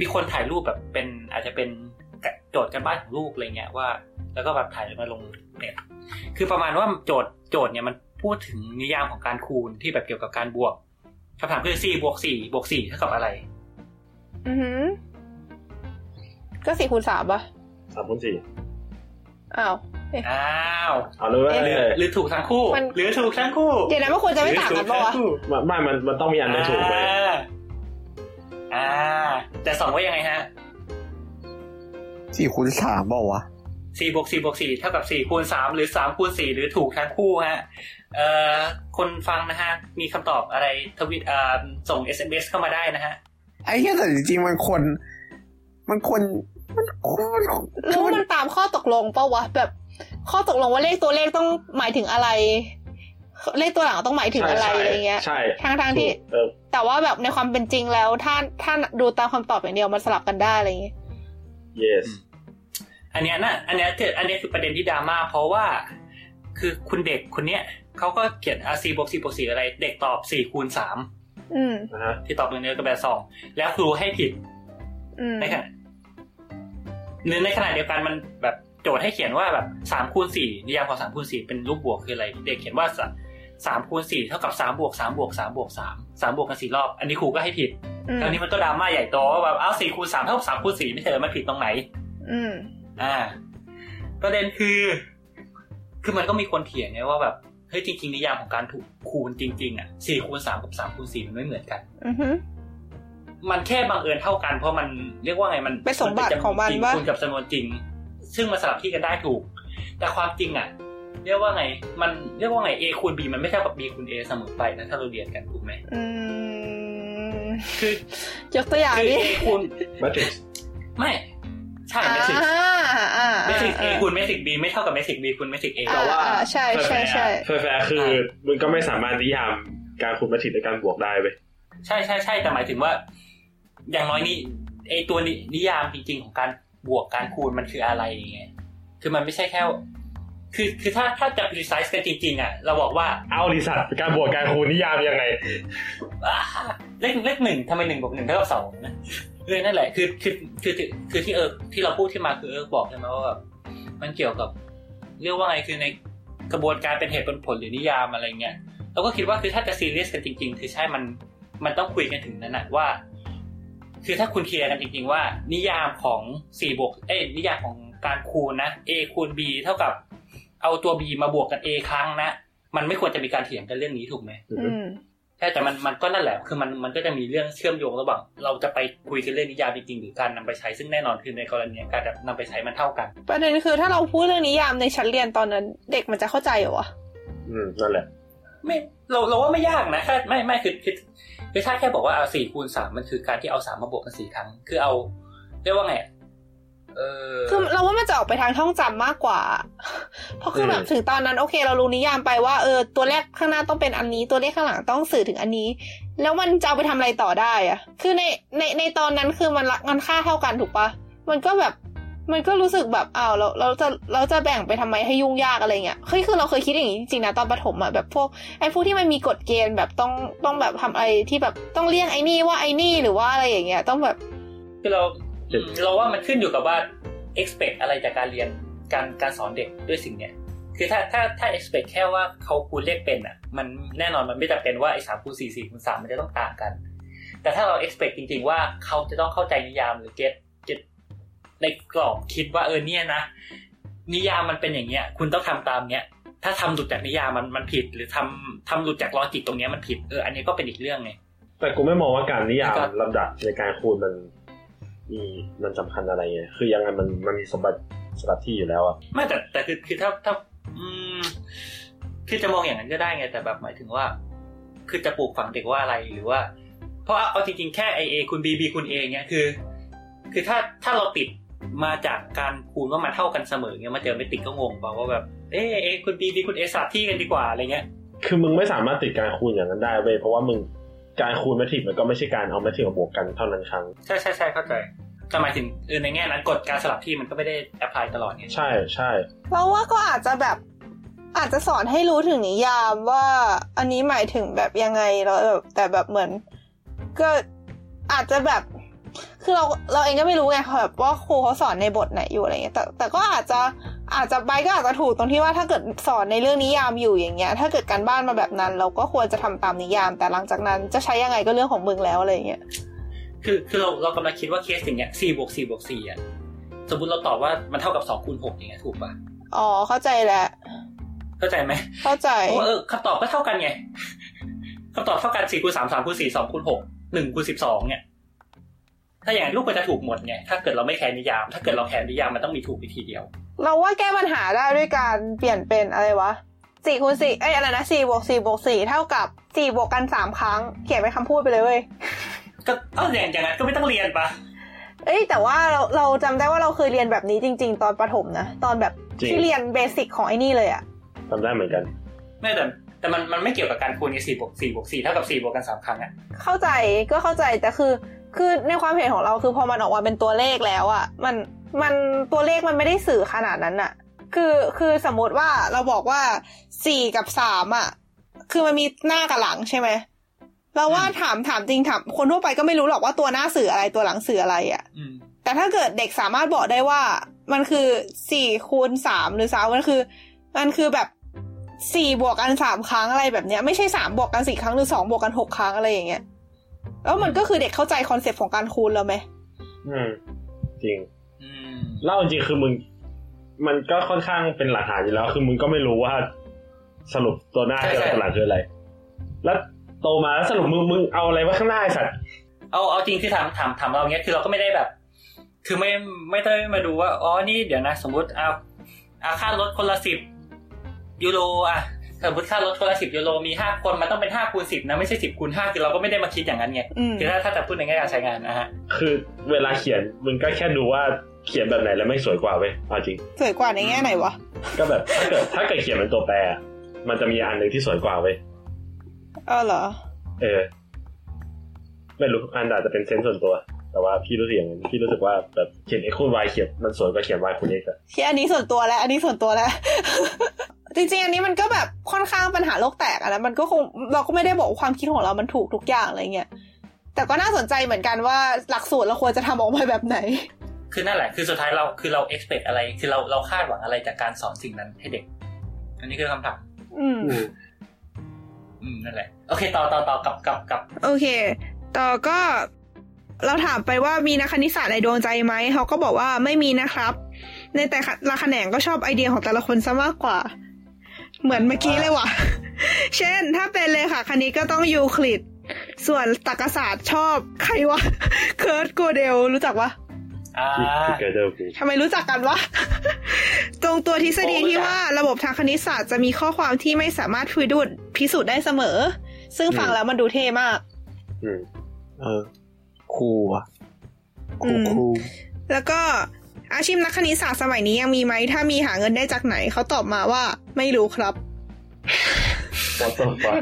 B: มีคนถ่ายรูปแบบเป็น อาจจะเป็นโจทย์กันบ้านของลูกอะไรเงี้ยว่า แล้วก็แบบถ่ายมาลงเน็ตคือประมาณว่าโจทย์โจทย์เนี่ยมันพูดถึงนิยามของการคูณที่แบบเกี่ยวกับการบวกคำถามคือสี่บวกสี่บวกสี่เท่ากับอะไร
A: อือหือก็สี่คูณสามปะ
C: สามคนสี่
A: อ้าว
B: อ้าว
C: เอาเลยเว้ย
B: หรือหรือถูกทั้งคู่
A: มัน
B: หรือถูกทั้งคู่
A: เดี๋ยวนะมันควรจะไม่ต่างกันปะวะ
B: หรือถูทั้งคู่
C: ไม่ไม่มันมันต้องมีอันไม่ถูกไหม
B: อ่าอ่า แต่สองว่ายังไงฮะ
E: สี่คูณสามบอกวะ
B: สี่บวกสี่บวกสี่เท่ากับสี่คูณสามหรือสามคูณสี่หรือถูกทั้งคู่ฮะ เอ่อ คนฟังนะฮะ มีคำตอบอะไรทวิตเอ่อส่ง SMS เข้ามาได้นะฮะ
E: ไอ้เหี้ยแต่จริงๆมันควรมันควรมันควร
A: หรือว่ามันตามข้อตกลงปะวะ แบบ ข้อตกลงว่าเลขตัวเลขต้องหมายถึงอะไร เลขตัวหลังต้องหมายถึงอะไรอะไรเงี้ย
C: ใช่
A: ทางทางๆ
C: ถู
A: ที่
C: กเออ
A: แต่ว่าแบบในความเป็นจริงแล้ว ถ้าถ้าดูตามคำตอบอย่างเดียวมันสลับกันได้อะไรเงี้ย
C: yes
B: อันเนี้ยนะอันเนี้ยคืออันเนี้ยคือประเด็นที่ดราม่าเพราะว่า คือคุณเด็กคนเนี้ยเขาก็เขียนอ่ะสี่บวกสี่บวกสี่อะไร เด็กตอบสี่คูณสาม
A: อืม
C: นะฮะ
B: ที่ตอบหนึ่งเนื้อกับแบบสองแล้วครูให้ผิด
A: อืม
B: ในขณะหรือในขณะเดียวกันมันแบบ โจทย์ให้เขียนว่าแบบสามคูณสี่นิยามของสามคูณสี่เป็นรูปบวกคืออะไร เด็กเขียนว่าสาสามคูณสี่เท่ากับสามบวกสามบวกสามบวกสามสามบวกกันสี่รอบ อันนี้ครูก็ให้ผิด
A: อืม
B: แล้วนี้มันก็ดราม่าใหญ่โตว่าแบบเอ้าสี่คูณสามเท่ากับสามคูณสี่ไม่ใช่เหรอมันผิดตรงไหน
A: อืม
B: อ่าประเด็นคือ คือมันก็มีคนเถียงไงว่าแบบเฮ้ยจริงๆนิยามของการถูกคูณจริงๆอ่ะสี่คูณสามกับสามคูณสี่มันไม่เหมือนกัน
A: อือฮึ
B: มันแค่บังเอิญเท่ากันเพราะมันเรียกว่าไงมัน
A: เป็นสมบัติ
B: เป็จำว
A: ของมัน
B: จริ
A: ว่า
B: คูณกับจำนวนจริง ซึ่งมันสลับที่กันได้ถูก แต่ความจริงอ่ะ เรียกว่าไง มันเรียกว่าไง a คูณ b มันไม่เท่ากับ b คูณ a เสมอไปนะถ้าเราเรียนกันถูกไหม
A: อืม
B: คือย
A: กตัวอย่าง
B: คือ
A: ดิ
B: a คูณ
C: มาถึง
B: ไม่ใช่
A: อ่า
B: เมท
A: อ่า
B: ริกซ์เมทริกซ์ a
A: อ่า
B: คูณเมทริกซ์ b ไม่เท่ากับเมทริกซ์ b คูณเมทริกซ์ a
A: อ่าอ่าใช่ใช่ใช่
C: แฟร์ๆคือมึงก็ไม่สามารถนิยามการคูณมาถิดด้วยการบวกได้เว้ย
B: ใช่ใช่ใช่แต่หมายถึงว่า อย่างน้อยนี่ไอตัวนินิยามจริง ๆ ของการบวกการคูณมันคืออะไรอย่างเงี้ยคือมันไม่ใช่แค่ว่าคือคือถ้าถ้าจะ precise กันจริง ๆ อ่ะ เราบอกว่า
C: เอาลิสัตการบวกการคูณนิยามยังไง
B: อ่าเลขเลขหนึ่งทำไมหนึ่งบวกหนึ่งเท่ากับสองนะเรื่องนั่นแหละคือคือคือคือคือที่เออที่เราพูดที่มาคือเออบอกใช่ไหมว่าแบบมันเกี่ยวกับ เรียกว่าไงคือในกระบวนการเป็นเหตุเป็นผลหรือนิยามอะไรเงี้ยเราก็คิดว่าคือถ้าจะซีเรียสกันจริง ๆ คือใช่มัน มันต้องคุยกันถึงนั้นนะว่า คือถ้าคุณเคลียร์กันจริง ๆ ว่า นิยามของสี่บวกเอ้ยนิยามของการคูณนะ a คูณ b เท่ากับเอาตัว b มาบวกกับ a ครั้งนะ มันไม่ควรจะมีการเถียงกันเรื่องนี้ถูกไหม
A: อืม
B: ใช่แต่มันมันก็นั่นแหละ คือมันมันก็จะมีเรื่องเชื่อมโยงระหว่างเราจะไปคุยกันเรื่องนิยามจริงๆหรือการนำไปใช้ซึ่งแน่นอนคือในกรณีการนำไปใช้มันเท่ากัน
A: ประเด็นคือถ้าเราพูดเรื่องนิยามในชั้นเรียนตอนนั้น เด็กมันจะเข้าใจเหรอวะ
C: อืมนั่นแหละ
B: ไม่เราเราว่าไม่ยากนะแค่ไม่ไม่คือคือคือถ้าแค่บอกว่าเอาสี่คูณสามมันคือการที่เอาสามมาบวกกันสี่ครั้ง คือเอาเรียกว่าไงอะเออ
A: คือเราว่ามันจะออกไปทางท่องจำมากกว่า เพราะคือแบบ
C: เออ
A: ถึงตอนนั้นโอเค เรารู้นิยามไปว่าเออตัวเลขข้างหน้าต้องเป็นอันนี้ ตัวเลขข้างหลังต้องสื่อถึงอันนี้ แล้วมันจะเอาไปทำอะไรต่อได้อะคือในในในตอนนั้นคือมันละมันค่าเท่ากันถูกปะมันก็แบบ มันก็รู้สึกแบบอ้าวเราเราจะเราจะแบ่งไปทำไมให้ยุ่งยากอะไรเงี้ยเฮ้ยคือเราเคยคิดอย่างนี้จริงๆนะตอนประถมอะแบบพวกไอ้พวกที่มันมีกฎเกณฑ์แบบต้องต้องแบบทำอะไรที่แบบต้องเรียกไอ้นี่ว่าไอ้นี่หรือว่าอะไรอย่างเงี้ยต้องแบบ
B: คือเราอืมเราว่ามันขึ้นอยู่กับว่า expect อะไรจากการเรียนการการสอนเด็กด้วยสิ่งเนี้ยคือถ้าถ้าถ้า expect แค่ว่าเขาคูณเลขเป็นอ่ะ มันแน่นอนมันไม่จำเป็นว่าไอ้สามคูณสี่สี่คูณสามมันจะต้องต่างกัน แต่ถ้าเรา expect จริง ๆ ว่าเขาจะต้องเข้าใจนิยามหรือ get get ในกรอบคิดว่าเออเนี่ยนะ นิยามมันเป็นอย่างเงี้ย คุณต้องทำตามเนี้ย ถ้าทำหลุดจากนิยามมันมันผิด หรือทำทำหลุดจากลอจิกตรงเนี้ยมันผิดเอออันนี้ก็เป็นอีกเรื่องไง
C: แต่กูไม่มองว่าการนิยาม
B: ครับ
C: ลำดับในการคูณมันมีมันสำคัญอะไรไงคือยังไงมันมันมีสมบัติสมบัติที่อยู่แล้วอะ
B: ไม่แต่แต่คือคือถ้าถ้าอืมคือจะมองอย่างนั้นก็ได้ไง แต่แบบหมายถึงว่า คือจะปลูกฝังเด็กว่าอะไรหรือว่า เพราะเอาจริงๆแค่ไอเอคุณบีบีคุณเอเนี่ยคือ คือถ้าถ้าเราติดมาจากการคูณว่ามันเท่ากันเสมอเนี่ยมาเจอไม่ติดก็งงเปล่าว่าแบบเอเอคุณบีบีคุณเอสลับที่กันดีกว่าอะไรเงี้ย
C: คือมึงไม่สามารถติดการคูณอย่างนั้นได้เว้ยเพราะว่ามึงการคูณแมทริกซ์มันก็ไม่ใช่การเอาแมทริกซ์มาบวกกันเท่านั้นครั้ง
B: ใช่ใช่ใช่เข้าใจแต่หมายถึงเออในแง่นั้นกฎการสลับที่มันก็ไม่ได้แอพพลายตลอดไง
C: ใช่ใช่
A: เราว่าก็อาจจะแบบอาจจะสอนให้รู้ถึงนิยามว่าอันนี้หมายถึงแบบยังไงแล้วแบบแต่แบบเหมือน ก็อาจจะแบบ คือเราเราเองก็ไม่รู้ไงค่ะแบบว่าครูเขาสอนในบทไหนอยู่อะไรเงี้ยแต่แต่ก็อาจจะอาจจะไปก็อาจจะถูกตรงที่ว่าถ้าเกิดสอนในเรื่องนิยามอยู่อย่างเงี้ย ถ้าเกิดการบ้านมาแบบนั้น เราก็ควรจะทำตามนิยาม แต่หลังจากนั้นจะใช้ยังไงก็เรื่องของมึงแล้วอะไรเงี้ย
B: คือคือเราเรากำลังคิดว่าเคสอย่างเงี้ยสี่บวกสี่บวกสี่อ่ะสมมติเราตอบว่ามันเท่ากับสองคูณหกอย่างเงี้ยถูกป่ะ
A: อ๋อเข้าใจแล้ว
B: เข้าใจไหม
A: เข้าใจ
B: เพราะว่าเออคำตอบก็เท่ากันไง คำตอบเท่ากันสี่คูณสามสามคูณสี่สองคูณหกหนึ่งคูณสิบสองเนี่ย ถ้าอย่างนั้นลูกก็จะถูกหมดไง ถ้าเกิดเราไม่แคร์นิยาม ถ้าเกิดเราแคร์นิยามมันต้องมีถูกวิธีเดียว
A: เราว่าแก้ปัญหาได้ด้วยการเปลี่ยนเป็นอะไรวะสี่คูณสี่เอ้ยอะไรนะสี่บวกสี่บวกสี่เท่ากับสี่บวกกันสามครั้ง เขียนเป็นคำพูดไปเลยเว้ย
B: ก็เอออย่างอย่างนั้นก็ไม่ต้องเรียนปะ
A: เอ้ยแต่ว่าเราเราจำได้ว่าเราเคยเรียนแบบนี้จริง ๆ ตอนประถมนะ ตอนแบบที่เรียนเบสิกของไอ้นี่เลยอะ
C: ทำได้เหมือนกัน
B: ไม่แต่แต่มันมันไม่เกี่ยวกับการคูณไงสี่บวกสี่บวกสี่เท่ากับสี่บวกกันสามครั้งอะ
A: เข้าใจก็เข้าใจแต่คือ คือในความเห็นของเราคือพอมันออกมาเป็นตัวเลขแล้วอะมันมันตัวเลขมันไม่ได้สื่อขนาดนั้นอะคือคือสมมติว่าเราบอกว่าสี่กับสามอะคือมันมีหน้ากับหลังใช่ไหมเราว่าถามถามจริงถามคนทั่วไปก็ไม่รู้หรอกว่าตัวหน้าสื่ออะไรตัวหลังสื่ออะไรอะ
B: อืม
A: แต่ถ้าเกิดเด็กสามารถบอกได้ว่า มันคือสี่คูณสามหรือสามมันคือ มันคือแบบสี่บวกกันสามครั้งอะไรแบบเนี้ย ไม่ใช่สามบวกกันสี่ครั้งหรือสองบวกกันหกครั้งอะไรอย่างเงี้ยแล้วมันก็คือเด็กเข้าใจคอนเซปต์ของการคูณแล้วไหม
C: อืม จริง
B: อืม
C: เล่าจริงๆคือมึง มันก็ค่อนข้างเป็นหลักฐานอยู่แล้ว คือมึงก็ไม่รู้ว่า สรุปตัวหน้าคืออะไรตัวหลังคืออะไร แล้วโตมาแล้วสรุปมึงมึงเอาอะไรไว้ข้างหน้าไอ้สัตว์
B: เอาเอาจริงที่ถามถามถามเราอย่างเงี้ยคือเราก็ไม่ได้แบบ คือไม่ไม่ได้มาดูว่าอ๋อนี่เดี๋ยวนะ สมมติเอาเอาค่ารถคนละสิบยูโรอ่ะสมมติค่ารถคนละสิบยูโรมีห้าคนมันต้องเป็นห้าคูณสิบนะไม่ใช่สิบคูณห้าคือเราก็ไม่ได้มาคิดอย่างนั้นไง
A: อืม
B: คือถ้าถ้าจะพูดในแง่การใช้งานนะฮะ
C: คือเวลาเขียนมึงก็แค่ดูว่าเขียนแบบไหนแล้วไม่สวยกว่าเว้ยเอาจริง
A: สวยกว่าในแง่ไหนวะ
C: ก็แบบถ้าเกิดถ้าเกิดเขียนเป็นตัวแปรอะมันจะมีอันหนึ่งที่สวยกว่าเว้ย
A: เออเหรอ
C: เออ ไม่รู้อันอาจจะเป็นเซนส์ส่วนตัว แต่ว่าพี่รู้สึกอย่างนั้นพี่รู้สึกว่าแบบเขียน x คูณ y เขียนมันสวยกว่าเขียน y คูณ x อะ
A: ที่อันนี้ส่วนตัวแล้ว อันนี้ส่วนตัวแล้ว จริงๆ อันนี้มันก็แบบค่อนข้างปัญหาโลกแตกอะนะมันก็คงเราก็ไม่ได้บอกว่าความคิดของเรามันถูกทุกอย่างอะไรเงี้ยแต่ก็น่าสนใจเหมือนกันว่าหลักสูตรเราควรจะทำออกมาแบบไหน
B: คือนั่นแหละ คือสุดท้ายเรา คือเรา expect อะไร คือเรา เราคาดหวังอะไรจากการสอนสิ่งนั้นให้เด็ก อันนี้คือคำถาม
A: อืม
B: อืม นั่นแหละ โอเค ต่อ ต่อ ต่อกลับกลับกลับ
A: โอเค ต่อก็เราถามไปว่ามีนักคณิตศาสตร์ในดวงใจไหม เขาก็บอกว่าไม่มีนะครับ ในแต่ละแขนงก็ชอบไอเดียของแต่ละคนซะมากกว่า เหมือนเมื่อกี้เลยว่ะ เช่น ถ้าเป็นเลยค่ะ คณิตก็ต้องยูคลิด ส่วนตรรกศาสตร์ชอบใครวะ เคิร์ตโกเดลรู้จักวะ
B: อ่า
C: ที่เกิดเดิมกู
A: ทำไมรู้จักกันวะ ตรงตัวทฤษฎีที่ว่าระบบทางคณิตศาสตร์จะมีข้อความที่ไม่สามารถพิดูพิสูจน์ได้เสมอ ซึ่งฟังแล้วมันดูเท่มาก
C: อืม
E: เออคูอะคู
A: อืม
E: คู
A: แล้วก็อาชีพนักคณิตศาสตร์สมัยนี้ยังมีไหม ถ้ามีหาเงินได้จากไหน เขาตอบมาว่าไม่รู้ครับ
C: what the fuck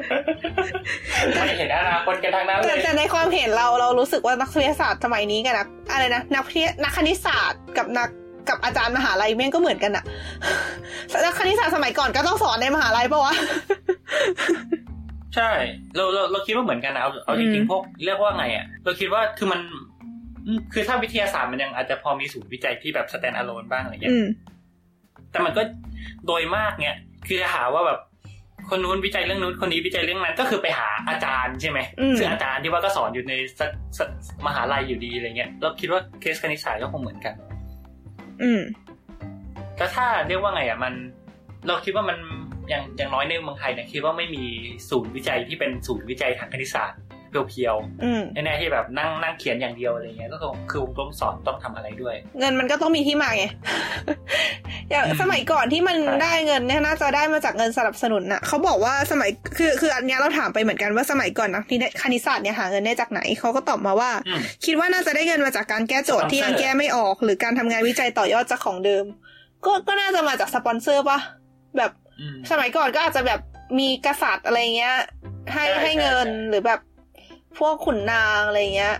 B: ไม่เห็นอนาคตกันทางนั้นเล
A: แต่
B: ย
A: แต่ในความเห็นเราเรารู้สึกว่านักวิทยาศาสตร์สมัยนี้กับนักอะไรนะนักวิทยานักคณิตศาสตร์กับนักกับอาจารย์มหาลัยแม่งก็เหมือนกันอะ นักคณิตศาสตร์สมัยก่อนก็ต้องสอนในมหาลัยปะวะ
B: ใช่ เรา เรา เราคิดว่าเหมือนกันนะ เอา เอาจ
A: อื
B: ริง
A: ม
B: ๆพวก เรียกว่าไงอ่ะ เราคิดว่า คือมันอืมคือถ้าวิทยาศาสตร์มันยังอาจจะพอมีศูนย์วิจัยที่แบบ stand alone บ้างอะไรเงี้ย
A: อืม
B: แต่มันก็โดยมากเนี่ย คือจะหาว่าแบบ คนนู้นวิจัยเรื่องนู้น คนนี้วิจัยเรื่องนั้น ก็คือไปหาอาจารย์ใช่ไหม
A: อืม
B: ซึ่งอาจารย์ที่ว่าก็สอนอยู่ในสสมหาลัยอยู่ดีอะไรเงี้ย เราคิดว่าเคสคณิตศาสตร์ก็คงเหมือนกัน
A: อืม
B: ก็ถ้าเรียกว่าไงอ่ะมัน เราคิดว่ามันอย่างอย่างน้อยในเมืองไทยเนี่ยคิดว่าไม่มีศูนย์วิจัยที่เป็นศูนย์วิจัยทางคณิตศาสตร์เพียว
A: อืม
B: ๆแน่ๆที่แบบนั่งนั่งเขียนอย่างเดียวอะไรเงี้ย ก็คือคือต้องสอนต้องทำอะไรด้วย
A: เงินมันก็ต้องมีที่มาไง อย่างสมัยก่อนที่มัน
B: ครับ
A: ได้เงินเนี่ยน่าจะได้มาจากเงินสนับสนุนน่ะเขาบอกว่าสมัยคือคืออันเนี้ยเราถามไปเหมือนกันว่าสมัยก่อนนักที่คณิตศาสตร์เนี่ยหาเงินได้จากไหนเขาก็ตอบมาว่า
B: อืม
A: คิดว่าน่าจะได้เงินมาจากการแก้โจทย์ที่ยังแก้ไม่ออก หรือการทำงานวิจัยต่อยอดจากของเดิม ก็ก็น่าจะมาจากสปอนเซอร์ปะแบบ
B: อืม
A: สมัยก่อนก็อาจจะแบบมีกษัตริย์อะไรเงี้ย ให้
B: ใช่
A: ให้เงิน
B: ใช่ใช่
A: หรือแบบพวกขุนนางอะไรเงี้ย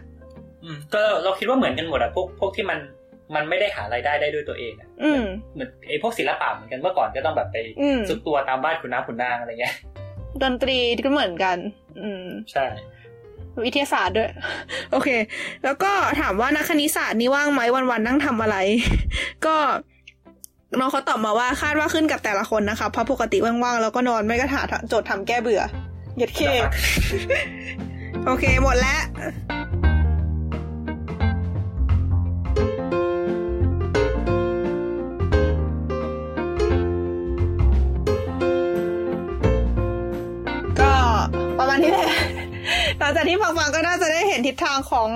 B: อืมก็เราคิดว่าเหมือนกันหมดอะพวกพวกที่มันมันไม่ได้หารายได้ได้ด้วยตัวเองอะ
A: อืม
B: เหมือนไอ้พวกศิลปะเหมือนกันเมื่อก่อนก็ต้องแบบไป
A: อืม
B: ซุกตัวตามบ้านคุณน้าคุณนางอะไรเงี้ย
A: ดนตรีก็เหมือนกัน อืม
B: ใช่
A: วิทยาศาสตร์ด้วย โอเค แล้วก็ถามว่านักคณิตศาสตร์นี่ว่างไหมวันๆนั่งทำอะไร ก็น้องเขาตอบมาว่าคาดว่าขึ้นกับแต่ละคนนะคะเพราะปกติว่างๆแล้วก็นอนไม่ก็หาโจทย์ทำแก้เบื่อเหยัดเค
B: นะครับ
A: โอเค หมดแล้วก็ประมาณนี้แหละ หลังจากที่ฟังๆก็น่าจะได้เห็นทิศทางของ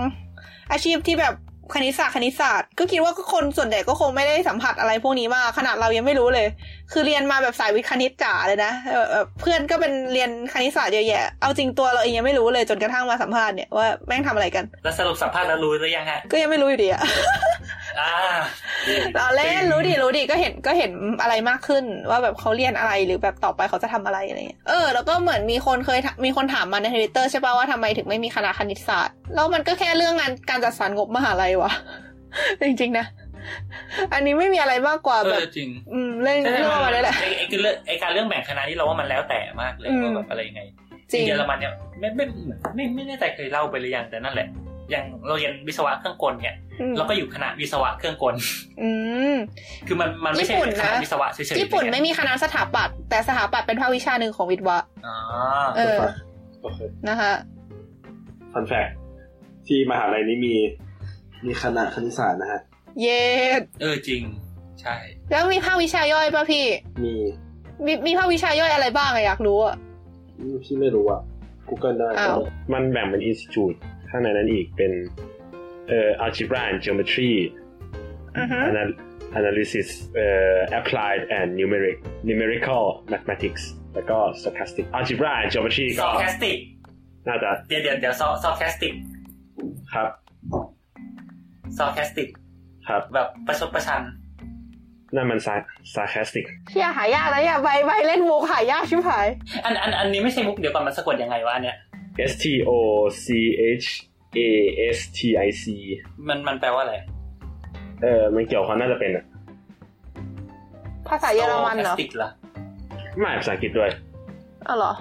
A: อาชีพที่แบบคณิตศาสตร์คณิตศาสตร์ ก็คิดว่าคนส่วนใหญ่ก็คงไม่ได้สัมผัสอะไรพวกนี้มากขนาดเรายังไม่รู้เลย คือเรียนมาแบบสายวิทย์คณิตจ๋าเลยนะเออเออเพื่อนก็เป็นเรียนคณิตศาสตร์เยอะแยะเอาจริงตัวเราเองยังไม่รู้เลยจนกระทั่งมาสัมภาษณ์เนี่ยว่าแม่งทำอะไรกัน
B: แล้วสรุปสัมภาษณ์แล้วรู้หรือยังฮะ
A: ก็ยังไม่รู้อยู่ดีอะ
B: อ่า
A: เราเล่นรู้ดิรู้ดิก็เห็นก็เห็นอะไรมากขึ้น ว่าแบบเขาเรียนอะไรหรือแบบต่อไปเขาจะทำอะไรอะไรเงี้ยเออแล้วก็เหมือนมีคนเคยถมีคนถามมาในทวิตเตอร์ใช่ป่าว่าทำไมถึงไม่มีคณะคณิตศาสตร์แล้วมันก็แค่เรื่องงานการจัดสรรงบมหาลัยวะ จริงๆนะ อันนี้ไม่มีอะไรมากกว่า
B: เอ
A: แบบ
B: อจริง
A: อืมเล่น
B: ใช่
A: เรื่องอะไรแหละ
B: ไอ้ไอ้คือเรื่องไอ้การเรื่องแบ่งคณะนี่เราว่ามันแล้วแต่มากเลย
A: อืม
B: ว่าแบบอะไรยังไง
A: จริง
B: เยอรมันเนี่ยไม่ไม่เหมือนไม่ไม่แน่ใจเคยเล่าไปหรือยังแต่นั่นแหละ อย่างเราเรียนวิศวะเครื่องกลเนี่ย
A: อืม
B: เราก็อยู่คณะวิศวะเครื่องกล
A: อืม
B: คือมันมันไม่ใช่
A: ญี่ปุ่นนะ
B: คณะวิศวะเฉยๆ
A: ญี่ปุ่น
B: อะร
A: ไม่
B: เงี้ย
A: มีคณะสถาปัตย์แต่สถาปัตย์เป็นภาควิชาหนึ่งของวิทย์วะ
B: อ๋อ
A: เออ
F: โอเค
A: นะคะ
F: ฟันแฟกที่มหาลัยนี้มี มีคณะคณิตศาสตร์นะฮะ
A: เย็ด
B: เออจริง ใช่
A: แล้วมีภาควิชาย่อยป่ะพี่
F: มี
A: มีมีภาควิชาย่อยอะไรบ้างอะอยากรู้อะ
F: พี่ไม่รู้อ่ะ Google ได้
A: อ้าว
C: มันแบ่งเป็น institute ข้างในนั้นอีกเป็นเอ่อ algebra and geometry
A: อือฮึ
C: Anal- analysis เอ่อ applied and numeric numerical mathematics แล้วก็ stochastic algebra and geometry
B: ซ
C: ก็
B: อฟแคสติก
C: น่าจะ
B: เดี๋ยวเดี๋ยวเดี๋ยวซอซอฟแคสติก
C: ครับ
B: ซอฟแคสติก
C: ครับ
B: แบบประชดประชัน
C: นั่นมัน sar- sarcastic
A: เชี่ยหายากแล้วอย่าใบใบเล่นมุกหายากชิบหาย
B: อันอันอันนี้ไม่ใช่มุกเดี๋ยวก่อนมันสะกดยังไงวะอันเนี่ย
C: S T O C H A S T I C
B: มันมันแปลว่าอะไร
C: เออมันเกี่ยวเขาน่าจะเป็นอะ
A: ภาษาเยอรมันเหรอ
B: ติกเหรอ
C: ไม่ภาษาอังกฤษด้วย
A: อ๋อเหรอ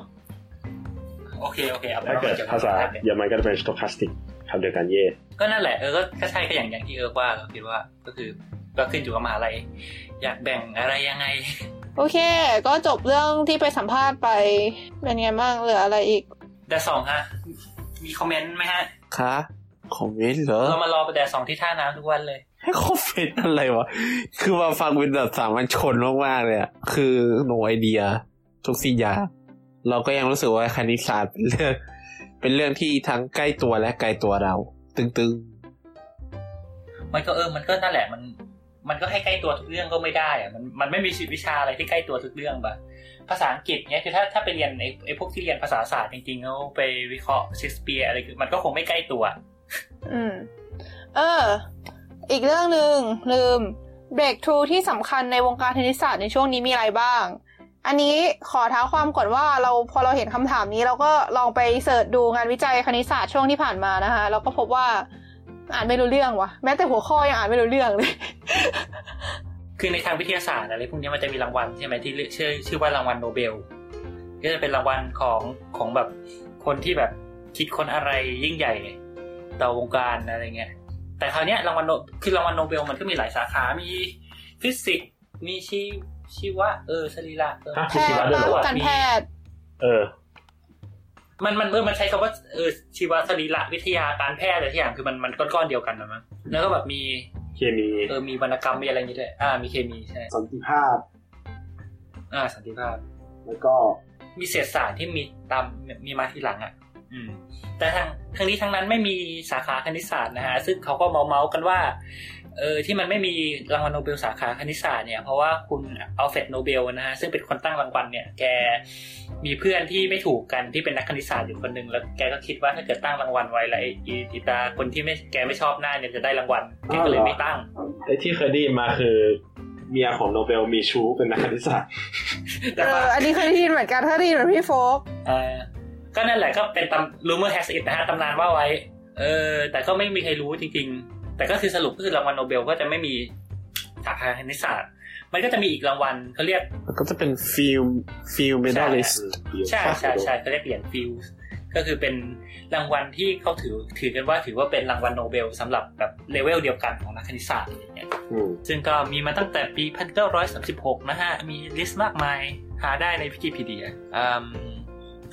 B: โอเคโอเคเอาไปน
C: ถ้า
B: ว่
C: เกิด
B: มันยวบ
C: ภาษา
B: ไทยเป็น
C: เยอรมันก็จะเป็น stochastic คำเดียวกันเย่
B: ก็นั่นแหละเออก็ก็ใช่ก็อย่างอย่างที่เออว่าก็คิดว่าก็คือก็ขึ้นอยู่กับมหาลัยอยากแบ่งอะไรยังไง
A: โอเค ก็จบเรื่องที่ไปสัมภาษณ์ไป เป็นไงบ้างเหลืออะไรอีก
B: แดดสองฮะ มีคอมเมนต์ไหมฮะ
E: คะคอมเมนต์เหรอ
B: เรามารอแดดสองที่ท่าน้ำทุกวันเลย
E: ให้คอมเมนต์อะไรวะ คือมาฟังเป็นแบบสามัญชนมากๆเลยอะคือโนไอเดีย ทุกสิ่งอย่างเราก็ยังรู้สึกว่าคณิตศาสตร์เป็นเรื่อง เป็นเรื่องที่ทั้งใกล้ตัวและไกลตัวเรา ตึง
B: มันก็เออ มันก็นั่นแหละ มัน มันก็ให้ใกล้ตัวทุกเรื่องก็ไม่ได้อะมัน มันไม่มีวิชาอะไรที่ใกล้ตัวทุกเรื่องปะภาษาอังกฤษเนี้ย คือถ้า ถ้าไปเรียนไอ้ไอ้พวกที่เรียนภาษาศาสตร์จริงๆแล้วไปวิเคราะห์เชกสเปียร์อะไรคือมันก็คงไม่ใกล้ตัว
A: อืม เออ อีกเรื่องหนึ่งลืม เบรกทรูที่สำคัญในวงการเทนนิสศาสตร์ในช่วงนี้มีอะไรบ้าง อันนี้ขอเท้าความก่อนว่าเราพอเราเห็นคำถามนี้เราก็ลองไปเสิร์ชดูงานวิจัยคณิตศาสตร์ช่วงที่ผ่านมานะคะเราก็พบว่าอ่านไม่รู้เรื่องวะแม้แต่หัวข้อยังอ่านไม่รู้เรื่องเลย
B: คือในทางวิทยาศาสตร์อะไรพวกเนี้ยมันจะมีรางวัลใช่ไหมที่เรียกชื่อชื่อว่ารางวัลโนเบล ก็จะเป็นรางวัลของของแบบคนที่แบบคิดค้นอะไรยิ่งใหญ่ต่อวงการอะไรเงี้ย แต่คราวเนี้ยรางวัลโนคือรางวัลโนเบลมันก็มีหลายสาขา มีฟิสิกส์ มีชีชีวะ เออสรีระเออ
C: ฮะ
A: แพ
C: มีชี
A: ท
C: วะ
A: ย์
C: ด้
A: ปะ
C: วยเหรอวะ
A: การแพทย์
C: เออ
B: มันมันเออมันใช้คำว่าเออชีวสรีระวิทยาการแพทย์อะไรที่อย่างคือมันมันก้อนๆเดียวกันนะมั้งแล้วก็แบบมี
C: เคมี
B: เออมีวรรณกรรมมีอะไรอย่างงี้ด้วยอ่ามีเคมีใช่
F: สันติภาพ
B: อ่าสันติภาพ
F: แล้วก็
B: มีเศษศาสตร์ที่มีตามมีมาทีหลังอ่ะ อืม แต่ทางทั้งนี้ทั้งนั้นไม่มีสาขาคณิตศาสตร์นะฮะซึ่งเขาก็เมาเมาๆกันว่าเออที่มันไม่มีรางวัลโนเบลสาขาคณิตศาสตร์เนี่ยเพราะว่าคุณอัลเฟรดโนเบลนะฮะซึ่งเป็นคนตั้งรางวัลเนี่ย แกมีเพื่อนที่ไม่ถูกกันที่เป็นนักคณิตศาสตร์อยู่คนหนึ่งแล้วแกก็คิดว่าถ้าเกิดตั้งรางวัลไว้แล้วไอ้อีอีตาคนที่ไม่แกไม่ชอบหน้าเนี่ยจะได้รางวัลแกก็เลยไม่ตั้ง
C: ไอ้ที่เคยได้ยินมาคือ
F: เมียของโนเบลมีชู้เป็นนักคณิตศาสตร์
A: เอ
B: แต่ว่า
A: อ อันนี้เคยได้ยินเหมือนกันถ้าได้ยินเหมือนพี่โฟก
B: เออก็นั่นแหละก็เป็นตำ rumor has it นะฮะตำนานว่าไว้ เออ แต่ก็ไม่มีใครรู้จริง ๆ แต่ก็คือสรุปก็คือรางวัลโนเบลก็จะไม่มีสาขาคณิตศาสตร์ มันก็จะมีอีกรางวัลเขาเรียก
E: ๆแล้วก็จะเป็นฟิลฟิลเมดัลิส
B: ใช่ใช่ใช่เขาเรียกเหรียญฟิลส์ก็คือเป็นรางวัลที่เขาถือถือกันว่าถือว่าเป็นรางวัลโนเบลสำหรับแบบเลเวลเดียวกันของนักคณิตศาสตร์อะไรอย่างเงี้ย
C: อืม
B: ซึ่งก็มีมาตั้งแต่ปี 1936 นะฮะ มีลิสต์มากมายหาได้ในวิกิพีเดียอืม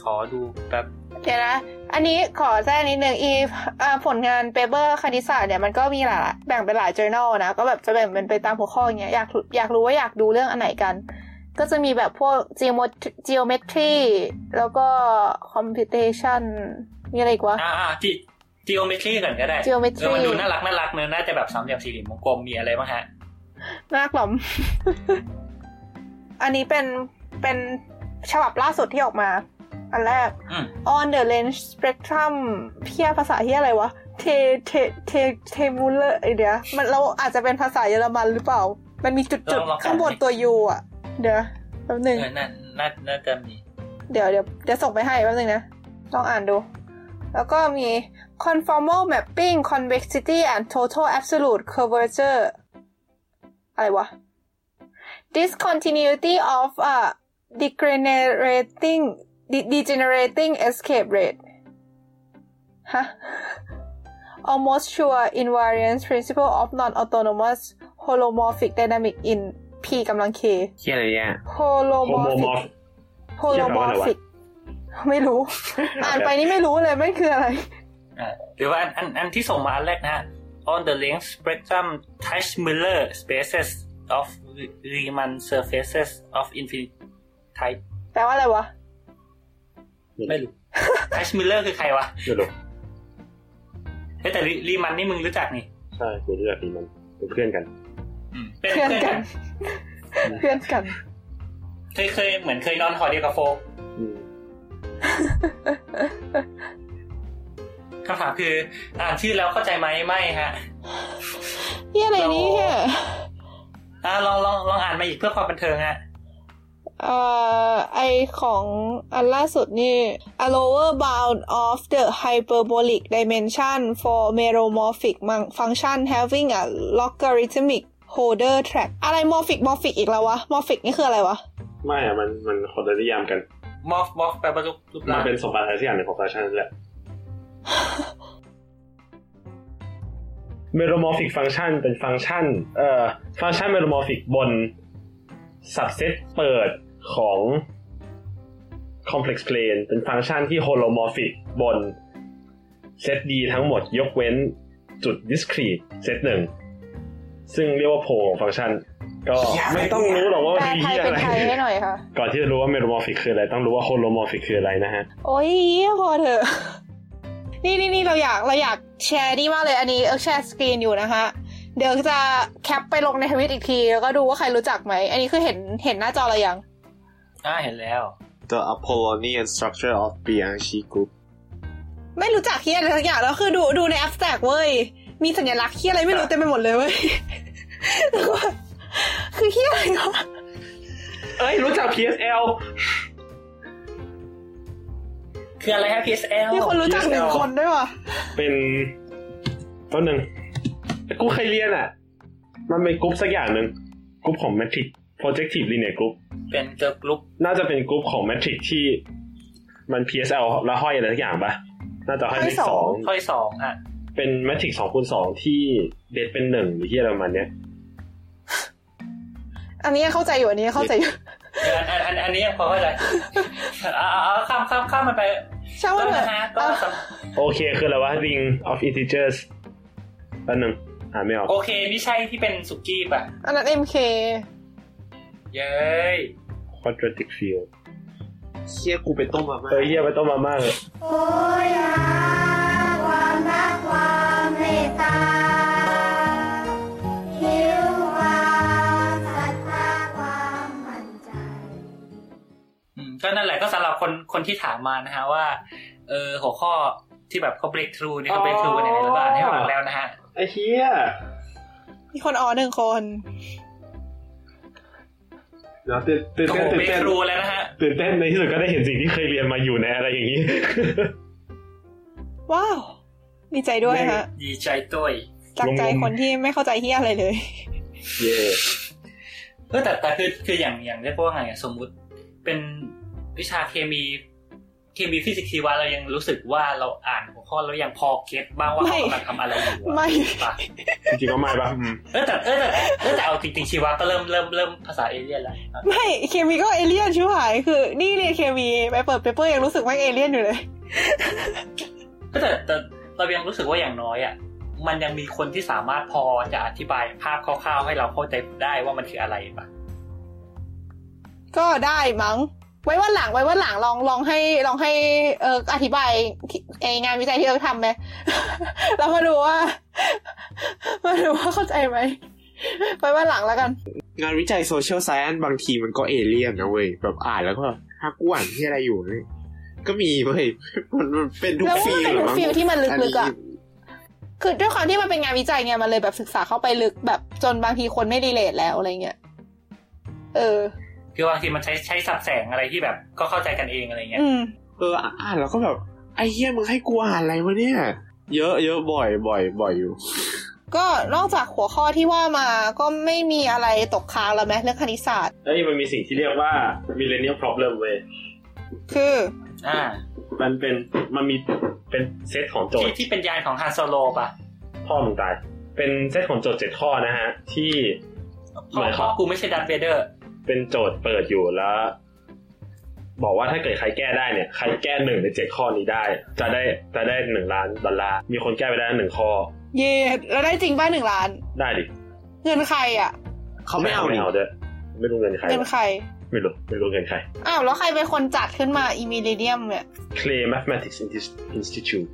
B: ขอดูแบบ
A: เดี๋ยวนะ อันนี้ขอแทรกนิดนึงอีเอ่อผลงานเปเปอร์คณิตศาสตร์เนี่ยมันก็มีหลายแบ่งเป็นหลาย journal นะ ก็แบบจะแบ่งเป็นไปตามหัวข้ออย่างเงี้ยอยากรู้อยากรู้ว่าอยากดูเรื่องอันไหนกัน ก็จะมีแบบพวก geometry geometry แล้วก็ computation มีอะไรอีกวะ
B: อ่าอ่าจีจีโอเมตรีก่อนก็ได้
A: geometry
B: เออมันดูน่ารักน่ารักเนอะน่าจะแบบสามเหลี่ยมสี่เหลี่ยมวงกลมมีอะไรบ้างฮะ
A: น่ากล่อม อันนี้เป็นเป็นฉบับล่าสุดที่ออกมา อันแรก
B: อืม
A: on the range spectrum เพี้ยภาษาเพี้ยอะไรวะ เท เท เท เทมูเลอร์ไอเดียวมันเราอาจจะเป็นภาษาเยอรมันหรือเปล่า มันมีจุด
B: ล
A: จุ
B: อ
A: ด
B: งลองอ่าน
A: ข้างบนตัว U อ่ะ เดี๋ยวแป๊บห
B: เอ
A: นึ่ง
B: อน่าน่าน่าจะมี
A: เดี๋ยวเดี๋ยวเดี๋ยวส่งไปให้แป๊บนึงนะต้องอ่านดู แล้วก็มี conformal mapping convexity and total absolute curvature อะไรวะ discontinuity of a degenerating de- degenerating escape rate ฮะ almost sure invariance principle of non-autonomous holomorphic dynamic in p กำลัง k
E: เฮียอะไรเนี่ย
A: holomorphic
C: homomorph
A: holomorphic ไม่รู้ อ่านไปนี่ไม่รู้เลยไม่คืออะไร
B: อ่าหรือว่าอันอันอันที่ส่งมาอันแรกนะฮะ on the length spectrum Teich-Miller spaces of Riemann surfaces of infinite type
A: แปลว่าอะไรวะ
B: ไม่รู้ Teich-Miller คือใครวะ
C: ไม่รู้
B: เฮ้ยแต่รีมันนี่มึงรู้จักนี่
C: ใช่กูรู้จักดีมันเป็นเพื่อนกัน
B: อืมเป็น
A: เพื่อนกั
B: เพื่อนกัน น
A: เพื่อนกัน
B: เคยเคยเหมือนเคยนอนหอเดียวกับโฟก
C: อืม
B: คำถามคือ อ่านชื่อแล้วเข้าใจไหมไม่ฮะ
A: นี่อะไรเนี่ย
B: อ่าลองลองลองอ่านมาอีกเพื่อความบันเทิงฮะ
A: เอ่อไอของอันล่าสุดนี่ a lower bound of the hyperbolic dimension for meromorphic mon- function having a logarithmic holder track อะไร morphic morphic อีกแล้ววะ morphic นี่คืออะไรวะ
F: ไม่อะมันมันคนละนิยามกัน
B: มอฟมอฟแปลว่ารูปรูป
F: มั
B: ร่าน ง
F: เป็นสมบัติอะไรสักอย่างในของราชันนแหละ
C: เมโลมอร์ฟิกฟังชันเป็นฟังก์ชันเอ่อฟังก์ชันเมโลมอร์ฟิกบนสับเซตเปิดของ complex plane เป็นฟังก์ชันที่โฮโลมอร์ฟิกบนเซตดีทั้งหมดยกเว้นจุด discrete เซตหนึ่งซึ่งเรียกว่าโพของฟังก์ชัน ก็ไม่ต้องรู้หรอกว่า
A: แป
C: มั
A: ล
C: นคือ
A: ไทยเป็นไทย
C: เหี้ยอะไร
A: ให้หน่อยค่ะ
C: ก่อนที่จะรู้ว่าเมโลมอร์ฟิกคืออะไร ต้องรู้ว่าโฮโลมอร์ฟิกคืออะไรนะฮะ
A: โอ้ยเหี้ยพอเถอะ นี่นี่นี่เราอยากเราอยากแชร์นี่มากเลยอันนี้เออแชร์สกรีนอยู่นะคะ เดี๋ยวจะแคปไปลงในทวิตอีกที แล้วก็ดูว่าใครรู้จักไหม อันนี้คือเห็นเห็นหน้าจอเรายัง
B: อ่าเห็นแล้ว
E: The Apollonian Structure of Bianchi Group
A: ไม่รู้จักเฮียอะไรสักอย่างแล้วคือดูดูในแอปแตกเว้ย มีสัญลักษณ์เฮียอะไรไม่รู้เต็มไปหมดเลยเว้ย แล้วก็คือเฮียอะไรวะ
C: เอ้ย รู้จัก PSL
B: คืออะไรฮะ PSL
A: มีคนรู้จักหนึ่งคนด้วยวะ
C: เป็นต้นหนึ่งกูเคยเรียนอ่ะ มันเป็นกรุ๊ปสักอย่างหนึ่งกรุ๊ปของ Matrix Projective Linear Group
B: เป็นเกิร์ลกรุ๊ป
C: น่าจะเป็นกรุ๊ปของ Matrix ที่มัน PSL แล้วห้อยอะไรสักอย่างปะน่าจะห้อยเลขสอง
B: ข้อที่สองฮะ
C: เป็น Matrix สองคูณสองที่เดทเป็นหนึ่งหรือที่อะไรประมาณเนี้ย
A: อันนี้ยังเข้าใจอยู่อันนี้ยังเข้าใจอยู่
B: เดี๋ยวอันอันอันอันนี้ยังพอเข้าใจเอาเอาเอาข้ามข้ามข้ามมันไป
A: ช่าง
B: ก็
A: มันเถ
B: นะ
A: อะ
B: ฮะก็
A: เอา
B: สำ
C: โอเค คืออะไรวะ Ring of Integers ต้นหนึ่งหาไม่ออก
B: โอเค นี่ใช่ที่เป็นสุกี้ป่ะ
A: อันนั้น MK
B: เย้ย
C: Quadratic Field
E: เฮียกูไปต้มมาม่า
C: เฮ้ยเฮียไปต้มมาม่าเลย
B: อืมก็นั่นแหละก็สำหรับคนคนที่ถามมานะฮะว่า เออหัวข้อที่แบบเขา break through เนี่ยเขา break through กันยังไงแล้วก็อ่านให้ฟังแล้วนะฮะ
F: ไอ้เฮีย
A: มีคนอ๋อหนึ่งคน
F: เดี๋ยวตื่นตื่น
B: โอ้
F: เต้นตื่น
B: โห break
F: เต้น
B: through แล้วนะฮะ
C: ตื่นเต้นในที่สุดก็ได้เห็นสิ่งที่เคยเรียนมาอยู่ในอะไรอย่างนี้
A: ว้าวดีใจด้วยฮะ
B: ดีใจต้วย
A: จากใจคนที่ไม่เข้าใจเฮียอะไรเลย
C: เย่
B: เออแต่แต่คือคืออย่างอย่างเรียกว่าไงอะสมมุติเป็นวิชาเคมี เคมีฟิสิกส์ชีวะเรายังรู้สึกว่าเราอ่านหัวข้อแล้วยังพอเก็ตบ้างว่า
A: ไม่
B: เขากำลังทำอะไรอยู่อะ
A: ไม่
B: ป่ะ
C: จริงๆก็ไม่ปะอืม
B: เออแต่เออแต่เออแต่เอาจริงๆชีวะก็เริ่มเริ่มเริ่มภาษาเอเลี่ยนแล้ว
A: ไม่เคมีก็เอเลี่ยนชิวหาย คือนี่เรียนเคมีไปเปิดเปเปอร์ยังรู้สึกว่าเอเลี่ยนอยู่เลย
B: ก็แต่แต่เรายังรู้สึกว่าอย่างน้อยอ่ะมันยังมีคนที่สามารถพอจะอธิบายภาพคร่าวๆให้เราเข้าใจได้ว่ามันคืออะไรป่ะ
A: ก็ได้มั้ง ไว้วันหลังไว้วันหลังลองลองให้ลองให้เอออธิบายไองานวิจัยที่เออทำไหม แล้วมาดูว่า มาดูว่าเข้าใจไหมไว้วันหลังแล้วกัน
E: งานวิจัยโซเชียลไซ n c e บางทีมันก็เอเลี่ยนนะเว้ย แบบอ่านแล้วก็ฮากูอ่านที่อะไรอยู่เนี่ยก็มีเว้ย มันมันเป็นทุก
A: แล้วว่า
E: ฟิล
A: มันเป็นทุก
E: หรอมั้ง
A: ฟิลที่มันลึกๆอ่ะ
E: นนี้
A: คือด้วยความที่มันเป็นงานวิจัยไงมันเลยแบบศึกษาเข้าไปลึกแบบจนบางทีคนไม่รีเลทแล้วอะไรเงี้ย เออ
B: คือบางทีมันใช้ใช้สับแสงอะไรที่แบบก็เข้าใจกันเองอะไรเงี้ย
A: อืม
E: เอออ่านแล้วก็แบบ ไอ้เฮียมึงให้กูอ่านอะไรวะเนี่ย เยอะเยอะบ่อยบ่อยบ่อยอยู่
A: ก็นอกจากหัวข้อที่ว่ามาก็ไม่มีอะไรตกค้างแล้วไหมเรื่องคณิตศาสตร์
C: เอ้ยมันมีสิ่งที่เรียกว่า millennial problem เว้ย
A: คือ
B: อ่า
F: มันเป็น
C: มันมีเป็นเซตของโจท
B: ที่
C: ย์
B: ที่เป็นยานของฮานโซโลป่ะ
C: พ่อมึงตาย เป็นเซตของโจทย์เจ็ดข้อนะฮะ ที่
B: เพราะเพราะกูไม่ใช่ดัตเวเดอร์
C: เป็นโจทย์เปิดอยู่แล้ว บอกว่าถ้าเกิดใครแก้ได้เนี่ย ใครแก้หนึ่งในเจ็ดข้อนี้ได้ จะได้จะได้หนึ่งล้านดอลลาร์มีคนแก้ไปได้หนึ่งข้อ
A: เย่แล้วได้จริงป้าหนึ่งล้าน
C: ได้ดิ
A: เงินใครอ่ะ
E: เขาไม่เอา
C: ไม่
E: ดิ
C: เอาด้วยไม่รู้เงินใคร
A: เงินใคร
C: ไม่รู้ไม่รู้เงินใคร
A: อ้าวแล้วใครเป็นคนจัดขึ้นมาอีมิเลียมเนี่ย
C: Clay Mathematics Insti- Institute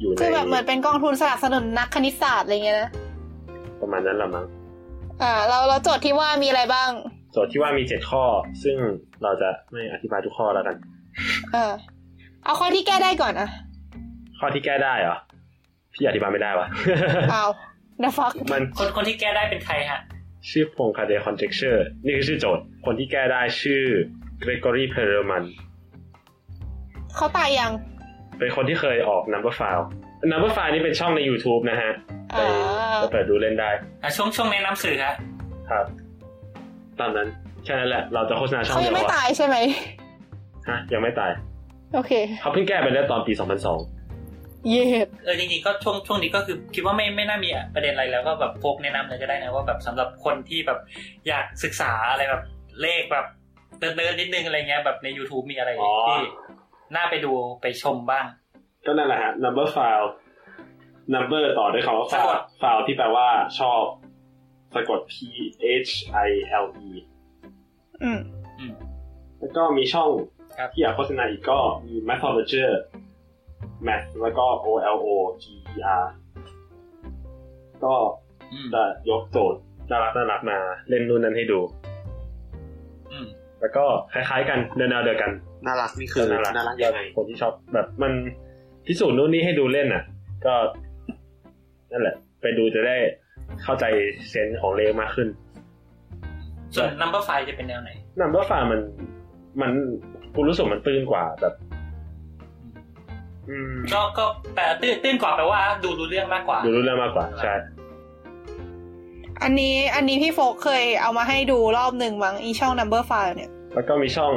C: อยู่ใน
A: คือแบบเหมือนเป็นกองทุนสนับสนุนนักคณิตศาสตร์อะไรเงี้ยนะ
C: ประมาณนั้นละมั้ง
A: อ่าเราเราโจทย์ที่ว่ามีอะไรบ้าง
C: โจทย์ที่ว่ามีเจ็ดข้อ ซึ่งเราจะไม่อธิบายทุกข้อแล้วกัน
A: เออเอาข้อที่แก้ได้ก่อนอ่ะ
C: ข้อที่แก้ได้เหรอ พี่อธิบายไม่ได้วะ
A: เอาเดฟัก
C: มัน
B: คนคนที่แก้ได้เป็นใครฮะ
C: ชื่อพงคาเดคอนเจคเชอร์นี่คือชื่อโจทย์ คนที่แก้ได้ชื่อเกรกอรีเพเรมัน
A: เขาตายยัง
C: เป็นคนที่เคยออก Number File Number File นี่เป็นช่องใน YouTube นะฮะไป
A: อ่า
C: ไปเปิดดูเล่นได้
B: อ่ะช่วงช่วงแนะนำสื่อฮะ
C: ครับ ตอนนั้นแค่นั้นแหละ เราจะโฆษณาช่อง
A: เขา
C: เดี
A: ยั
C: ย
A: ง
C: ว
A: ไม่
C: อะ
A: ตายใช่ไหม
C: ฮะยังไม่ตาย
A: โอเค
C: เขาเพิ่งแก้ไปได้ตอนปี 2002
A: เย่
B: เออจริงๆก็ช่วงช่วงนี้ก็คือคิดว่าไม่ไม่น่ามีประเด็นอะไรแล้วก็แบบโฟกแนะนำเลยก็ได้นะว่าแบบสำหรับคนที่แบบอยากศึกษาอะไรแบบเลขแบบเดินเดินๆนิดนึงอะไรเงี้ยแบบใน YouTube มีอะไร
F: อ๋อ
B: ที่น่าไปดูไปชมบ้าง
F: ก็นั่นแหละฮะ number file number ต่อด้วยคำว่า
B: สะก
F: file
B: ด
F: file ที่แปลว่าชอบ สะกด p h i l e
A: อืม
F: แล้วก็มีช่อง
B: ครับ
F: ที่อยากโฆษณาอีกก็มี mathologer math แล้วก็ o l o g e r ก็
B: อืม
F: จะยกโจทย์
C: น่ารักน่ารักมาเล่นนู่นนั้นให้ดู
B: อืม
C: แล้วก็คล้ายๆกันเดินแนวเดียวกัน
E: น่ารักนี่คือ
C: น่ารัก
E: น่ารักยังไง
C: คนที่ชอบแบบมันพิสูจน์นู่นนี่ให้ดูเล่นน่ะ ก็นั่นแหละ ไปดูจะได้เข้าใจเซนส์ของเลขมากขึ้น
B: ส่วน number five จะเป็นแนวไหน
C: นัมเบอร์ฟามันมันกูรู้สึกมันตื้นกว่าแบบ อืม
B: ก็ก็แต่ตื้นตื้นกว่าแปลว่าดูรู้เรื่องมากกว่า
C: ดูรู้เรื่องมากกว่า ใช่
A: อันนี้อันนี้พี่โฟกเคยเอามาให้ดูรอบหนึ่งมั้งอีช่อง number five เนี่ย
C: แล้วก็มีช่อง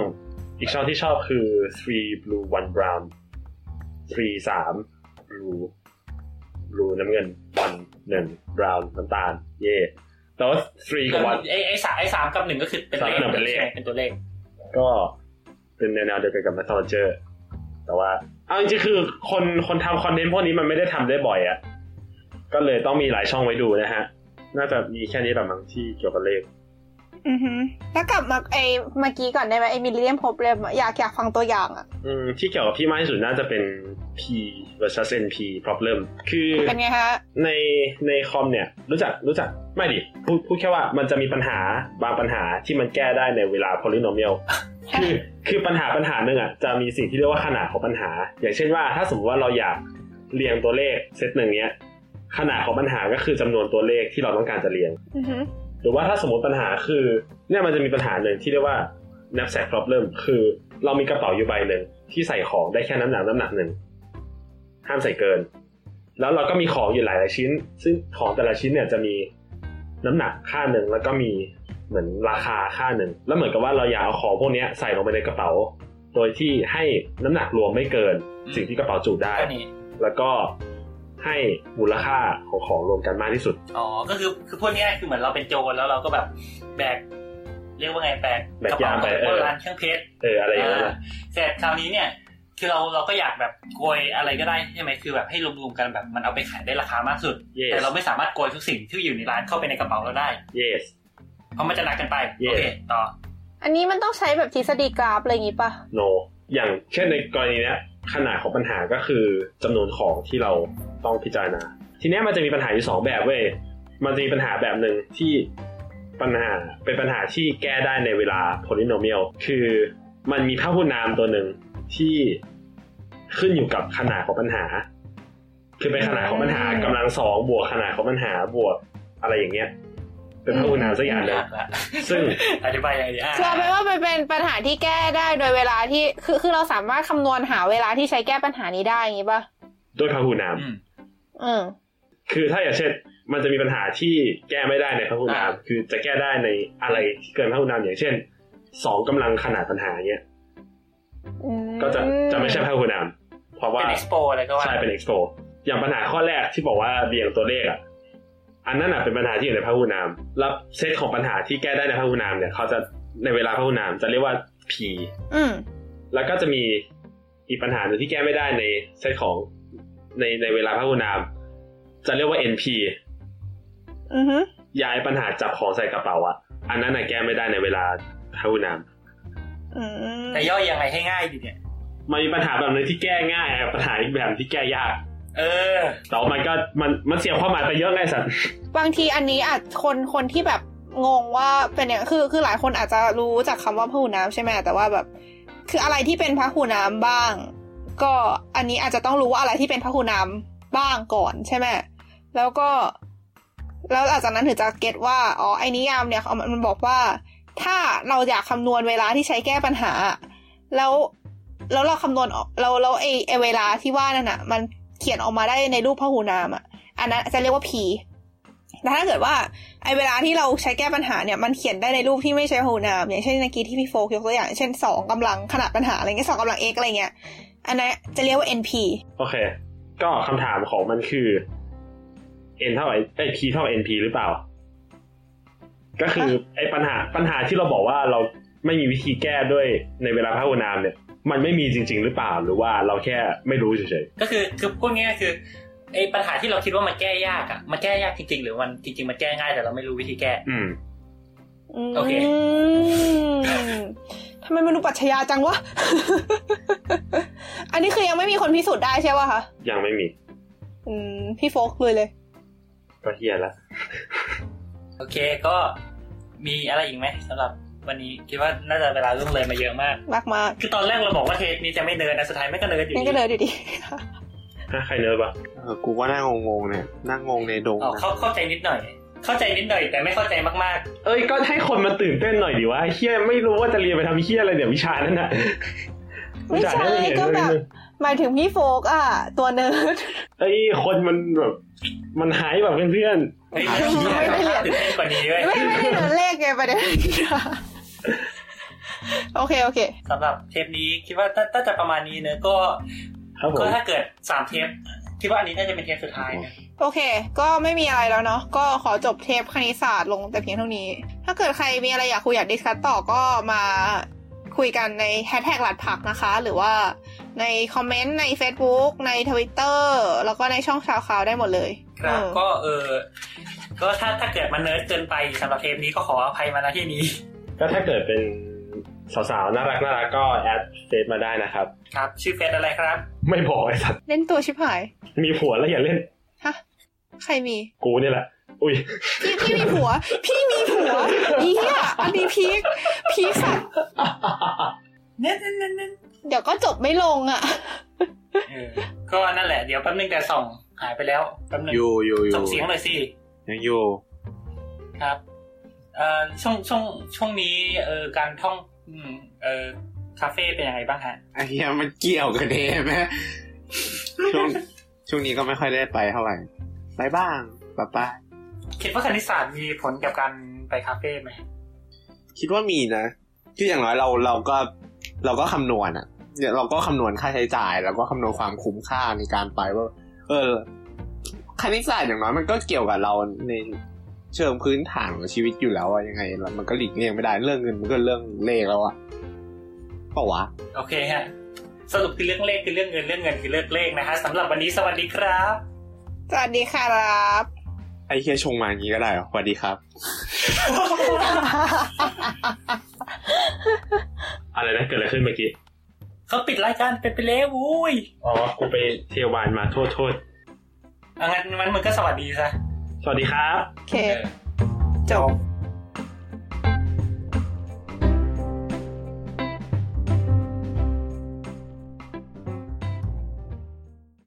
C: อีกช่องที่ชอบคือ three blue one brown three สาม blue blue น้ำเงิน one หนึ่ง brown น้ำตาล เย่แต่ว่า three กับ one
B: ไอ้ไอ้สามไอ้สามกับหนึ่งก็คือเป็นเลข
C: สามกับหนึ่งเป็นเลข
B: ใช่ไหมเป็นตัวเลข
C: ก็เป็นแนวๆเดียวกันกับ m ม t h o l o g e r แต่ว่าเอาจริงๆคือคนคนทำคอนเทนต์พวกนี้มันไม่ได้ทำได้บ่อยอะ่ะ ก็เลยต้องมีหลายช่องไว้ดูนะฮะ น่าจะมีแค่นี้แบบมั้งที่เกี่ยวกับเลข
A: อือฮึแล้วกลับมาไอเมื่อกี้ก่อนได้ไหมไอมิเลียมโพเบมอยากอยากฟังตัวอย่างอ่ะ
C: อืมที่เกี่ยวกับพี่มากที่สุดน่าจะเป็น P versus NP problem คือ
A: เป็นไงฮะ
C: ในในคอมเนี่ย รู้จักรู้จักไม่ดิพูดพูดแค่ว่ามันจะมีปัญหาบางปัญหาที่มันแก้ได้ในเวลา polynomial คือคือปัญหาปัญหาหนึ่งอ่ะจะมีสิ่งที่เรียกว่าขนาดของปัญหา อย่างเช่นว่าถ้าสมมติว่าเราอยากเรียงตัวเลขเซตหนึ่งเนี้ยขนาดของปัญหาก็คือจำนวนตัวเลขที่เราต้องการจะเรียง
A: อือฮึ
C: หรือว่าถ้าสมมติปัญหาคือเนี่ยมันจะมีปัญหาหนึ่งที่เรียกว่า knapsack problem คือเรามีกระเป๋าอยู่ใบหนึ่งที่ใส่ของได้แค่น้ำหนักน้ำหนักหนึ่งห้ามใส่เกิน แล้วเราก็มีของอยู่หลายๆชิ้น ซึ่งของแต่ละชิ้นเนี่ยจะมีน้ำหนักค่าหนึ่งแล้วก็มีเหมือนราคาค่าหนึ่งแล้วเหมือนกับว่าเราอยากเอาของพวกเนี้ยใส่ลงไปในกระเป๋า โดยที่ให้น้ำหนักรวมไม่เกิน
B: อืม
C: สิ่งที่กระเป๋าจุได้
B: ก็นี่
C: แล้วก็ให้มูลค่าของของรวมกันมากที่สุด
B: อ๋อก็คือคือพูดง่ายๆคือเหมือนเราเป็นโจรแล้วเราก็แบบแบกเรียกว่าไงแบก
C: แบก
B: กระเป๋าย
C: าไป
B: ไป
C: เออ
B: บนร้านเครื่องเพชร
C: เอออะไรอย่างเงี้ย
B: อ่า
C: นะ
B: เสร็จคราวนี้เนี่ย คือเราเราก็อยากแบบโกยอะไรก็ได้ใช่ไหมคือแบบให้รวมๆกันแบบมันเอาไปขายได้ราคามากสุด
C: เย
B: แต่
C: ส
B: เราไม่สามารถโกยทุกสิ่งที่อยู่ในร้านเข้าไปในกระเป๋าเราได้
C: เยส
B: เพราะมันจะหนักกันไป
C: Yes
B: โอเคต่อ
A: อันนี้มันต้องใช้แบบทฤษฎีกราฟอะไรอย่างงี้ปะ
C: โน อย่างเช่นในกรณีเนี้ยขนาดของปัญหาก็คือจำนวนของที่เราต้องพิจารณา ทีเนี้ยมันจะมีปัญหาอยู่สองแบบเว้ย มันจะมีปัญหาแบบหนึ่งที่ปัญหาเป็นปัญหาที่แก้ได้ในเวลา polynomial คือมันมีพหุนามตัวหนึ่งที่ขึ้นอยู่กับขนาดของปัญหา คือเป็นขนาดของปัญหากำลังสองบวกขนาดของปัญหาบวกอะไรอย่างเงี้ย เป็นพหุนามสักอย่างหนึ่ง
B: ยากละ
C: ซึ่ง
B: อธิบายยังไงดีอ่ะ
A: คือเอาเป็นว่ามันเป็นปัญหาที่แก้ได้โดยเวลาที่คือคือเราสามารถคำนวณหาเวลาที่ใช้แก้ปัญหานี้ได้อย่างงี้ปะ
C: ด้วยพหุนาม
B: อืม
A: อืม
C: คือถ้าอย่างเช่นมันจะมีปัญหาที่แก้ไม่ได้ในพหุนาม
B: อ่า
C: คือจะแก้ได้ในอะไรที่เกินพหุนามอย่างเช่นสองกำลังขนาดปัญหาเนี้ย
A: อืม
C: ก็จะจะไม่ใช่พาหุนามเพราะว่า
B: เป็น expo อะไรก็ว่า
C: ใช่เป็นเอ็กโปอย่างปัญหาข้อแรกที่บอกว่าเบี่ยงตัวเลขอ่ะ อันนั้นอ่ะเป็นปัญหาที่อยู่ในพหุนาม แล้วเซตของปัญหาที่แก้ได้ในพหุนามเนี่ยเขาจะในเวลาพหุนามจะเรียกว่า P
G: อืม
C: แล้วก็จะมีอีกปัญหาหนึ่งที่แก้ไม่ได้ในเซตของในในเวลาพหุนาม จะเรียกว่า NP
A: อือฮึ
C: ย้ายปัญหาจับของใส่กระเป๋าอ่ะ อันนั้นน่ะแก้ไม่ได้ในเวลาพหุนาม
A: อืม
B: แต่ย่อยยังไงให้ง่ายดีเนี่ย
C: มันมีปัญหาแบบหนึงที่แก้ง่ายอะปัญหาอีกแบบที่แก้ยาก
B: เออ
C: แต่ว่ามันก็มันมันเสียความหมายไปเยอะไงสัตว์
A: บางทีอันนี้อาจคนคนที่แบบงงว่าเป็นอย่างคือคือหลายคนอาจจะรู้จากคำว่าพหูน้ำใช่ไหมแต่ว่าแบบ คืออะไรที่เป็นพหูน้ำบ้าง ก็อันนี้อาจจะต้องรู้ว่าอะไรที่เป็นพหูน้ำบ้างก่อนใช่ไหมแล้วก็ แล้วหลังจากนั้นถึงจะเก็ตว่าอ๋อไอ้นิยามเนี่ยเอามันมันบอกว่า ถ้าเราอยากคำนวณเวลาที่ใช้แก้ปัญหา แล้วแล้วเราคำนวณออกเราเราไอไอเวลาที่ว่านั่นอ่ะ มันเขียนออกมาได้ในรูปพหูนามอ่ะ อันนั้นจะเรียกว่า P แต่ถ้าเกิดว่าไอเวลาที่เราใช้แก้ปัญหาเนี่ยมันเขียนได้ในรูปที่ไม่ใช่พหูนาม อย่างเช่นเมื่อกี้ที่พี่โฟกยกตัวอย่างเช่นสองกำลังขนาดปัญหาอะไรเงี้ยสองกำลัง x อะไรเงี้ยอันนั้นจะเรียกว่า NP
C: โอเค ก็คำถามของมันคือ n เท่าไอ้ไอ้ p เท่า np หรือเปล่า ก็คือไอ้ปัญหาปัญหาที่เราบอกว่าเราไม่มีวิธีแก้ด้วยในเวลาพหุนามเนี่ย มันไม่มีจริง ๆ หรือเปล่า หรือว่าเราแค่ไม่รู้เฉย
B: ก็คือคือพูดง่ายๆคือไอ้ปัญหาที่เราคิดว่ามันแก้ยากอะมันแก้ยากจริงๆ หรือมันจริง ๆ มันแก้ง่ายแต่เราไม่รู้วิธีแก้
C: ๆอืม
B: โอเค
A: มทำไมมันดูปรัชญาจังวะ อันนี้คือยังไม่มีคนพิสูจน์ได้ใช่ป่ะคะ
C: ยังไม่มี
A: อืมพี่โฟกเลยเลย
C: ก็เฮียละ
B: โอเคก็มีอะไรอีกไหมสำหรับวันนี้คิดว่าน่าจะเวลาล่วงเลยมาเยอะมาก
A: มากมาก
B: คือตอนแรกเราบอกว่าเทปนี้จะไม่เนินนะสุดท้ายไม่ก็เนินอยู่
A: งั้น
B: ดี
A: ก็เลยอยู่ดี
C: ฮะใครเนิร์ดปะ
E: เออกูว่านั่งงงๆเนี่ยนั่งงงในดง
B: อ๋อ
E: นะ
B: เข้าเข้าใจนิดหน่อย เข้าใจนิดหน่อย แต่ไม่เข้าใจมาก
C: เอ้ยก็ให้คนมันตื่นเต้นหน่อยดิวะเฮียไม่รู้ว่าจะเรียนไปทำเฮียอะไรเนี่ยวิชานั้นนะ
A: ไม่ใช่
C: วิานั้นเรียน
A: ก็แบบ หมายถึงพี่โฟกอ่ะ ตัวเนิร์ด
C: เอ้ยคนมันแบบมันหายแบบเพื่อน
B: ๆเฮ้ยมันเหี้ย
A: ไม่ได้เรียน
B: ตื่นเต้นกว่านี้เลย
A: ไม่ไม่ได้เนิร์ดเลขไงประเด็น โอเค โอเค
B: สำหรับเทปนี้คิดว่าน่าน่าจะประมาณนี้เนอะก็
C: ๆครับผ
B: ก็
C: ม
B: ถ้าเกิดสามเทปคิดว่าอันนี้น่าจะเป็นเทปสุดท้ายนะ
A: โอเค ก็ไม่มีอะไรแล้วเนาะ ก็ขอจบเทปคณิตศาสตร์ลงแต่เพียงเท่านี้ ถ้าเกิดใครมีอะไรอยากคุยอยากดิสคัตต่อก็มาคุยกันในแฮชแท็กหลัดผักนะคะ หรือว่าในคอมเมนต์ใน Facebook ใน Twitter แล้วก็ในช่องชาวข่าวได้หมดเลย
B: ครับ
A: เออ
B: ก็เออก็ถ้าถ้าเกิดมันเนิร์ดเกินไปสำหรับเทปนี้ก็ขออภัยมาณที่นี้
C: ก็ถ้าเกิดเป็นสาวๆ น่ารักน่ารักก็แอดเฟซมาได้นะครับ
B: ครับ ชื่อเฟซอะไรครับ
C: ไม่บอกไอ้สัตว์
A: เล่นตัวชิบหาย
C: มีผัวแล้วอย่าเล่น
A: ฮะ ใครมี
C: กูนี่แหละ อุ้ย
A: พี่พี่มีผัว พี่มีผัวอีเหี้ยอันนี้พีคพีคสัตว์
B: เน้นเน้นเน้นเน้น
A: เดี๋ยวก็จบไม่ลงอ่ะ
B: เออก็นั่นแหละ เดี๋ยวแป๊บนึงแต่ส่องหายไปแล้วแป๊บนึง
E: อยู่อยู่อยู่
B: ส่งเสียงหน่อยสิ
E: ยังอยู่
B: ครับ เอ่อ ช่วงช่วงช่วงนี้ เอ่อ การท่องอืมเอ่อ คาเฟ่เป็นยังไงบ้างฮะ
E: ไอ้เหี้ยมันเกี่ยวกันเอง ไหมช่วงช่วงนี้ก็ไม่ค่อยได้ไปเท่าไหร่ ไปบ้างปะปะ
B: คิดว่าคณิตศาสตร์มีผลกับการไปคาเฟ่ไหม
E: คิดว่ามีนะคืออย่างน้อยเราเราก็เราก็คำนวณอะเดี๋ยวเราก็คำนวณค่าใช้จ่าย แล้วก็คำนวณความคุ้มค่าในการไปว่า เออคณิตศาสตร์อย่างน้อยมันก็เกี่ยวกับเราในเชิงพื้นฐานของชีวิตอยู่แล้วอะยังไงแล้วมันก็หลีกเลี่ยงไม่ได้เรื่องเงินมันก็เรื่องเลขแล้วอะเปะวะ
B: โอเคฮะ สรุปคือเรื่องเลขคือเรื่องเงินเรื่องเงินคือเรื่องเลขนะฮะสำหรับวันนี้สวัสดีครับ
A: สวัสดีครับ
E: ไอ้เฮียชงมาอย่างนี้ก็ได้เหรอสวัสดีครับ
C: อะไรนะ เกิดอะไรขึ้นเมื่อกี้
B: เขาปิดรายการเป็นไปแล้วอุ้ย
C: อ๋อ กูไปเที่ยววานมาโทษโทษ
B: อ่ะงั้นมันมึงก็สวัสดีซะ
C: สวัสดีครับ
A: โอเค
B: เออ
A: จบ